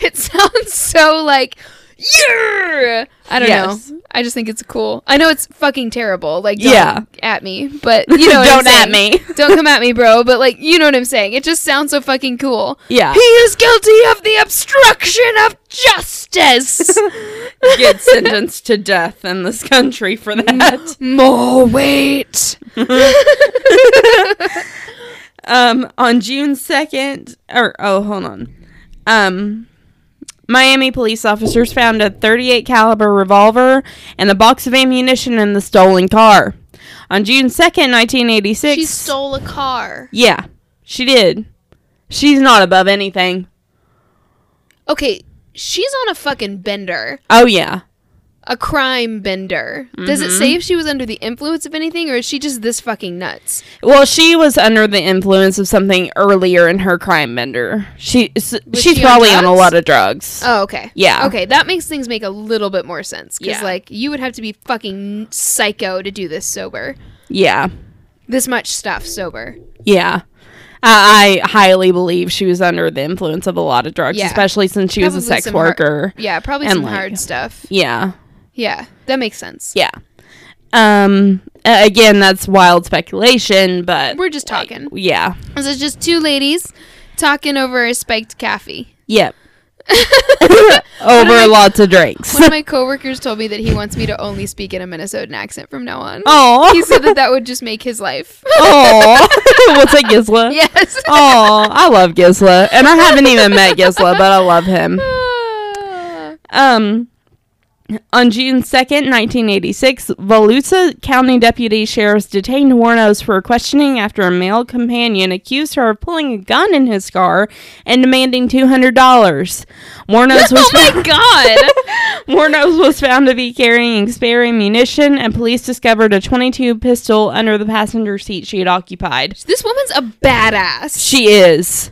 Speaker 1: it sounds so like yeah. I don't
Speaker 2: Yes.
Speaker 1: know. I just think it's cool. I know it's fucking terrible. Like don't
Speaker 2: Yeah.
Speaker 1: at me, but you know what I'm
Speaker 2: Don't at
Speaker 1: saying.
Speaker 2: me.
Speaker 1: don't come at me, bro. But like you know what I'm saying. It just sounds so fucking cool.
Speaker 2: Yeah.
Speaker 1: He is guilty of the obstruction of justice.
Speaker 2: get sentenced to death in this country for that.
Speaker 1: More weight.
Speaker 2: Um, on June 2nd, or, oh, hold on. Um, Miami police officers found a 38 caliber revolver and a box of ammunition in the stolen car. On June 2nd, 1986.
Speaker 1: She stole a car.
Speaker 2: Yeah, she did. She's not above anything.
Speaker 1: Okay, she's on a fucking bender,
Speaker 2: Oh, yeah.
Speaker 1: a crime bender. Does
Speaker 2: Mm-hmm.
Speaker 1: it say if she was under the influence of anything or is she just this fucking nuts?
Speaker 2: Well, she was under the influence of something earlier in her crime bender. She, s- she's
Speaker 1: she on
Speaker 2: probably on a
Speaker 1: drugs?
Speaker 2: lot of drugs.
Speaker 1: Oh, okay.
Speaker 2: Yeah.
Speaker 1: Okay, that makes things make a little bit more sense cuz
Speaker 2: Yeah.
Speaker 1: like you would have to be fucking psycho to do this sober.
Speaker 2: Yeah.
Speaker 1: This much stuff sober.
Speaker 2: Yeah. I, I highly believe she was under the influence of a lot of drugs,
Speaker 1: Yeah.
Speaker 2: especially since she was a
Speaker 1: Probably
Speaker 2: sex
Speaker 1: some har-
Speaker 2: worker.
Speaker 1: Yeah, probably
Speaker 2: And,
Speaker 1: some
Speaker 2: like-
Speaker 1: hard stuff.
Speaker 2: Yeah.
Speaker 1: Yeah, that makes sense.
Speaker 2: Yeah. Um a- again, that's wild speculation, but
Speaker 1: We're just talking.
Speaker 2: yeah.
Speaker 1: This is just two ladies talking over a spiked coffee.
Speaker 2: Yep. Over lots of drinks.
Speaker 1: One of my coworkers told me that he wants me to only speak in a Minnesotan accent from now on.
Speaker 2: Oh.
Speaker 1: He said that that would just make his life.
Speaker 2: Oh. What's a Gisla?
Speaker 1: yes.
Speaker 2: Oh, I love Gisla. And I haven't even met Gisla, but I love him. Um On June 2nd, 1986, Volusia County deputy sheriffs detained Warnos for questioning after a male companion accused her of pulling a gun in his car and demanding $200. Warnos was
Speaker 1: Oh my god.
Speaker 2: Warnos was found to be carrying expiring munition, and police discovered a 22 pistol under the passenger seat she had occupied.
Speaker 1: this woman's a badass.
Speaker 2: She is.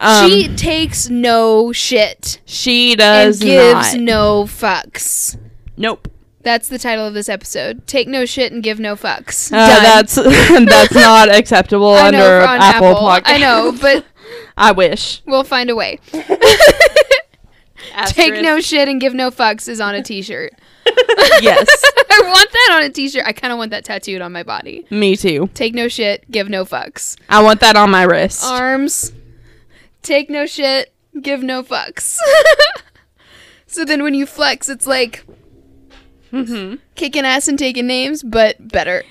Speaker 2: Um, she
Speaker 1: she takes no shit and
Speaker 2: does
Speaker 1: gives
Speaker 2: not.
Speaker 1: no fucks.
Speaker 2: nope.
Speaker 1: That's the title of this episode. Take no shit and give no fucks.
Speaker 2: Uh,
Speaker 1: Done.
Speaker 2: that's that's not acceptable
Speaker 1: I
Speaker 2: under
Speaker 1: know, on
Speaker 2: Apple, Podcast.
Speaker 1: I know, but
Speaker 2: I wish.
Speaker 1: we'll find a way. Take no shit and give no fucks is on a t-shirt.
Speaker 2: yes,
Speaker 1: I want that on a t-shirt. I kind of want that tattooed on my body.
Speaker 2: me too.
Speaker 1: Take no shit, give no fucks.
Speaker 2: I want that on my wrist.
Speaker 1: Arms. Take no shit, give no fucks. so then when you flex, it's like
Speaker 2: Mhm.
Speaker 1: kicking ass and taking names, but better.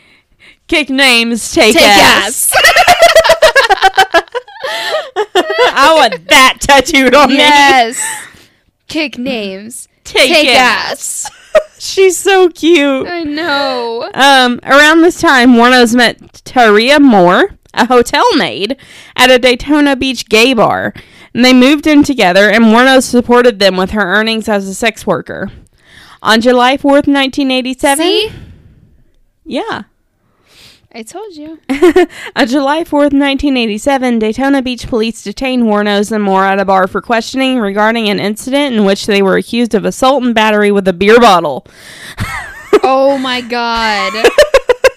Speaker 2: Kick names, take,
Speaker 1: Take
Speaker 2: ass.
Speaker 1: ass.
Speaker 2: I want that tattooed on me.
Speaker 1: yes. Kick names.
Speaker 2: Take,
Speaker 1: Take
Speaker 2: ass.
Speaker 1: ass.
Speaker 2: She's so cute.
Speaker 1: I know.
Speaker 2: Um, around this time, Warnos met Taria Moore, a hotel maid, at a Daytona Beach gay bar. And they moved in together, and Warnos supported them with her earnings as a sex worker. On July 4th, 1987.
Speaker 1: See?
Speaker 2: Yeah.
Speaker 1: I told you.
Speaker 2: On July 4th, 1987, Daytona Beach police detained Warnos and Moore at a bar for questioning regarding an incident in which they were accused of assault and battery with a beer bottle.
Speaker 1: Oh my god.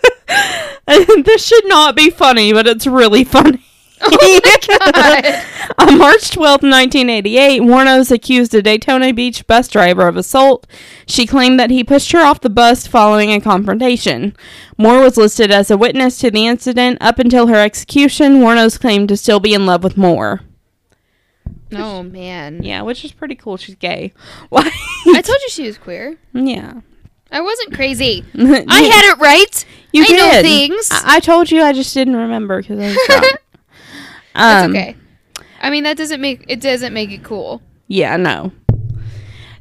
Speaker 2: this should not be funny, but it's really funny.
Speaker 1: Oh God.
Speaker 2: On March 12, 1988, Warnos accused a Daytona Beach bus driver of assault. She claimed that he pushed her off the bus following a confrontation. Moore was listed as a witness to the incident. Up until her execution, Warnos claimed to still be in love with Moore.
Speaker 1: Oh man.
Speaker 2: Yeah, which is pretty cool. She's gay. Why?
Speaker 1: I told you she was queer.
Speaker 2: yeah.
Speaker 1: I wasn't crazy. I had it right.
Speaker 2: you
Speaker 1: I know things.
Speaker 2: I-, I told you. I just didn't remember because I was drunk.
Speaker 1: That's
Speaker 2: Um,
Speaker 1: okay. I mean, that doesn't make it doesn't make it cool.
Speaker 2: Yeah, no.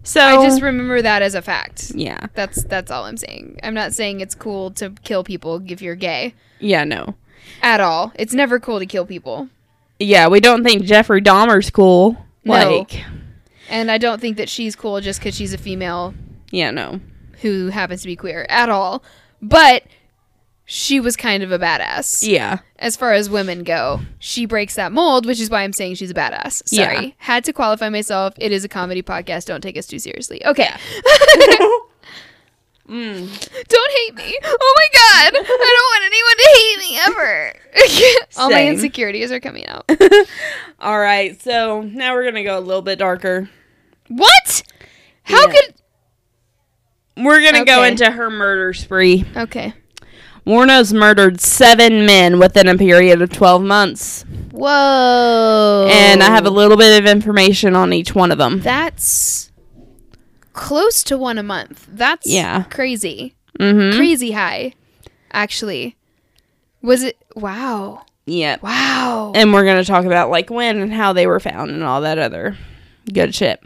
Speaker 2: So
Speaker 1: I just remember that as a fact.
Speaker 2: yeah,
Speaker 1: That's that's all I'm saying. I'm not saying it's cool to kill people if you're gay
Speaker 2: yeah, no,
Speaker 1: at all. It's never cool to kill people,
Speaker 2: yeah. We don't think Jeffrey Dahmer's cool.
Speaker 1: No.
Speaker 2: Like,
Speaker 1: and I don't think that she's cool just because she's a female
Speaker 2: yeah, no,
Speaker 1: who happens to be queer at all. But she was kind of a badass
Speaker 2: yeah,
Speaker 1: as far as women go. She breaks that mold, which is why I'm saying she's a badass. Sorry,
Speaker 2: Yeah.
Speaker 1: had to qualify myself. It is a comedy podcast. Don't take us too seriously. Okay.
Speaker 2: Mm.
Speaker 1: Don't hate me. Oh my god. I don't want anyone to hate me ever. All my
Speaker 2: Same.
Speaker 1: insecurities are coming out.
Speaker 2: All right, so now we're gonna go a little bit darker.
Speaker 1: What? How
Speaker 2: Yeah.
Speaker 1: could
Speaker 2: We're gonna go
Speaker 1: Okay.
Speaker 2: into her murder spree.
Speaker 1: Okay.
Speaker 2: Warnos murdered seven men within a period of twelve months,
Speaker 1: Whoa.
Speaker 2: and I have a little bit of information on each one of them.
Speaker 1: That's close to one a month. That's
Speaker 2: Yeah.
Speaker 1: crazy.
Speaker 2: Mm-hmm.
Speaker 1: Crazy high. Actually. Was it wow.
Speaker 2: Yeah,
Speaker 1: Wow.
Speaker 2: and we're going to talk about like when and how they were found and all that other good shit.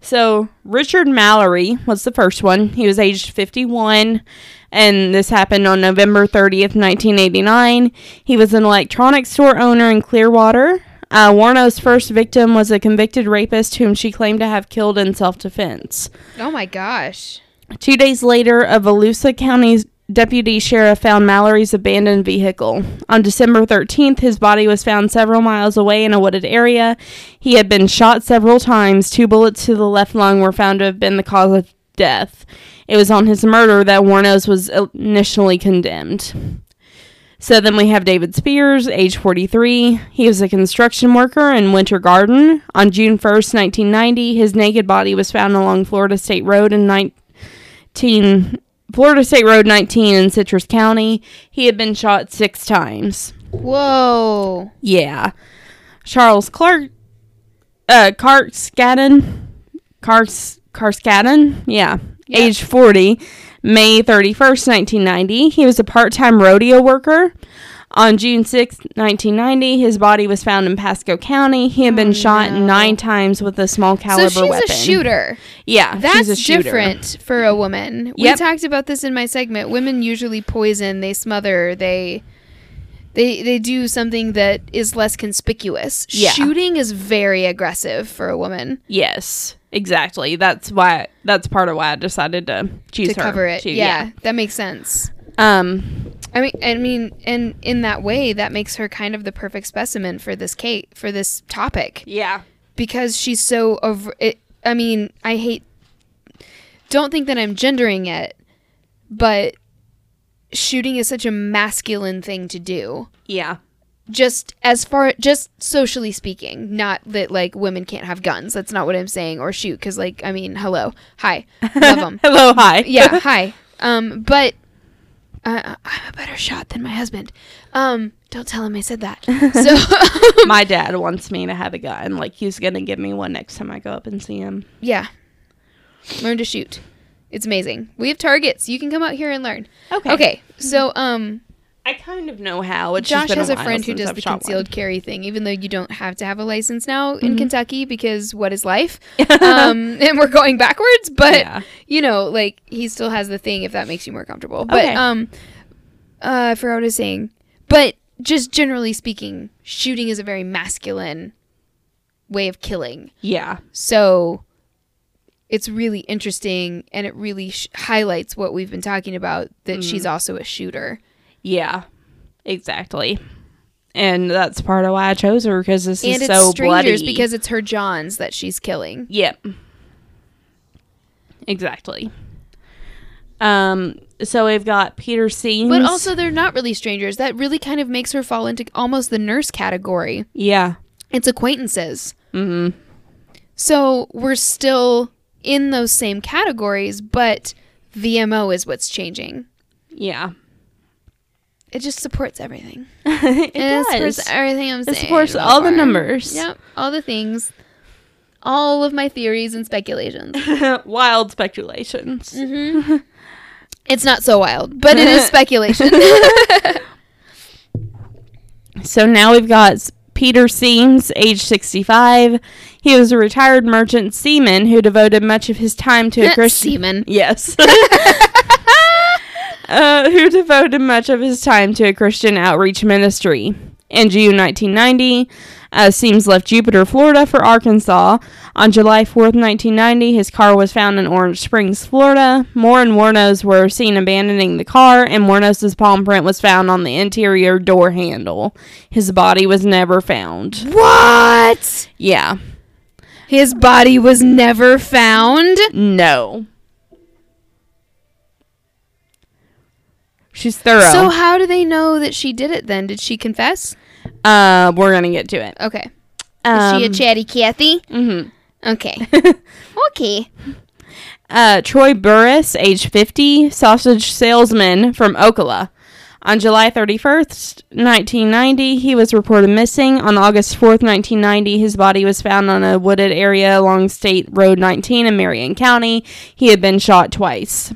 Speaker 2: So, Richard Mallory was the first one. He was aged 51, and this happened on November 30th, 1989. He was an electronics store owner in Clearwater. Uh, Warno's first victim was a convicted rapist whom she claimed to have killed in self defense.
Speaker 1: oh my gosh.
Speaker 2: Two days later, a Volusia County deputy sheriff found Mallory's abandoned vehicle. On December 13th, his body was found several miles away in a wooded area. He had been shot several times. Two bullets to the left lung were found to have been the cause of death. It was on his murder that Warnos was initially condemned. So then we have David Spears, age 43. He was a construction worker in Winter Garden. On June 1st, 1990, his naked body was found along Florida State Road in 19. 19 Florida State Road 19 in Citrus County. He had been shot six times.
Speaker 1: Whoa.
Speaker 2: Yeah. Charles Clark uh Carskadden Cars Carskadden, yeah.
Speaker 1: Yeah.
Speaker 2: Age 40, May 31st, 1990. He was a part-time rodeo worker. On June 6, 1990, his body was found in Pasco County. He had been shot nine times with a small
Speaker 1: Oh, So
Speaker 2: caliber
Speaker 1: she's
Speaker 2: weapon.
Speaker 1: a shooter.
Speaker 2: Yeah,
Speaker 1: That's
Speaker 2: she's a shooter.
Speaker 1: different for a woman.
Speaker 2: Yep.
Speaker 1: We talked about this in my segment. Women usually poison, they smother, they they they do something that is less conspicuous.
Speaker 2: Yeah.
Speaker 1: Shooting is very aggressive for a woman.
Speaker 2: Yes, exactly. That's why. That's part of why I decided to choose
Speaker 1: To
Speaker 2: her
Speaker 1: cover it,
Speaker 2: too,
Speaker 1: yeah, that makes sense.
Speaker 2: yeah. Um.
Speaker 1: I mean, I mean, and in that way, that makes her kind of the perfect specimen for this case, for this topic.
Speaker 2: Yeah.
Speaker 1: because she's so over it i mean i hate don't think that i'm gendering it but shooting is such a masculine thing to do
Speaker 2: Yeah.
Speaker 1: just as far just socially speaking not that like women can't have guns that's not what i'm saying or shoot because like i mean hello hi love them
Speaker 2: Hello. Hi.
Speaker 1: yeah hi um but uh, i'm a better shot than my husband um don't tell him i said that so um,
Speaker 2: My dad wants me to have a gun. Like he's gonna give me one next time I go up and see him.
Speaker 1: Yeah. Learn to shoot. It's amazing. We have targets. You can come out here and learn.
Speaker 2: Okay. Mm-hmm.
Speaker 1: Okay. So, um,
Speaker 2: I kind of know how. It's
Speaker 1: Josh
Speaker 2: just been
Speaker 1: has a
Speaker 2: while
Speaker 1: friend who
Speaker 2: since
Speaker 1: does
Speaker 2: I've
Speaker 1: the
Speaker 2: shot one. Mm-hmm.
Speaker 1: concealed carry thing, even though you don't have to have a license now in Kentucky because what is life? um, and we're going backwards, but
Speaker 2: Yeah.
Speaker 1: you know, like he still has the thing if that makes you more comfortable. But
Speaker 2: Okay.
Speaker 1: um, uh, I forgot what I was saying. But just generally speaking, shooting is a very masculine way of killing.
Speaker 2: Yeah.
Speaker 1: So it's really interesting and it really sh- highlights what we've been talking about that
Speaker 2: Mm.
Speaker 1: she's also a shooter.
Speaker 2: Yeah. Exactly. And that's part of why I chose her because this
Speaker 1: And
Speaker 2: is
Speaker 1: it's
Speaker 2: so
Speaker 1: strangers
Speaker 2: bloody. Mm-hmm.
Speaker 1: because it's her Johns that she's killing.
Speaker 2: Yep. Exactly. Um. So we've got Peter Seams.
Speaker 1: But also, they're not really strangers. That really kind of makes her fall into almost the nurse category.
Speaker 2: yeah.
Speaker 1: It's acquaintances. Mm-hmm. So we're still in those same categories, but the MO is what's changing.
Speaker 2: Yeah.
Speaker 1: It just supports everything.
Speaker 2: it
Speaker 1: it
Speaker 2: does.
Speaker 1: supports everything I'm saying.
Speaker 2: It supports all the
Speaker 1: before.
Speaker 2: numbers.
Speaker 1: Yep, all the things, all of my theories and speculations.
Speaker 2: Wild speculations.
Speaker 1: Mm-hmm. It's not so wild, but it is speculation.
Speaker 2: So now we've got Peter Seams, age 65. He was a retired merchant seaman who devoted much of his time to a Christian.
Speaker 1: Semen.
Speaker 2: Yes. uh, who devoted much of his time to a Christian outreach ministry. In June 1990, uh, Seams left Jupiter, Florida for Arkansas. On July 4th, 1990, his car was found in Orange Springs, Florida. More and Warnos were seen abandoning the car, and Warnos's palm print was found on the interior door handle. His body was never found.
Speaker 1: What?
Speaker 2: Yeah.
Speaker 1: His body was never found.
Speaker 2: No. She's thorough.
Speaker 1: So how do they know that she did it then? Did she confess?
Speaker 2: Uh, we're gonna get to it.
Speaker 1: Okay.
Speaker 2: Um,
Speaker 1: is she a chatty Kathy?
Speaker 2: mhm.
Speaker 1: Okay. okay.
Speaker 2: Uh, Troy Burris, age 50, sausage salesman from Ocala. On July 31st, 1990, he was reported missing. On August 4th, 1990, his body was found on a wooded area along State Road 19 in Marion County. He had been shot twice.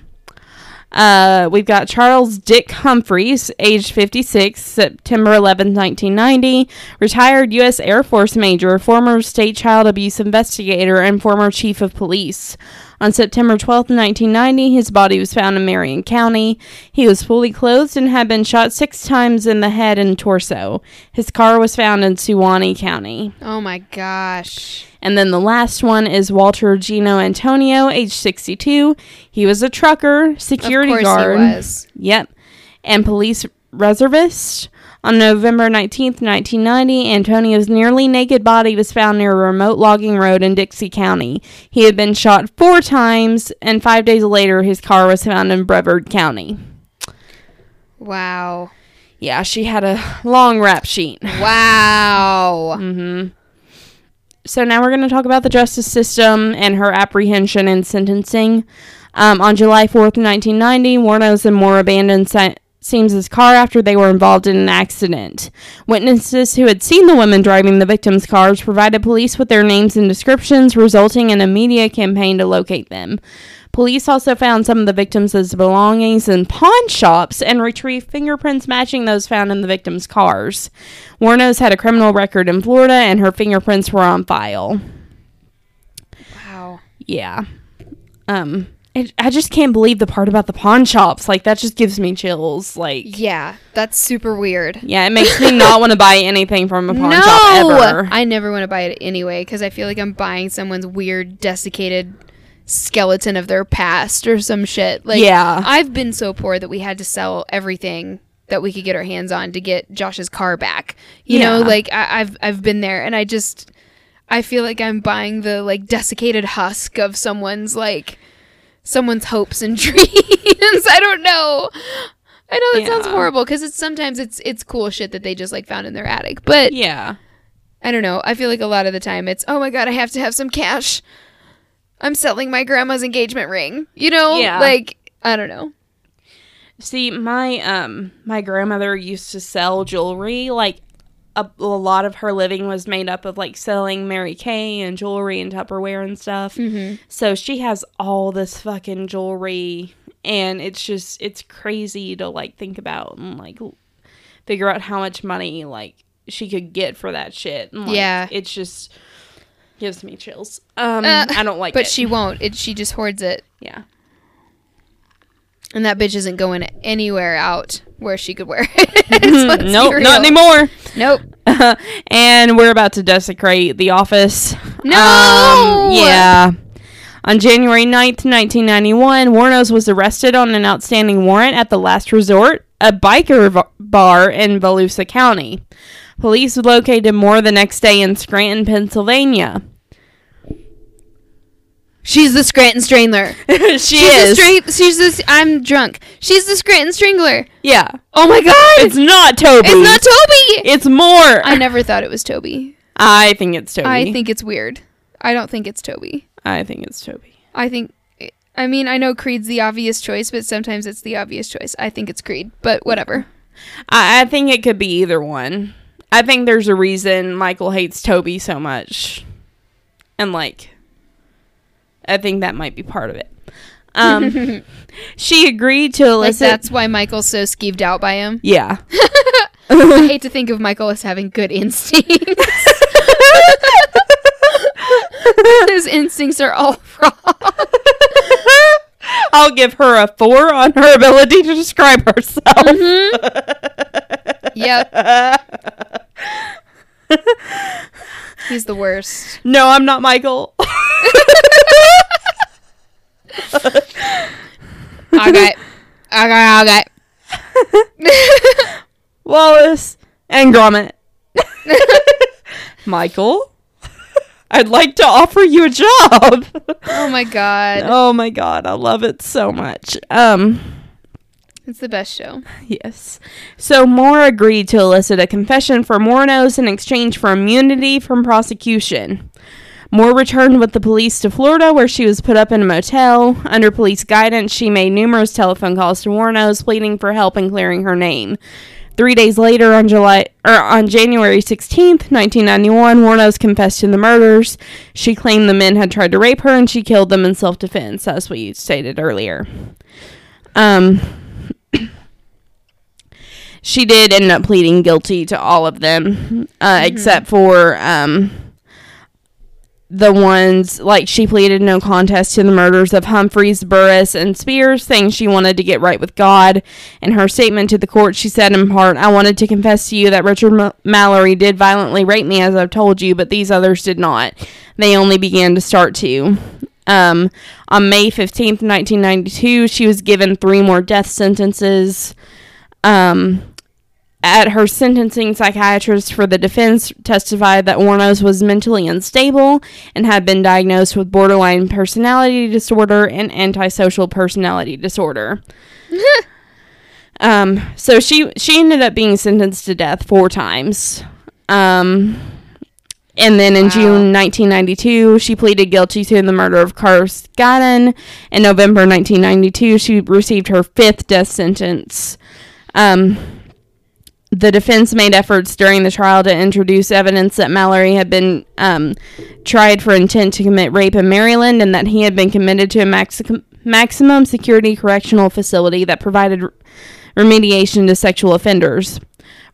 Speaker 2: Uh, we've got Charles Dick Humphreys, age 56, September 11, 1990, retired U.S. Air Force major, former state child abuse investigator, and former chief of police. On September 12, 1990, his body was found in Marion County. He was fully clothed and had been shot six times in the head and torso. His car was found in Suwannee County.
Speaker 1: Oh my gosh.
Speaker 2: And then the last one is Walter Gino Antonio, age 62. He was a trucker, security
Speaker 1: of course
Speaker 2: guard.
Speaker 1: he was.
Speaker 2: Yep. And police reservist. On November 19th, 1990, Antonio's nearly naked body was found near a remote logging road in Dixie County. He had been shot four times, and five days later, his car was found in Brevard County.
Speaker 1: Wow.
Speaker 2: Yeah, she had a long rap sheet.
Speaker 1: Wow.
Speaker 2: Mm. So now we're going to talk about the justice system and her apprehension and sentencing. Um, on July 4th, 1990, Warnos and Moore abandoned si- Seams' car after they were involved in an accident. Witnesses who had seen the women driving the victims' cars provided police with their names and descriptions, resulting in a media campaign to locate them. Police also found some of the victims' belongings in pawn shops and retrieved fingerprints matching those found in the victims' cars. Warnos had a criminal record in Florida, and her fingerprints were on file.
Speaker 1: Wow.
Speaker 2: Yeah. Um, it, I just can't believe the part about the pawn shops. Like that just gives me chills. Like,
Speaker 1: Yeah, that's super weird.
Speaker 2: yeah, it makes me not want to buy anything from a pawn shop ever.
Speaker 1: I never want to buy it anyway because I feel like I'm buying someone's weird, desiccated skeleton of their past or some shit. Like,
Speaker 2: Yeah.
Speaker 1: I've been so poor that we had to sell everything that we could get our hands on to get Josh's car back. You know,
Speaker 2: Yeah.
Speaker 1: like I, I've I've been there, and I just I feel like I'm buying the like desiccated husk of someone's like someone's hopes and dreams. I don't know. I know that sounds
Speaker 2: Yeah.
Speaker 1: horrible because it's sometimes it's it's cool shit that they just like found in their attic, but
Speaker 2: yeah.
Speaker 1: I don't know. I feel like a lot of the time it's, oh my God, I have to have some cash. I'm selling my grandma's engagement ring. You know?
Speaker 2: Yeah.
Speaker 1: Like, I don't know.
Speaker 2: See, my um my grandmother used to sell jewelry. Like a, a lot of her living was made up of like selling Mary Kay and jewelry and Tupperware and stuff. Mm-hmm. So she has all this fucking jewelry, and it's just it's crazy to like think about and like l- figure out how much money like she could get for that shit. And, like,
Speaker 1: Yeah.
Speaker 2: it's just gives me chills. Um,
Speaker 1: Uh,
Speaker 2: I don't like
Speaker 1: But
Speaker 2: it.
Speaker 1: she won't. It, she just hoards it.
Speaker 2: yeah.
Speaker 1: And that bitch isn't going anywhere out where she could wear it. Let's be
Speaker 2: Nope,
Speaker 1: real.
Speaker 2: not anymore.
Speaker 1: Nope.
Speaker 2: and we're about to desecrate the office. Um,
Speaker 1: No! Um,
Speaker 2: yeah. On January 9th, 1991, Warnos was arrested on an outstanding warrant at the Last Resort, a biker v- bar in Volusia County. Police located Moore the next day in Scranton, Pennsylvania.
Speaker 1: She's the Scranton Strangler.
Speaker 2: she
Speaker 1: She's The
Speaker 2: is.
Speaker 1: stra- she's this. I'm drunk. She's the Scranton Strangler.
Speaker 2: yeah.
Speaker 1: Oh my God. It's,
Speaker 2: It's not Toby.
Speaker 1: not Toby.
Speaker 2: It's Moore.
Speaker 1: I never thought it was Toby.
Speaker 2: I think it's Toby.
Speaker 1: I think it's weird. I don't think it's Toby.
Speaker 2: I think it's Toby.
Speaker 1: I think. I mean, I know Creed's the obvious choice, but sometimes it's the obvious choice. I think it's Creed, but whatever.
Speaker 2: I, I think it could be either one. I think there's a reason Michael hates Toby so much. And like I think that might be part of it. Um she agreed to
Speaker 1: Like
Speaker 2: elicit
Speaker 1: that's why Michael's so skeeved out by him.
Speaker 2: Yeah.
Speaker 1: I hate to think of Michael as having good instincts. His instincts are all wrong.
Speaker 2: I'll give her a 4 on her ability to describe herself.
Speaker 1: Yep. He's the worst.
Speaker 2: No, I'm not Michael.
Speaker 1: Okay. Okay, okay.
Speaker 2: Wallace and Gromit. Michael, I'd like to offer you a job.
Speaker 1: Oh my god.
Speaker 2: Oh my god, I love it so much. Um
Speaker 1: It's the best show.
Speaker 2: yes. So Moore agreed to elicit a confession from Mornos in exchange for immunity from prosecution. Moore returned with the police to Florida, where she was put up in a motel. Under police guidance, she made numerous telephone calls to Warnos, pleading for help and clearing her name. Three days later, on July or on January 16th, 1991, Warnos confessed to the murders. She claimed the men had tried to rape her, and she killed them in self-defense, as we stated earlier. Um, she did end up pleading guilty to all of them, uh, except for um, the ones like she pleaded no contest to the murders of Humphreys, Burris, and Spears, saying she wanted to get right with God. In her statement to the court, she said in part, I wanted to confess to you that Richard M- Mallory did violently rape me, as I've told you, but these others did not. They only began to start to. Um, on May 15th, 1992, she was given three more death sentences. Um, at her sentencing, psychiatrist for the defense testified that Warnos was mentally unstable and had been diagnosed with borderline personality disorder and antisocial personality disorder. um, so she she ended up being sentenced to death four times. Um, and then in June 1992, she pleaded guilty to the murder of Carl Skadden. In November 1992, she received her fifth death sentence. Um, the defense made efforts during the trial to introduce evidence that Mallory had been um, tried for intent to commit rape in Maryland and that he had been committed to a maxi- maximum security correctional facility that provided r- remediation to sexual offenders.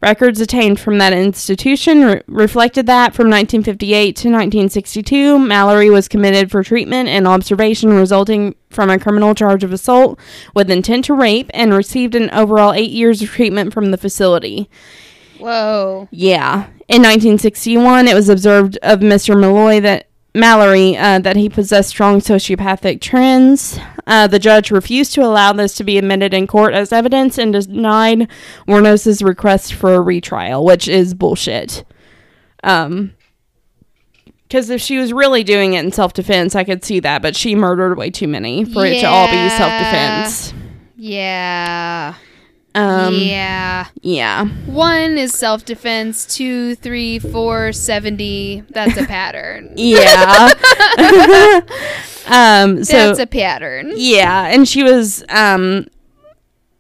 Speaker 2: Records obtained from that institution re- reflected that from 1958 to 1962, Mallory was committed for treatment and observation resulting from a criminal charge of assault with intent to rape and received an overall eight years of treatment from the facility.
Speaker 1: Whoa.
Speaker 2: Yeah. In 1961, it was observed of Mr. Malloy that Mallory uh, that he possessed strong sociopathic trends. Uh, the judge refused to allow this to be admitted in court as evidence and denied Warnos's request for a retrial, which is bullshit. Um, because if she was really doing it in self defense, I could see that, but she murdered way too many for it to all be
Speaker 1: Yeah.
Speaker 2: self defense.
Speaker 1: Yeah.
Speaker 2: Um,
Speaker 1: yeah.
Speaker 2: yeah.
Speaker 1: One is self defense. Two, three, four, seventy. That's a pattern.
Speaker 2: Yeah. um so
Speaker 1: That's a pattern.
Speaker 2: yeah, and she was um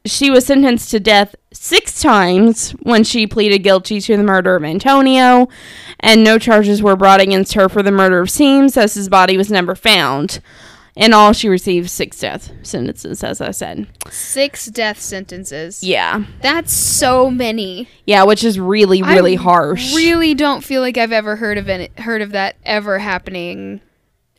Speaker 2: she was sentenced to death 6 times when she pleaded guilty to the murder of Antonio and no charges were brought against her for the murder of Seams as his body was never found. In all, she received six death sentences, as I said.
Speaker 1: Six death sentences.
Speaker 2: Yeah.
Speaker 1: That's so many.
Speaker 2: Yeah, which is really,
Speaker 1: I
Speaker 2: really harsh.
Speaker 1: Really don't feel like I've ever heard of any, heard of that ever happening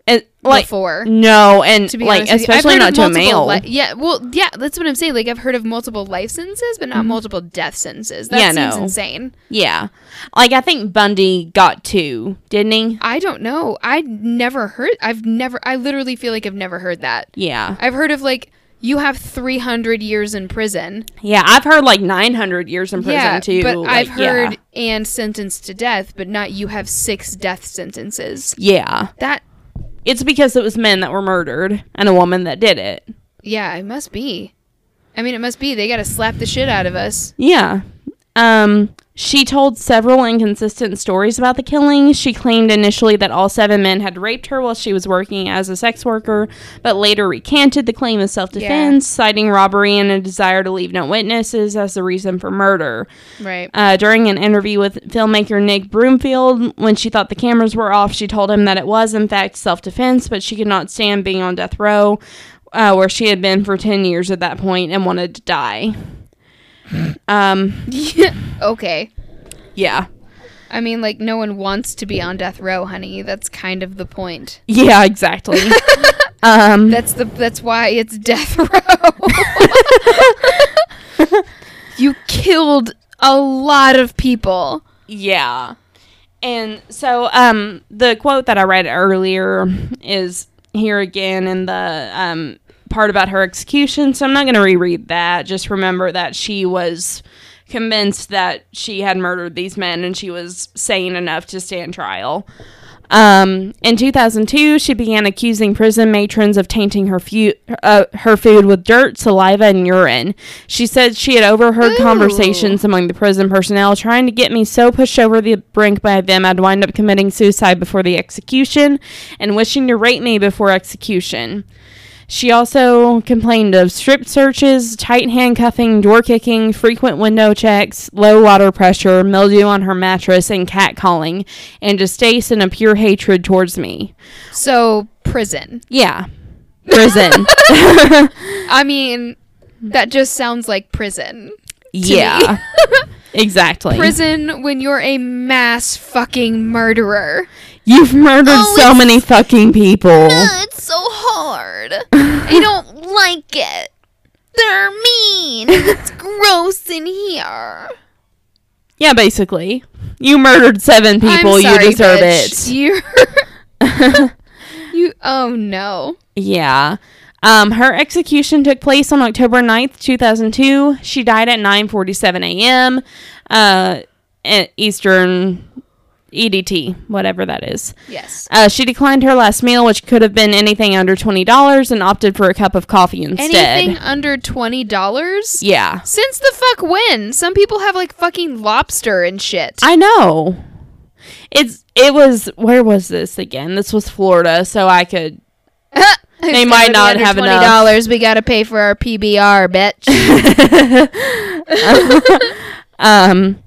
Speaker 2: and, like,
Speaker 1: before.
Speaker 2: no, and
Speaker 1: To be
Speaker 2: like,
Speaker 1: honest with you. I've
Speaker 2: especially
Speaker 1: heard
Speaker 2: not
Speaker 1: of
Speaker 2: to a
Speaker 1: multiple
Speaker 2: male.
Speaker 1: li- yeah, well, yeah, that's what I'm saying. Like I've heard of multiple life sentences, but not multiple death sentences. That
Speaker 2: Mm-hmm. Yeah,
Speaker 1: seems
Speaker 2: no.
Speaker 1: insane.
Speaker 2: Yeah. Like I think Bundy got two, didn't he?
Speaker 1: I don't know. I never heard. I've never. I literally feel like I've never heard that.
Speaker 2: Yeah.
Speaker 1: I've heard of like you have 300 years in prison.
Speaker 2: Yeah, I've heard like 900 years in prison too.
Speaker 1: but
Speaker 2: like,
Speaker 1: I've
Speaker 2: yeah.
Speaker 1: heard and sentenced to death, but not you have six death sentences.
Speaker 2: Yeah.
Speaker 1: That
Speaker 2: It's because it was men that were murdered and a woman that did it.
Speaker 1: yeah, it must be. I mean, it must be. They got to slap the shit out of us.
Speaker 2: Yeah. Um she told several inconsistent stories about the killing. She claimed initially that all seven men had raped her while she was working as a sex worker, but later recanted the claim of self defense, citing robbery and a desire to leave no witnesses as the reason for murder.
Speaker 1: Right.
Speaker 2: Uh, during an interview with filmmaker Nick Broomfield, when she thought the cameras were off, she told him that it was, in fact, self defense, but she could not stand being on death row, uh, where she had been for 10 years at that point and wanted to die. Um,
Speaker 1: okay.
Speaker 2: yeah.
Speaker 1: I mean, like no one wants to be on death row, honey. That's kind of the point.
Speaker 2: Yeah, exactly. um,
Speaker 1: That's the that's why it's death row. you killed a lot of people.
Speaker 2: Yeah. And so um the quote that I read earlier is here again in the um part about her execution. So I'm not going to reread that. Just remember that she was convinced that she had murdered these men and she was sane enough to stand trial. Um, in 2002, she began accusing prison matrons of tainting her, fu- uh, her food with dirt, saliva, and urine. She said she had overheard conversations among the prison personnel trying to get me so pushed over the brink by them I'd wind up committing suicide before the execution and wishing to rape me before execution. She also complained of strip searches, tight handcuffing, door kicking, frequent window checks, low water pressure, mildew on her mattress, and catcalling, and distaste and a pure hatred towards me.
Speaker 1: So prison.
Speaker 2: Yeah. Prison.
Speaker 1: I mean, that just sounds like prison.
Speaker 2: yeah. exactly.
Speaker 1: Prison when you're a mass fucking murderer.
Speaker 2: You've murdered so many fucking people.
Speaker 1: It's so hard. I don't like it. They're mean. It's gross in here.
Speaker 2: Yeah, basically. You murdered seven people. you deserve it.
Speaker 1: You, you. Oh no.
Speaker 2: Yeah. Um, her execution took place on October 9th, 2002. She died at 9:47 a.m. Uh, at Eastern EDT, whatever that is.
Speaker 1: Yes.
Speaker 2: Uh, she declined her last meal, which could have been anything under $20, and opted for a cup of coffee instead.
Speaker 1: Anything under twenty dollars.
Speaker 2: Yeah.
Speaker 1: Since the fuck when? Some people have like fucking lobster and shit.
Speaker 2: I know. It's it was where was this again? This was Florida, so I could They might not have enough.
Speaker 1: dollars. We got to pay for our PBR, bitch.
Speaker 2: Um,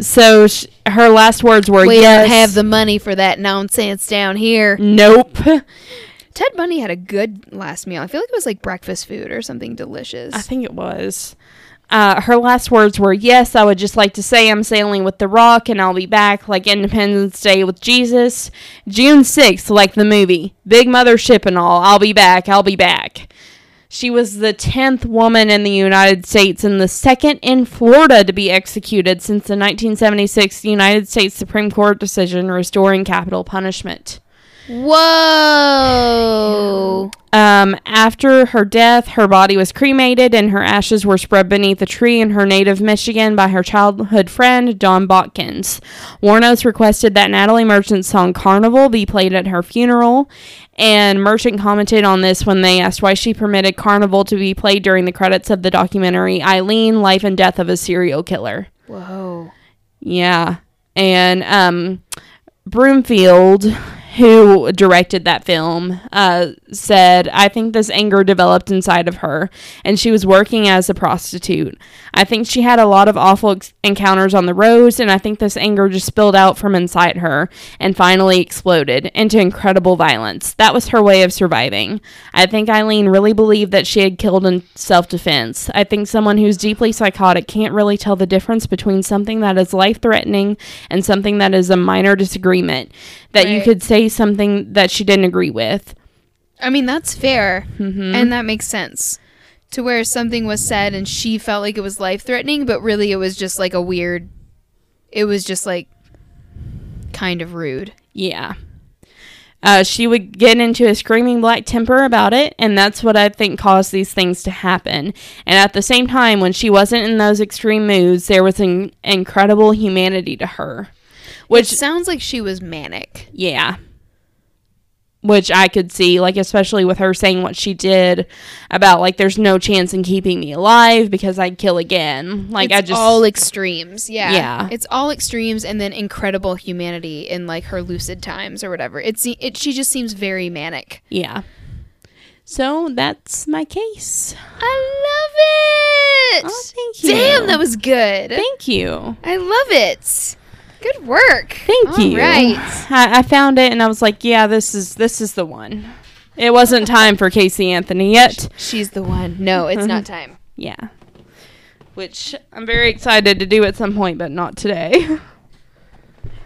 Speaker 2: so sh- her last words were,
Speaker 1: We
Speaker 2: "Yes,
Speaker 1: don't have the money for that nonsense down here.
Speaker 2: nope."
Speaker 1: Ted Bundy had a good last meal. I feel like it was like breakfast food or something delicious.
Speaker 2: I think it was. Uh, her last words were, "Yes, I would just like to say I'm sailing with the Rock, and I'll be back like Independence Day with Jesus, June sixth, like the movie, Big Mother Ship and all. I'll be back. I'll be back." She was the tenth woman in the United States and the second in Florida to be executed since the 1976 United States Supreme Court decision restoring capital punishment.
Speaker 1: Whoa.
Speaker 2: Um, after her death, her body was cremated and her ashes were spread beneath a tree in her native Michigan by her childhood friend, Don Botkins. Warnos requested that Natalie Merchant's song Carnival be played at her funeral, and Merchant commented on this when they asked why she permitted Carnival to be played during the credits of the documentary Eileen Life and Death of a Serial Killer.
Speaker 1: Whoa.
Speaker 2: Yeah. And um, Broomfield, who directed that film, uh, said, I think this anger developed inside of her, and she was working as a prostitute. I think she had a lot of awful ex- encounters on the roads, and I think this anger just spilled out from inside her and finally exploded into incredible violence. That was her way of surviving. I think Eileen really believed that she had killed in self defense. I think someone who's deeply psychotic can't really tell the difference between something that is life threatening and something that is a minor disagreement, that you
Speaker 1: Right.
Speaker 2: could say something that she didn't agree with.
Speaker 1: I mean, that's fair.
Speaker 2: Mm-hmm.
Speaker 1: And that makes sense. To where something was said and she felt like it was life threatening, but really it was just like a weird. It was just like kind of rude.
Speaker 2: Yeah. Uh, she would get into a screaming black temper about it, and that's what I think caused these things to happen. And at the same time, when she wasn't in those extreme moods, there was an incredible humanity to her,
Speaker 1: Which
Speaker 2: which
Speaker 1: sounds like she was manic.
Speaker 2: yeah. Which I could see, like, especially with her saying what she did about, like, there's no chance in keeping me alive because I'd kill again. Like,
Speaker 1: it's
Speaker 2: I just.
Speaker 1: all extremes. Yeah.
Speaker 2: Yeah.
Speaker 1: It's all extremes and then incredible humanity in like her lucid times or whatever. It's it she just seems very manic.
Speaker 2: yeah. So that's my case.
Speaker 1: I love it.
Speaker 2: Oh, thank you.
Speaker 1: Damn, that was good.
Speaker 2: Thank you.
Speaker 1: I love it. Good work.
Speaker 2: Thank you.
Speaker 1: All right.
Speaker 2: I, I found it and I was like, yeah, this is this is the one. It wasn't time for Casey Anthony yet.
Speaker 1: She's the one. No, it's not time.
Speaker 2: Yeah. Which I'm very excited to do at some point, but not today.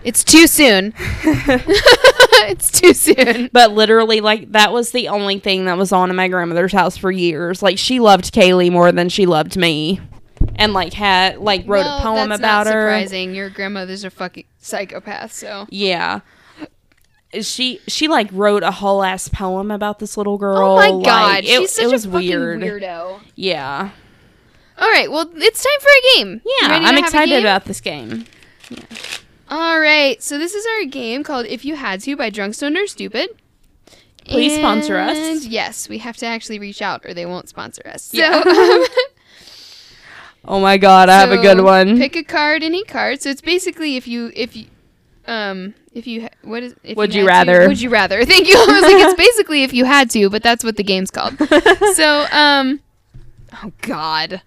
Speaker 1: It's too soon. it's too soon.
Speaker 2: But literally, like that was the only thing that was on in my grandmother's house for years. Like she loved Kaylee more than she loved me, and like had like wrote
Speaker 1: Well,
Speaker 2: a poem
Speaker 1: that's
Speaker 2: about
Speaker 1: not
Speaker 2: her.
Speaker 1: Surprising. Your grandmother's a fucking psychopath, so.
Speaker 2: Yeah. She she like wrote a whole ass poem about this little girl.
Speaker 1: Oh my
Speaker 2: like,
Speaker 1: god,
Speaker 2: it,
Speaker 1: she's such
Speaker 2: it was
Speaker 1: a fucking
Speaker 2: weird.
Speaker 1: weirdo.
Speaker 2: Yeah.
Speaker 1: All right, well, it's time for a game. You
Speaker 2: Yeah,
Speaker 1: ready to
Speaker 2: I'm
Speaker 1: have a
Speaker 2: excited
Speaker 1: game?
Speaker 2: about this game.
Speaker 1: All right, so this is our game called "If You Had To" by Drunk Stoned or Stupid.
Speaker 2: Please sponsor us.
Speaker 1: And Yes, we have to actually reach out, or they won't sponsor us. So,
Speaker 2: Yeah.
Speaker 1: um,
Speaker 2: Oh my god, I have a good
Speaker 1: so
Speaker 2: one.
Speaker 1: Pick a card, any card. So it's basically if you if you um if you ha- what is if
Speaker 2: Would you
Speaker 1: had to-
Speaker 2: rather?
Speaker 1: would you rather? Thank you. I was like, it's basically if you had to, but that's what the game's called. so um, oh god.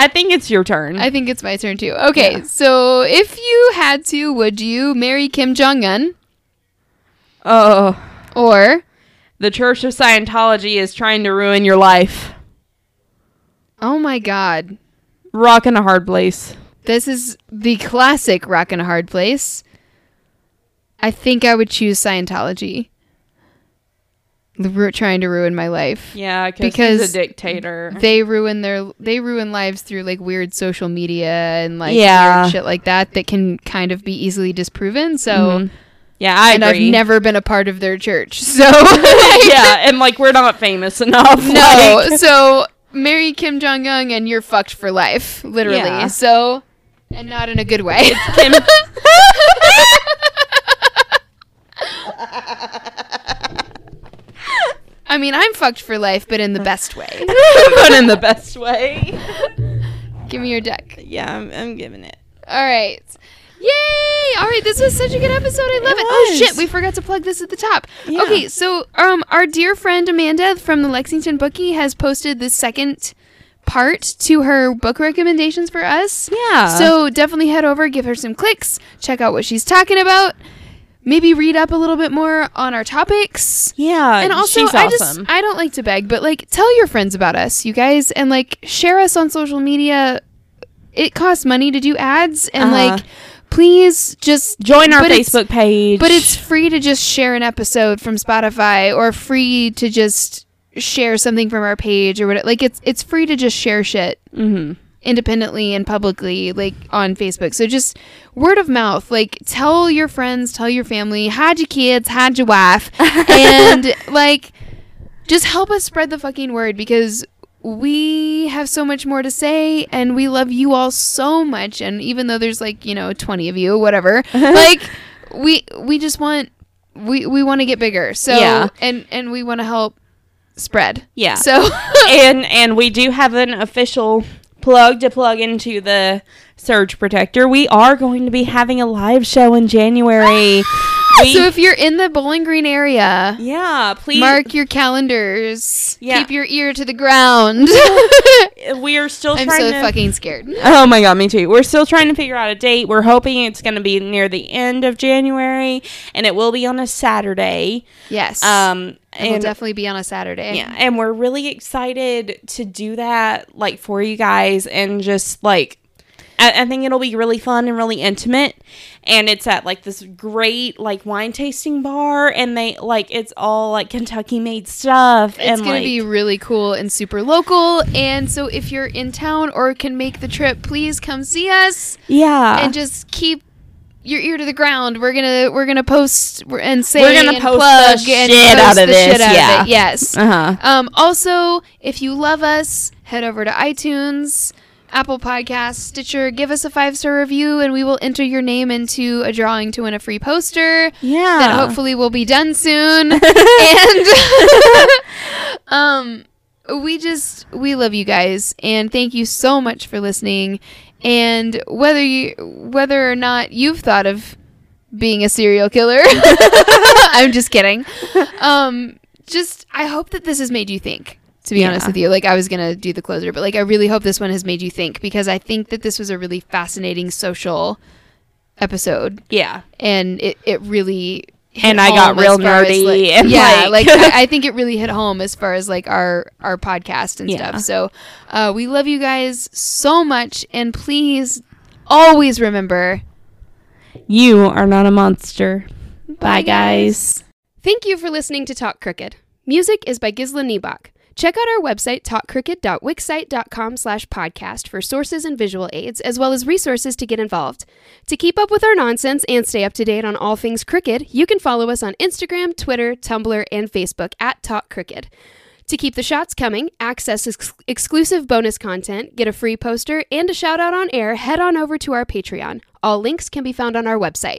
Speaker 2: I think it's your turn.
Speaker 1: I think it's my turn too. Okay,
Speaker 2: Yeah.
Speaker 1: so if you had to, would you marry Kim Jong Un
Speaker 2: oh,
Speaker 1: or
Speaker 2: the Church of Scientology is trying to ruin your life.
Speaker 1: oh my god,
Speaker 2: Rock in a hard place.
Speaker 1: this is the classic rock and a hard place. I think I would choose Scientology. Ru- trying to ruin my life.
Speaker 2: Yeah, because
Speaker 1: Because
Speaker 2: he's a dictator.
Speaker 1: They ruin their they ruin lives through like weird social media and like
Speaker 2: Yeah.
Speaker 1: weird shit like that that can kind of be easily disproven. So
Speaker 2: Yeah, Mm-hmm. I
Speaker 1: and
Speaker 2: agree.
Speaker 1: I've never been a part of their church. So
Speaker 2: yeah, and like we're not famous enough.
Speaker 1: No,
Speaker 2: like-
Speaker 1: so marry Kim Jong Un and you're fucked for life, literally.
Speaker 2: Yeah.
Speaker 1: So, and not in a good way.
Speaker 2: Kim-
Speaker 1: I mean, I'm fucked for life, but in the best way.
Speaker 2: but in the best way.
Speaker 1: Give me your deck.
Speaker 2: Yeah, I'm, I'm giving it.
Speaker 1: All right. Yay! All right, this was such a good episode. I love it.
Speaker 2: It
Speaker 1: Oh
Speaker 2: was.
Speaker 1: shit, we forgot to plug this at the top.
Speaker 2: Yeah.
Speaker 1: Okay, so um, our dear friend Amanda from the Lexington Bookie has posted the second part to her book recommendations for us.
Speaker 2: Yeah.
Speaker 1: So definitely head over, give her some clicks, check out what she's talking about. Maybe read up a little bit more on our topics.
Speaker 2: yeah,
Speaker 1: And also,
Speaker 2: she's
Speaker 1: I
Speaker 2: awesome.
Speaker 1: just I don't like to beg, but like tell your friends about us, you guys, and like share us on social media. It costs money to do ads, and
Speaker 2: Uh-huh.
Speaker 1: like please just
Speaker 2: Join our
Speaker 1: but it's-
Speaker 2: Facebook page.
Speaker 1: But it's free to just share an episode from Spotify, or free to just share something from our page, or whatever. Like it's it's free to just share shit
Speaker 2: Mhm.
Speaker 1: independently and publicly like on facebook so just word of mouth like tell your friends tell your family hide your kids hide your wife and like just help us spread the fucking word because we have so much more to say and we love you all so much and even though there's like you know 20 of you whatever like we we just want we we want to get bigger so
Speaker 2: Yeah.
Speaker 1: and and we want to help spread
Speaker 2: yeah.
Speaker 1: so
Speaker 2: and and we do have an official plug to plug into the surge protector. We are going to be having a live show in January. We-
Speaker 1: so if you're in the bowling green area
Speaker 2: yeah, please
Speaker 1: Mark your calendars.
Speaker 2: Yeah.
Speaker 1: Keep your ear to the ground.
Speaker 2: We are still
Speaker 1: I'm
Speaker 2: trying
Speaker 1: so
Speaker 2: to
Speaker 1: fucking scared.
Speaker 2: Oh my god, me too. We're still trying to figure out a date. We're hoping it's going to be near the end of January and it will be on a Saturday.
Speaker 1: Yes.
Speaker 2: Um
Speaker 1: and we'll
Speaker 2: and
Speaker 1: definitely be on a Saturday.
Speaker 2: yeah, and we're really excited to do that like for you guys and just like I, I think it'll be really fun and really intimate and it's at like this great like wine tasting bar and they like it's all like Kentucky made stuff and
Speaker 1: It's going
Speaker 2: like
Speaker 1: to be really cool and super local. And so if you're in town or can make the trip, please come see us
Speaker 2: yeah
Speaker 1: and just keep your ear to the ground. We're going to we're going to post and say
Speaker 2: We're gonna
Speaker 1: and
Speaker 2: post the
Speaker 1: plug and
Speaker 2: shit
Speaker 1: post
Speaker 2: out of
Speaker 1: the shit
Speaker 2: this,
Speaker 1: out of
Speaker 2: yeah.
Speaker 1: it. Yes.
Speaker 2: uh-huh
Speaker 1: Um, also, if you love us, head over to iTunes, Apple Podcasts, Stitcher, give us a five star review, and we will enter your name into a drawing to win a free poster
Speaker 2: yeah
Speaker 1: that hopefully will be done soon. and um, we just we love you guys, and thank you so much for listening. And whether you whether or not you've thought of being a serial killer, I'm just kidding. Um, just I hope that this has made you think. To be
Speaker 2: Yeah.
Speaker 1: honest with you, like I was gonna do the closer, but like I really hope this one has made you think because I think that this was a really fascinating social episode
Speaker 2: yeah
Speaker 1: and it, it really hit
Speaker 2: And I got
Speaker 1: home as
Speaker 2: real
Speaker 1: far as,
Speaker 2: nerdy
Speaker 1: like-
Speaker 2: and,
Speaker 1: yeah
Speaker 2: like-
Speaker 1: like, I, I think it really hit home as far as like our our podcast and
Speaker 2: Yeah.
Speaker 1: stuff so uh, we love you guys so much and please always remember
Speaker 2: You are not a monster. Bye, guys.
Speaker 1: Thank you for listening to Talk Crooked. Music is by Gisla Niebach. Check out our website, talkcrooked.wixsite.com slash podcast for sources and visual aids, as well as resources to get involved. To keep up with our nonsense and stay up to date on all things crooked, you can follow us on Instagram, Twitter, Tumblr, and Facebook at Talk Crooked. To keep the shots coming, access ex- exclusive bonus content, get a free poster, and a shout out on air, head on over to our Patreon. All links can be found on our website.